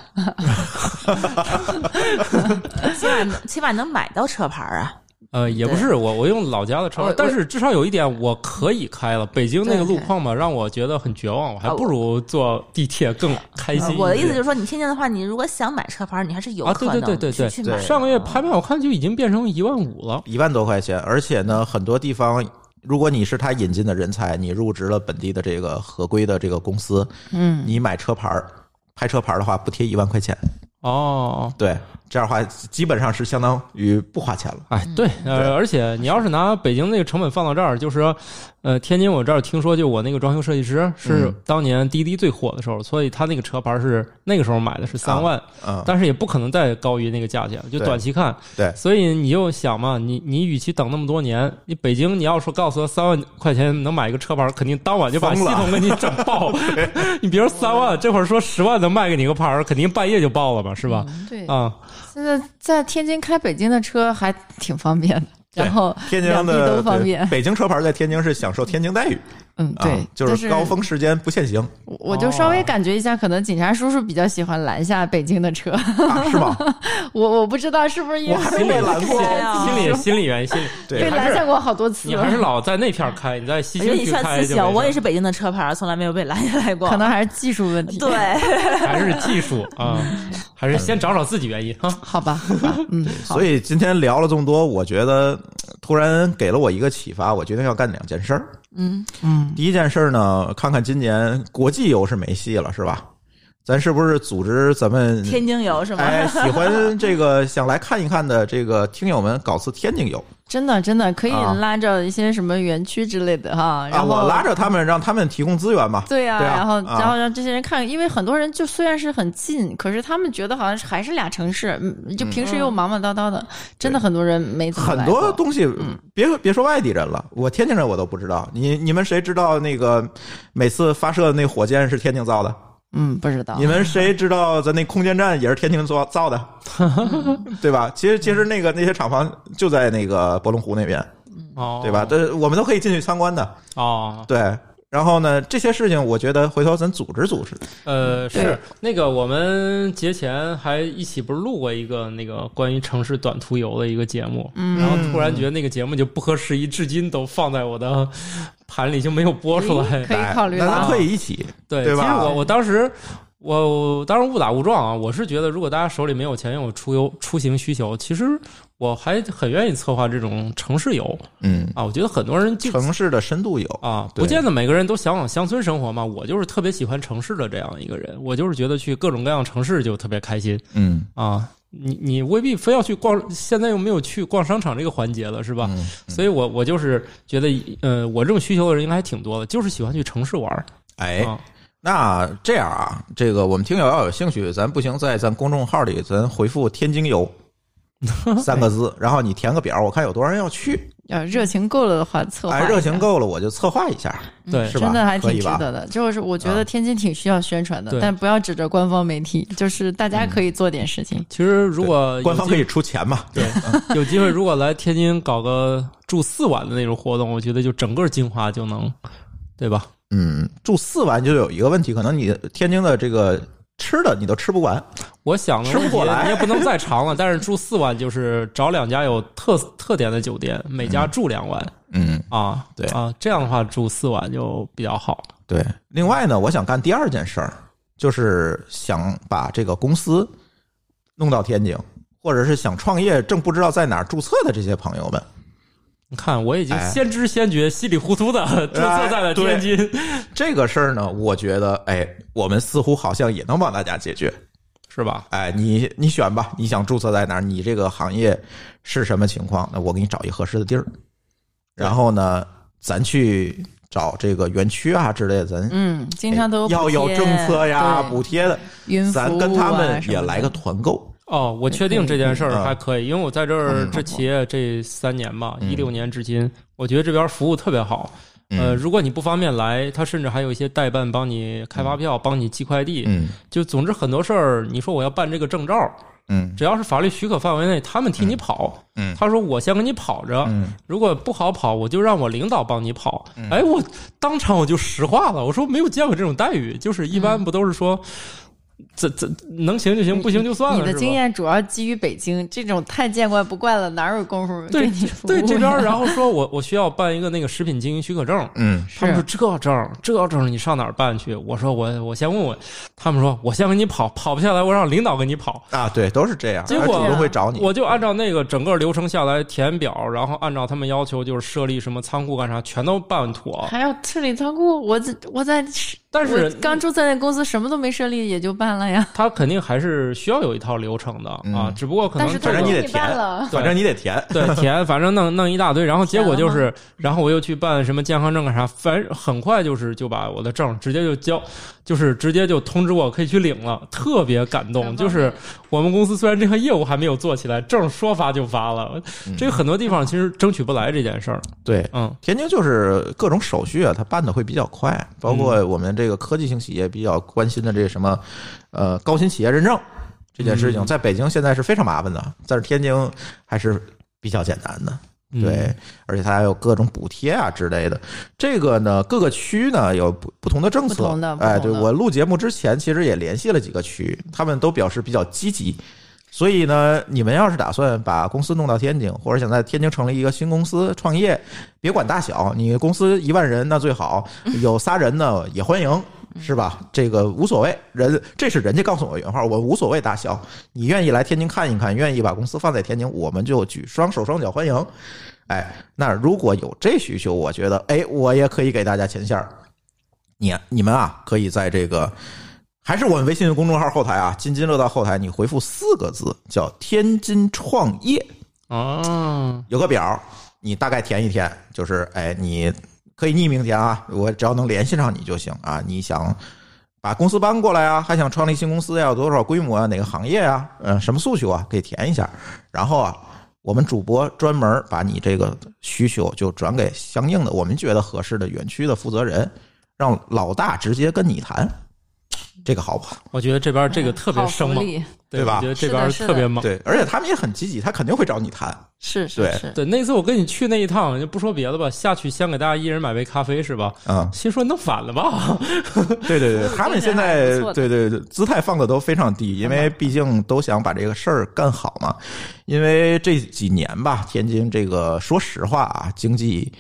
Speaker 5: 起码能起码能买到车牌儿啊。
Speaker 2: 呃，也不是我，我用老家的车
Speaker 4: 哦我
Speaker 2: 牌，但是至少有一点我可以开了。北京那个路
Speaker 4: 对
Speaker 2: 况嘛，让我觉得很绝望，我还
Speaker 5: 啊
Speaker 2: 不如坐地铁更开心
Speaker 5: 呃
Speaker 2: 一些。
Speaker 5: 我的意思就是说，你天津的话，你如果想买车牌儿，你还是有
Speaker 2: 啊，
Speaker 5: 可
Speaker 2: 对
Speaker 5: 能
Speaker 2: 对对对
Speaker 5: 去
Speaker 2: 对，
Speaker 5: 去买的。
Speaker 2: 上个月拍卖我看就已经变成一万五了。
Speaker 1: 一万多块钱，而且呢，很多地方。如果你是他引进的人才，你入职了本地的这个合规的这个公司，
Speaker 4: 嗯，
Speaker 1: 你买车牌儿、拍车牌儿的话，不贴一万块钱，
Speaker 2: 哦，
Speaker 1: 对，这样的话基本上是相当于不花钱了。
Speaker 2: 哎，对，呃，而且你要是拿北京那个成本放到这儿，就是，呃，天津我这儿听说，就我那个装修设计师是
Speaker 1: 嗯
Speaker 2: 当年滴滴最火的时候，所以他那个车牌是那个时候买的是三万，
Speaker 1: 嗯，
Speaker 2: 但是也不可能再高于那个价钱，就
Speaker 1: 对
Speaker 2: 短期看。
Speaker 1: 对
Speaker 2: 所以你就想嘛，你你与其等那么多年，你北京你要说告诉他三万块钱能买一个车牌，肯定当晚就把
Speaker 1: 疯
Speaker 2: 系
Speaker 1: 了嗯
Speaker 2: 统给你整 爆。 你别说三万，这会儿说十万能卖给你个牌儿，肯定半夜就爆了吧，是吧？
Speaker 1: 嗯
Speaker 4: 对。
Speaker 2: 啊，
Speaker 4: 现在在天津开北京的车还挺方便的，
Speaker 1: 对
Speaker 4: 然后
Speaker 1: 天津
Speaker 4: 两地
Speaker 1: 的
Speaker 4: 都方
Speaker 1: 对
Speaker 4: 便。
Speaker 1: 北京车牌在天津是享受天津待遇，
Speaker 4: 嗯，对
Speaker 1: 啊，，就是高峰时间不限行，
Speaker 4: 我我就稍微感觉一下，可能警察叔叔比较喜欢拦下北京的车，
Speaker 1: 啊、是吗？
Speaker 4: 我我不知道是不是因
Speaker 1: 我
Speaker 4: 为
Speaker 1: 还没被拦过，
Speaker 5: 对啊
Speaker 2: 心里心里原心里。
Speaker 4: 被
Speaker 1: 对，
Speaker 4: 拦下过好多次
Speaker 2: 你
Speaker 4: 了，
Speaker 2: 还是老在那片儿开，你在西
Speaker 5: 我觉得
Speaker 2: 青
Speaker 5: 你
Speaker 2: 区
Speaker 5: 算
Speaker 2: 开就没
Speaker 5: 自
Speaker 2: 事
Speaker 5: 小，
Speaker 2: 儿
Speaker 5: 我也是北京的车牌儿，从来没有被拦下来过。
Speaker 4: 可能还是技术问题。
Speaker 5: 对，
Speaker 2: 还是技术啊，还是先找找自己原因哈。
Speaker 4: 好吧，好吧，嗯，好
Speaker 1: 所以今天聊了这么多，我觉得呃突然给了我一个启发，我决定要干两件事儿。
Speaker 3: 嗯，
Speaker 1: 第一件事儿呢，看看今年国际游是没戏了，是吧？咱是不是组织咱们
Speaker 5: 天津游是吗？
Speaker 1: 哎 喜欢这个想来看一看的这个听友们搞次天津游
Speaker 4: 真的真的可以
Speaker 1: 啊
Speaker 4: 拉着一些什么园区之类的哈，
Speaker 1: 啊？
Speaker 4: 然
Speaker 1: 我
Speaker 4: 后
Speaker 1: 拉着他们，让他们提供资源嘛。
Speaker 4: 对呀、
Speaker 1: 对啊
Speaker 4: 然后
Speaker 1: 啊
Speaker 4: 然后让这些人看，因为很多人就虽然是很近，可是他们觉得好像是还是俩城市，嗯就平时又忙忙叨叨的，真的很多人没怎
Speaker 1: 嗯
Speaker 4: 么
Speaker 1: 很
Speaker 4: 来
Speaker 1: 多
Speaker 4: 过
Speaker 1: 东西，别别说外地人了，我天津人我都不知道。你你们谁知道那个每次发射的那火箭是天津造的？
Speaker 4: 嗯不知道
Speaker 1: 你们谁知道咱那空间站也是天津造造的，
Speaker 5: 嗯
Speaker 1: 对吧？其实其实那个那些厂房就在那个博龙湖那边，
Speaker 2: 哦，
Speaker 1: 对吧？这我们都可以进去参观的，
Speaker 2: 哦，
Speaker 1: 对。然后呢，这些事情我觉得回头咱组织组织，
Speaker 2: 呃，
Speaker 4: 对
Speaker 2: 是那个我们节前还一起不是录过一个那个关于城市短途游的一个节目，
Speaker 4: 嗯
Speaker 2: 然后突然觉得那个节目就不合时宜，至今都放在我的盘里就没有播出来。
Speaker 4: 可以考虑啊
Speaker 1: 那咱
Speaker 4: 了
Speaker 1: 可以一起，
Speaker 2: 对，
Speaker 1: 对
Speaker 2: 其实
Speaker 1: 吧
Speaker 2: 我我当时我我当时误打误撞啊，我是觉得如果大家手里没有钱有出游出行需求，其实我还很愿意策划这种城市游
Speaker 1: 嗯，
Speaker 2: 啊。我觉得很多人就
Speaker 1: 城市的深度游，
Speaker 2: 啊，
Speaker 1: 对
Speaker 2: 不见得每个人都向往乡村生活嘛。我就是特别喜欢城市的这样一个人，我就是觉得去各种各样城市就特别开心
Speaker 1: 嗯，
Speaker 2: 啊。你你未必非要去逛，现在又没有去逛商场这个环节了，是吧？
Speaker 1: 嗯
Speaker 2: 所以我我就是觉得，呃，我这种需求的人应该还挺多的，就是喜欢去城市玩儿。
Speaker 1: 哎，
Speaker 2: 啊
Speaker 1: 那这样啊，这个我们听友要有兴趣，咱不行在咱公众号里咱回复“天津 游”三个字，然后你填个表，我看有多少人要去。
Speaker 4: 要热情够了的话策划一
Speaker 1: 哎，
Speaker 4: 下，
Speaker 1: 热情够了，我就策划一下，
Speaker 2: 对，
Speaker 1: 是吧？
Speaker 4: 真的还挺
Speaker 1: 可以
Speaker 4: 值
Speaker 1: 吧？
Speaker 4: 得的，就是我觉
Speaker 1: 啊
Speaker 4: 得天津挺需要宣传的，
Speaker 2: 对
Speaker 4: 但不要指着官方媒体，就是大
Speaker 1: 嗯
Speaker 4: 家可以做点事情。
Speaker 2: 其实如
Speaker 4: 呃
Speaker 2: 果有
Speaker 1: 官方可
Speaker 2: 机
Speaker 1: 以出钱嘛？
Speaker 2: 对 有机会，如果来天津搞个住四晚的那种活动，我觉得就整个金华就能，对吧？
Speaker 1: 嗯，住四晚就有一个问题，可能你天津的这个吃的你都吃不完。
Speaker 2: 我想的
Speaker 1: 吃不
Speaker 2: 问题
Speaker 1: 过来
Speaker 2: 你也不能再长了，但是住四晚就是找两家有特特点的酒店，每家住两晚、
Speaker 1: 嗯，
Speaker 2: 啊，
Speaker 1: 对
Speaker 2: 啊，这样的话住四晚就比较好。
Speaker 1: 对。另外呢，我想干第二件事儿，就是想把这个公司弄到天津，或者是想创业正不知道在哪儿注册的这些朋友们。
Speaker 2: 你看，我已经
Speaker 1: 哎
Speaker 2: 先知先觉、稀里糊涂的 注册在了天津，
Speaker 1: 这个事儿呢，我觉得，哎，我们似乎好像也能帮大家解决。
Speaker 2: 是吧？
Speaker 1: 哎，你你选吧，你想注册在哪儿？你这个行业是什么情况？那我给你找一合适的地儿。然后呢，咱去找这个园区啊之类的，咱、
Speaker 4: 嗯，经常都有
Speaker 1: 哎要有
Speaker 4: 补贴
Speaker 1: 政策呀、
Speaker 4: 对
Speaker 1: 补贴的，
Speaker 4: 云服务啊
Speaker 1: 咱跟他们也来个
Speaker 4: 什么的
Speaker 1: 团购。
Speaker 2: 哦，我确定这件事
Speaker 1: 嗯
Speaker 2: 儿还可以，因为我在这儿这企业这三年吧，
Speaker 1: 嗯
Speaker 2: 一六年至今，我觉得这边服务特别好。呃，
Speaker 1: 嗯
Speaker 2: 如果你不方便来，他甚至还有一些代办帮你开发票、帮你寄快递，
Speaker 1: 嗯
Speaker 2: 就总之很多事儿。你说我要办这个证照，
Speaker 1: 嗯
Speaker 2: 只要是法律许可范围内，他们替你跑。
Speaker 1: 嗯
Speaker 2: 他说我先给你跑着，
Speaker 1: 嗯
Speaker 2: 如果不好跑，我就让我领导帮你跑。哎，我当场我就石化了，我说没有见过这种待遇，就是一般不都是说，
Speaker 1: 嗯
Speaker 2: 这这能行就行，不行就算了。
Speaker 4: 你的
Speaker 2: 是吧
Speaker 4: 经验主要基于北京这种太见怪不怪了，哪有功夫
Speaker 2: 对
Speaker 4: 给你服务
Speaker 2: 对这边儿，
Speaker 4: 呀
Speaker 2: 然后说我我需要办一个那个食品经营许可证，
Speaker 1: 嗯
Speaker 2: 他们说
Speaker 4: 是
Speaker 2: 这证儿这证儿你上哪儿办去？我说我我先问问，他们说我先给你跑，跑不下来我让领导给你跑。
Speaker 1: 啊，对，都是这样。
Speaker 2: 结
Speaker 1: 他
Speaker 2: 果
Speaker 1: 主动会找你。
Speaker 2: 我就按照那个整个流程下来填表，然后按照他们要求就是设立什么仓库干啥，全都办妥。
Speaker 4: 还要设立仓库，我在我在，
Speaker 2: 但
Speaker 4: 我
Speaker 2: 是
Speaker 4: 刚注册那公司什么都没设立也就办了呀，
Speaker 2: 他肯定还是需要有一套流程的啊
Speaker 1: 嗯，
Speaker 2: 只不过可
Speaker 4: 但
Speaker 2: 能
Speaker 4: 是
Speaker 2: 这
Speaker 1: 反
Speaker 2: 个
Speaker 1: 正
Speaker 4: 都
Speaker 1: 你得
Speaker 4: 给办
Speaker 1: 填
Speaker 4: 了，
Speaker 1: 反正你得填。
Speaker 2: 对，填，反正弄弄一大堆，然后结果就
Speaker 4: 填
Speaker 2: 是，然后我又去办什么健康证干啥，反正很快就是就把我的证直接就交，就是直接就通知我可以去领了，特别感
Speaker 4: 太
Speaker 2: 动。
Speaker 4: 棒
Speaker 2: 就是
Speaker 4: 了
Speaker 2: 我们公司虽然这个业务还没有做起来，证说发就发了，
Speaker 1: 嗯
Speaker 2: 这个很多地方其实争取不来这件事儿。
Speaker 1: 对，
Speaker 2: 嗯，
Speaker 1: 天津就是各种手续啊，它办的会比较快，包括我们这个科技型企业比较关心的这什么，呃，高新企业认证这件事情，
Speaker 2: 嗯
Speaker 1: 在北京现在是非常麻烦的，但是天津还是比较简单的。
Speaker 2: 嗯
Speaker 1: 对，，而且它还有各种补贴啊之类的。这个呢，各个区呢有不不同的政策。
Speaker 4: 不同的不
Speaker 1: 哎，对
Speaker 4: 同的
Speaker 1: 我录节目之前，其实也联系了几个区，他们都表示比较积极。所以呢，你们要是打算把公司弄到天津，或者想在天津成立一个新公司创 业，别管大小，你公司一万人那最好，有仨人呢也欢迎。是吧？这个无所谓，人这是人家告诉我原话，我无所谓大小，你愿意来天津看一看，愿意把公司放在天津，我们就举双手双脚欢迎。哎，那如果有这需求，我觉得，哎，我也可以给大家牵线儿。你你们啊，可以在这个还是我们微信公众号后台啊，津津乐道后台，你回复四个字叫“天津创业
Speaker 2: 啊”，，
Speaker 1: 有个表，你大概填一填，就是哎，你可以匿名填啊，我只要能联系上你就行啊。你想把公司搬过来啊，还想创立新公司呀、有多少规模啊，哪个行业啊，嗯，什么诉求啊，可以填一下。然后啊，我们主播专门把你这个需求就转给相应的我们觉得合适的园区的负责人，让老大直接跟你谈，这个好不好？
Speaker 2: 我觉得这边这个特别
Speaker 4: 哎好
Speaker 2: 生
Speaker 4: 福
Speaker 2: 猛，
Speaker 4: 利
Speaker 1: 对吧
Speaker 2: 我觉得这
Speaker 4: 是的
Speaker 2: 边
Speaker 4: 是的
Speaker 2: 特别猛。
Speaker 1: 对，而且他们也很积极，他肯定会找你谈。
Speaker 4: 是是
Speaker 1: 对
Speaker 4: 是，
Speaker 2: 对，那次我跟你去那一趟，就不说别的吧，下去先给大家一人买杯咖啡是吧？
Speaker 1: 嗯，
Speaker 2: 心说弄反了吧？
Speaker 1: 对对对，他们现在对对对姿态放的都非常低，因为毕竟都想把这个事儿干好嘛。因为这几年吧，天津这个说实话啊，经济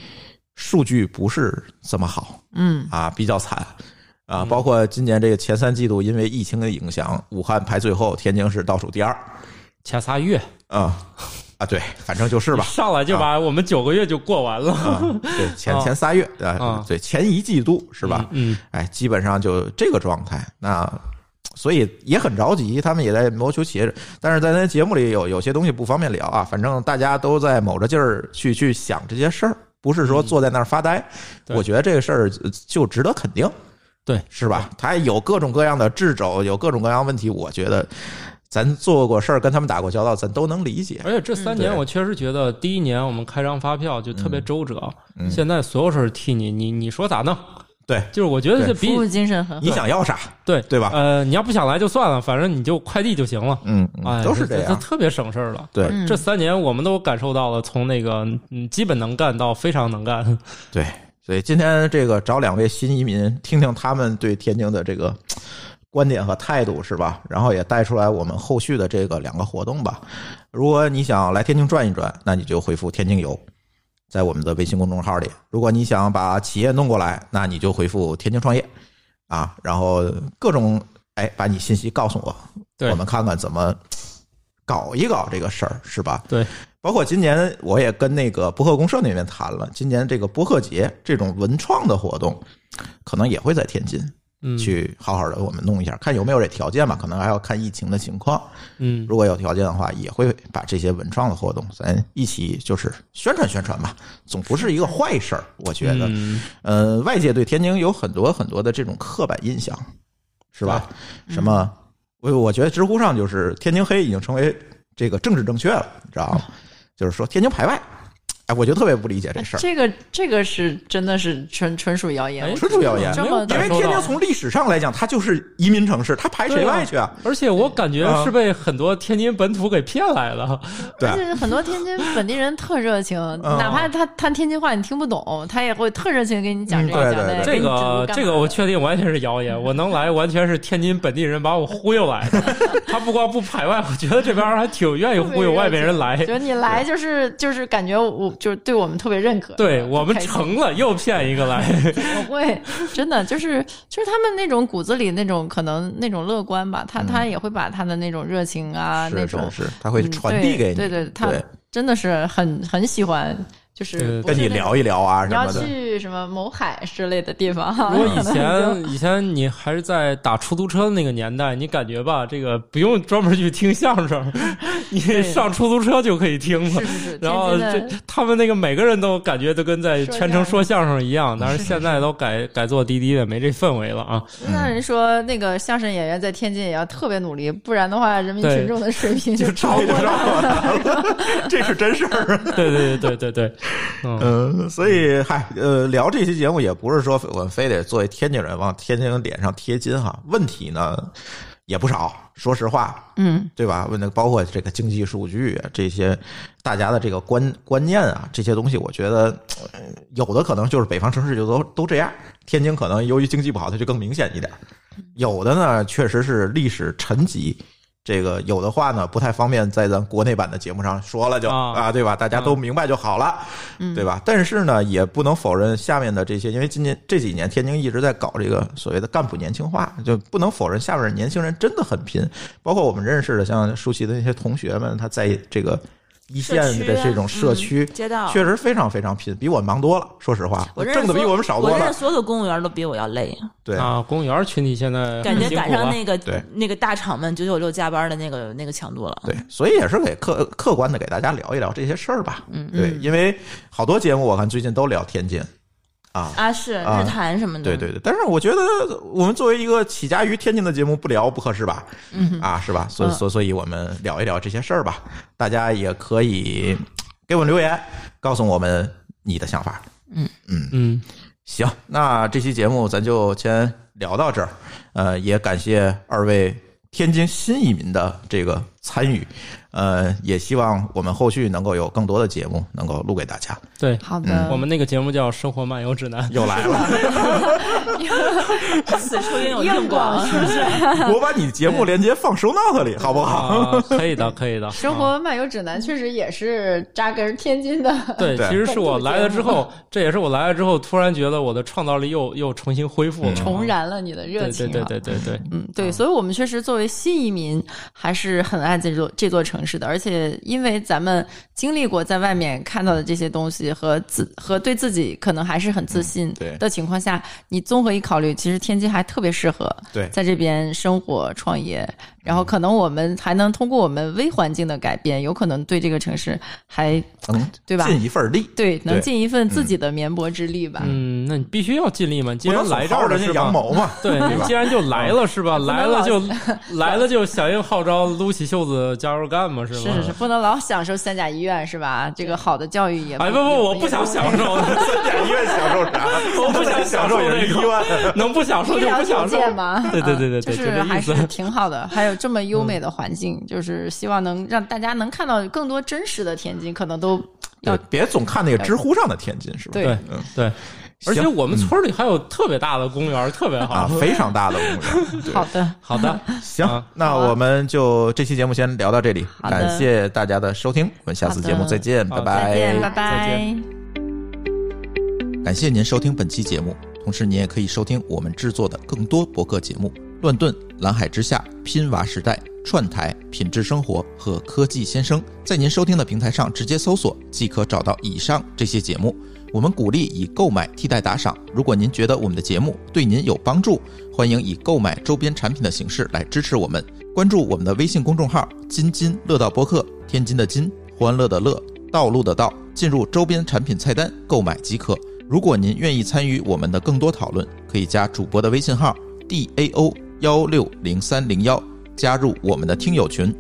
Speaker 1: 数据不是这么好，
Speaker 5: 嗯，
Speaker 1: 啊，比较惨。啊，包括今年这个前三季度，因为疫情的影响，武汉排最后，天津是倒数第二。
Speaker 2: 前仨月
Speaker 1: 啊、啊，对，反正就是吧。
Speaker 2: 上来就把我们九个月就过完了，
Speaker 1: 啊，对，前
Speaker 2: 啊
Speaker 1: 前仨月啊
Speaker 2: 啊，
Speaker 1: 对，前一季度是吧？
Speaker 2: 嗯，
Speaker 1: 哎，基本上就这个状态。那所以也很着急，他们也在谋求企业，但是在咱节目里有有些东西不方便聊啊。反正大家都在卯着劲儿去去想这些事儿，不是说坐在那儿发呆。
Speaker 2: 嗯对
Speaker 1: 我觉得这个事儿呃就值得肯定，
Speaker 2: 对，
Speaker 1: 是吧？他有各种各样的掣肘，有各种各样问题，我觉得。咱做过事儿，跟他们打过交道，咱都能理解。
Speaker 2: 而且这三
Speaker 1: 嗯
Speaker 2: 年，
Speaker 1: 对
Speaker 2: 我确实觉得第一年我们开张发票就特别周折，
Speaker 1: 嗯
Speaker 2: 现在所有事儿替你，你你说咋弄？
Speaker 1: 对
Speaker 2: 就是我觉得
Speaker 1: 对
Speaker 2: 这
Speaker 5: 服
Speaker 2: 比
Speaker 5: 务精神很好。
Speaker 1: 你想要啥？
Speaker 2: 对
Speaker 1: 对吧
Speaker 2: 呃，你要不想来就算了，反正你就快递就行了。
Speaker 1: 嗯，
Speaker 2: 哎，
Speaker 1: 嗯都是
Speaker 2: 这
Speaker 1: 这样。
Speaker 2: 特别省事儿了。
Speaker 1: 对
Speaker 4: 嗯
Speaker 2: 这三年我们都感受到了，从那个嗯基本能干到非常能 干，
Speaker 1: 对，所以今天这个找两位新移民，听听他们对天津的这个嘖观点和态度，是吧？然后也带出来我们后续的这个两个活动吧。如果你想来天津转一转，那你就回复“天津游”在我们的微信公众号里。如果你想把企业弄过来，那你就回复“天津创业”啊，然后各种哎，把你信息告诉我，
Speaker 2: 对
Speaker 1: 我们看看怎么嘖搞一搞这个事儿，是吧？
Speaker 2: 对，
Speaker 1: 包括今年我也跟那个播客公社那边谈了，今年这个播客节这种文创的活动，可能也会在天津
Speaker 2: 嗯，
Speaker 1: 去好好的我们弄一下，看有没有这条件吧，可能还要看疫情的情况。
Speaker 2: 嗯，
Speaker 1: 如果有条件的话，也会把这些文创的活动咱一起就是宣传宣传吧，总不是一个坏事儿，我觉得。
Speaker 2: 嗯
Speaker 1: 呃，外界对天津有很多很多的这种刻板印象，是吧？什么？我我觉得知乎上就是天津黑已经成为这个政治正确了，你知道吗？就是说天津排外，哎，我就特别不理解这事儿，
Speaker 4: 这个这个是真的是纯纯属谣言
Speaker 2: 哎，
Speaker 1: 纯属谣言。
Speaker 4: 这
Speaker 2: 没
Speaker 4: 么
Speaker 2: 有
Speaker 1: 因
Speaker 2: 感
Speaker 1: 为
Speaker 2: 受
Speaker 1: 天津
Speaker 2: 到
Speaker 1: 从历史上来讲，它就是移民城市，它排谁
Speaker 2: 对啊
Speaker 1: 外去啊？
Speaker 2: 而且我感觉
Speaker 1: 啊
Speaker 2: 是被很多天津本土给骗来了。
Speaker 1: 对啊
Speaker 4: 而且很多天津本地人特热情，哪怕他他天津话你听不懂，他也会特热情给你讲
Speaker 1: 嗯
Speaker 4: 这
Speaker 1: 对
Speaker 4: 个
Speaker 1: 对
Speaker 4: 讲那
Speaker 1: 对
Speaker 2: 这
Speaker 4: 给你指路
Speaker 2: 个
Speaker 4: 干嘛
Speaker 2: 这个我确定完全是谣 言，我能来完全是天津本地人把我忽悠来的。他不光不排外，我觉得这边还挺愿意忽悠外边人 来。
Speaker 4: 觉得你来就是就是感觉我就是对我们特别认可，
Speaker 2: 对我们
Speaker 4: 特开心
Speaker 2: 成了，又骗一个来。
Speaker 4: 我会真的就是就是他们那种骨子里那种可能那种乐观吧，
Speaker 2: 嗯
Speaker 4: 他他也会把他的那种热情啊那
Speaker 1: 是
Speaker 4: 种
Speaker 1: 是是，它会
Speaker 4: 嗯
Speaker 1: 传递给你，
Speaker 4: 对对对，他真的是很很喜欢，就是
Speaker 2: 对
Speaker 4: 不
Speaker 1: 跟
Speaker 4: 是
Speaker 1: 你
Speaker 4: 那
Speaker 1: 聊一聊啊
Speaker 4: 你
Speaker 1: 什
Speaker 4: 要
Speaker 1: 么 的。
Speaker 4: 去什么某海之类的地方，
Speaker 2: 如果以前以前你还是在打出租车的那个年代，你感觉吧，这个不用专门去听相声， 你上出租车就可以听了
Speaker 4: 是。是是，
Speaker 2: 然后
Speaker 4: 天
Speaker 2: 这
Speaker 4: 津的
Speaker 2: 他们那个每个人都感觉都跟在全程说相声一样，但是现在都改改做滴滴的，没这氛围了啊。
Speaker 4: 那人说那个相声演员在天津也要特别努力，不然的话，人民
Speaker 2: 对
Speaker 4: 群众的水平
Speaker 2: 就超
Speaker 4: 超过
Speaker 2: 过
Speaker 4: 了。
Speaker 1: 这是真事儿啊。
Speaker 2: 对对对对对对，嗯，
Speaker 1: 嗯，所以嗨，呃，聊这期节目也不是说我们非得作为天津人往天津人脸上贴金哈，问题呢也不少，说实话，
Speaker 4: 嗯，
Speaker 1: 对吧？问的包括这个经济数据啊，这些大家的这个观观念啊，这些东西，我觉得呃有的可能就是北方城市就都都这样，天津可能由于经济不好，它就更明显一点。有的呢，确实是历史沉积，这个有的话呢，不太方便在咱国内版的节目上说了就，
Speaker 2: 啊
Speaker 1: 啊，对吧？大家都明白就好了，
Speaker 5: 嗯
Speaker 1: 对吧？但是呢，也不能否认下面的这些，因为今年这几年天津一直在搞这个所谓的干部年轻化，就不能否认下面的年轻人真的很拼，包括我们认识的像舒淇的那些同学们，他在这个一线的这种社区。
Speaker 5: 啊嗯街道
Speaker 1: 确实非常非常拼，比我忙多了。说实话，
Speaker 5: 我认识
Speaker 1: 挣的比
Speaker 5: 所有
Speaker 1: 我们少多
Speaker 5: 我认
Speaker 1: 了
Speaker 5: 识。所有的公务员都比我要累，
Speaker 1: 对，
Speaker 2: 啊，公务员群体现在
Speaker 5: 感觉
Speaker 2: 很辛苦
Speaker 5: 赶上
Speaker 2: 啊
Speaker 5: 那个
Speaker 1: 对
Speaker 5: 那个大厂们九九六加班的那个那个强度了。
Speaker 1: 对，所以也是给客客观的给大家聊一聊这些事儿吧。
Speaker 5: 嗯
Speaker 1: 对，因为好多节目我看最近都聊天津啊。
Speaker 5: 啊，是
Speaker 1: 啊
Speaker 5: 日坛什么的，
Speaker 1: 对对对，但是我觉得我们作为一个起家于天津的节目，不聊不合适吧？嗯啊，是吧？所以所以所以我们聊一聊这些事儿吧。大家也可以给我们留言，告诉我们你的想法。
Speaker 2: 嗯，
Speaker 1: 行，那这期节目咱就先聊到这儿。呃，也感谢二位天津新移民的这个参与，呃，也希望我们后续能够有更多的节目能够录给大家。
Speaker 2: 对，
Speaker 4: 好的，
Speaker 2: 嗯我们那个节目叫《生活漫游 指南》，
Speaker 1: 又来了，
Speaker 5: 此处应有
Speaker 4: 硬
Speaker 5: 硬
Speaker 4: 广
Speaker 5: 广，
Speaker 4: 是不是？
Speaker 1: 我把你节目链接放 show note 里，好不好？
Speaker 2: 啊，可以的，可以的。
Speaker 4: 生
Speaker 2: 啊
Speaker 4: 活漫游指南确实也是扎根天津 的，
Speaker 2: 对，
Speaker 1: 对
Speaker 2: 其实是我
Speaker 4: 本土节
Speaker 2: 来了
Speaker 4: 目
Speaker 2: 之后，这也是我来了之后，突然觉得我的创造力又又重新恢复
Speaker 1: 嗯
Speaker 2: 了，
Speaker 4: 重燃了你的热
Speaker 2: 对
Speaker 4: 情
Speaker 2: 对
Speaker 4: 啊。
Speaker 2: 对对对对，
Speaker 4: 嗯，对，所以我们确实作为新移民，还是很爱这座这座城市的。而且，因为咱们经历过在外面看到的这些东西和自和对自己可能还是很自
Speaker 2: 嗯
Speaker 4: 信
Speaker 1: 对
Speaker 4: 的情况下，你综合一考虑，其实天津还特别适合
Speaker 1: 对
Speaker 4: 在这边生活创业。然后，
Speaker 2: 嗯
Speaker 4: 可能我们还能通过我们微环境的改变，有可能对这个城市还
Speaker 1: 嗯，
Speaker 4: 对吧
Speaker 1: 尽一份力，
Speaker 4: 对能
Speaker 1: 对
Speaker 4: 尽一份自己的绵薄之力吧。
Speaker 2: 嗯，那你必须要尽力嘛，既
Speaker 1: 不能
Speaker 2: 然
Speaker 1: 总
Speaker 2: 来这
Speaker 1: 靠
Speaker 2: 儿了
Speaker 1: 人家
Speaker 2: 是
Speaker 1: 羊
Speaker 2: 吧？
Speaker 1: 毛嘛。
Speaker 2: 对
Speaker 1: 对
Speaker 2: 你
Speaker 1: 吧
Speaker 2: 既然就来了是 吧？来了
Speaker 4: 老
Speaker 2: 就来了就响应号召，撸起袖子加油干嘛是
Speaker 4: 是
Speaker 2: 吧？
Speaker 4: 是是，不能老享受三甲医院是吧？这个好的教育也
Speaker 2: 哎不不，我不想享受，
Speaker 1: 三甲医院享受啥？
Speaker 2: 我不想
Speaker 1: 享
Speaker 2: 享
Speaker 1: 受
Speaker 2: 受
Speaker 1: 也
Speaker 2: 这
Speaker 1: 是医
Speaker 2: 个，
Speaker 1: 院。
Speaker 2: 能不享受
Speaker 4: 医
Speaker 2: 就
Speaker 4: 疗
Speaker 2: 不
Speaker 4: 条
Speaker 2: 享受
Speaker 4: 件吗？
Speaker 2: 对对对对
Speaker 4: 嗯就
Speaker 2: 对，
Speaker 4: 是
Speaker 2: 这个
Speaker 4: 还
Speaker 2: 意
Speaker 4: 是
Speaker 2: 思。嗯
Speaker 4: 挺好的，还有这么优美的环境，就是希望能让大家能看到更多真实的天津，可能都
Speaker 1: 对
Speaker 4: 要，
Speaker 1: 别总看那个知乎上的天津，是吧？
Speaker 4: 对
Speaker 1: 嗯
Speaker 2: 对，而且
Speaker 1: 行嗯
Speaker 2: 我们村儿里还有特别大的公园儿，特别
Speaker 1: 啊
Speaker 2: 好。，
Speaker 1: 非常大的公园。对
Speaker 4: 好的。
Speaker 2: 好的，
Speaker 1: 行
Speaker 2: 啊，
Speaker 1: 那我们就这期节目先聊到这里，
Speaker 4: 的
Speaker 1: 感谢大家的收听，我们下次节目再见，
Speaker 2: 好
Speaker 1: 拜
Speaker 2: 的
Speaker 1: 拜。
Speaker 4: 再嗯见，拜
Speaker 2: 再
Speaker 4: 拜
Speaker 2: 见。
Speaker 1: 感谢您收听本期节目，同时您也可以收听我们制作的更多博客节目《乱炖》《蓝海之下》《拼娃时代》《串台》《品质生活》和《科技先生》。在您收听的平台上直接搜索，即可找到以上这些节目。我们鼓励以购买替代打赏。如果您觉得我们的节目对您有帮助，欢迎以购买周边产品的形式来支持我们。关注我们的微信公众号“津津乐道播客”，天津的津，欢乐的乐，道路的道，进入周边产品菜单购买即可。如果您愿意参与我们的更多讨论，可以加主播的微信号 d a o 幺六零三零幺，加入我们的听友群，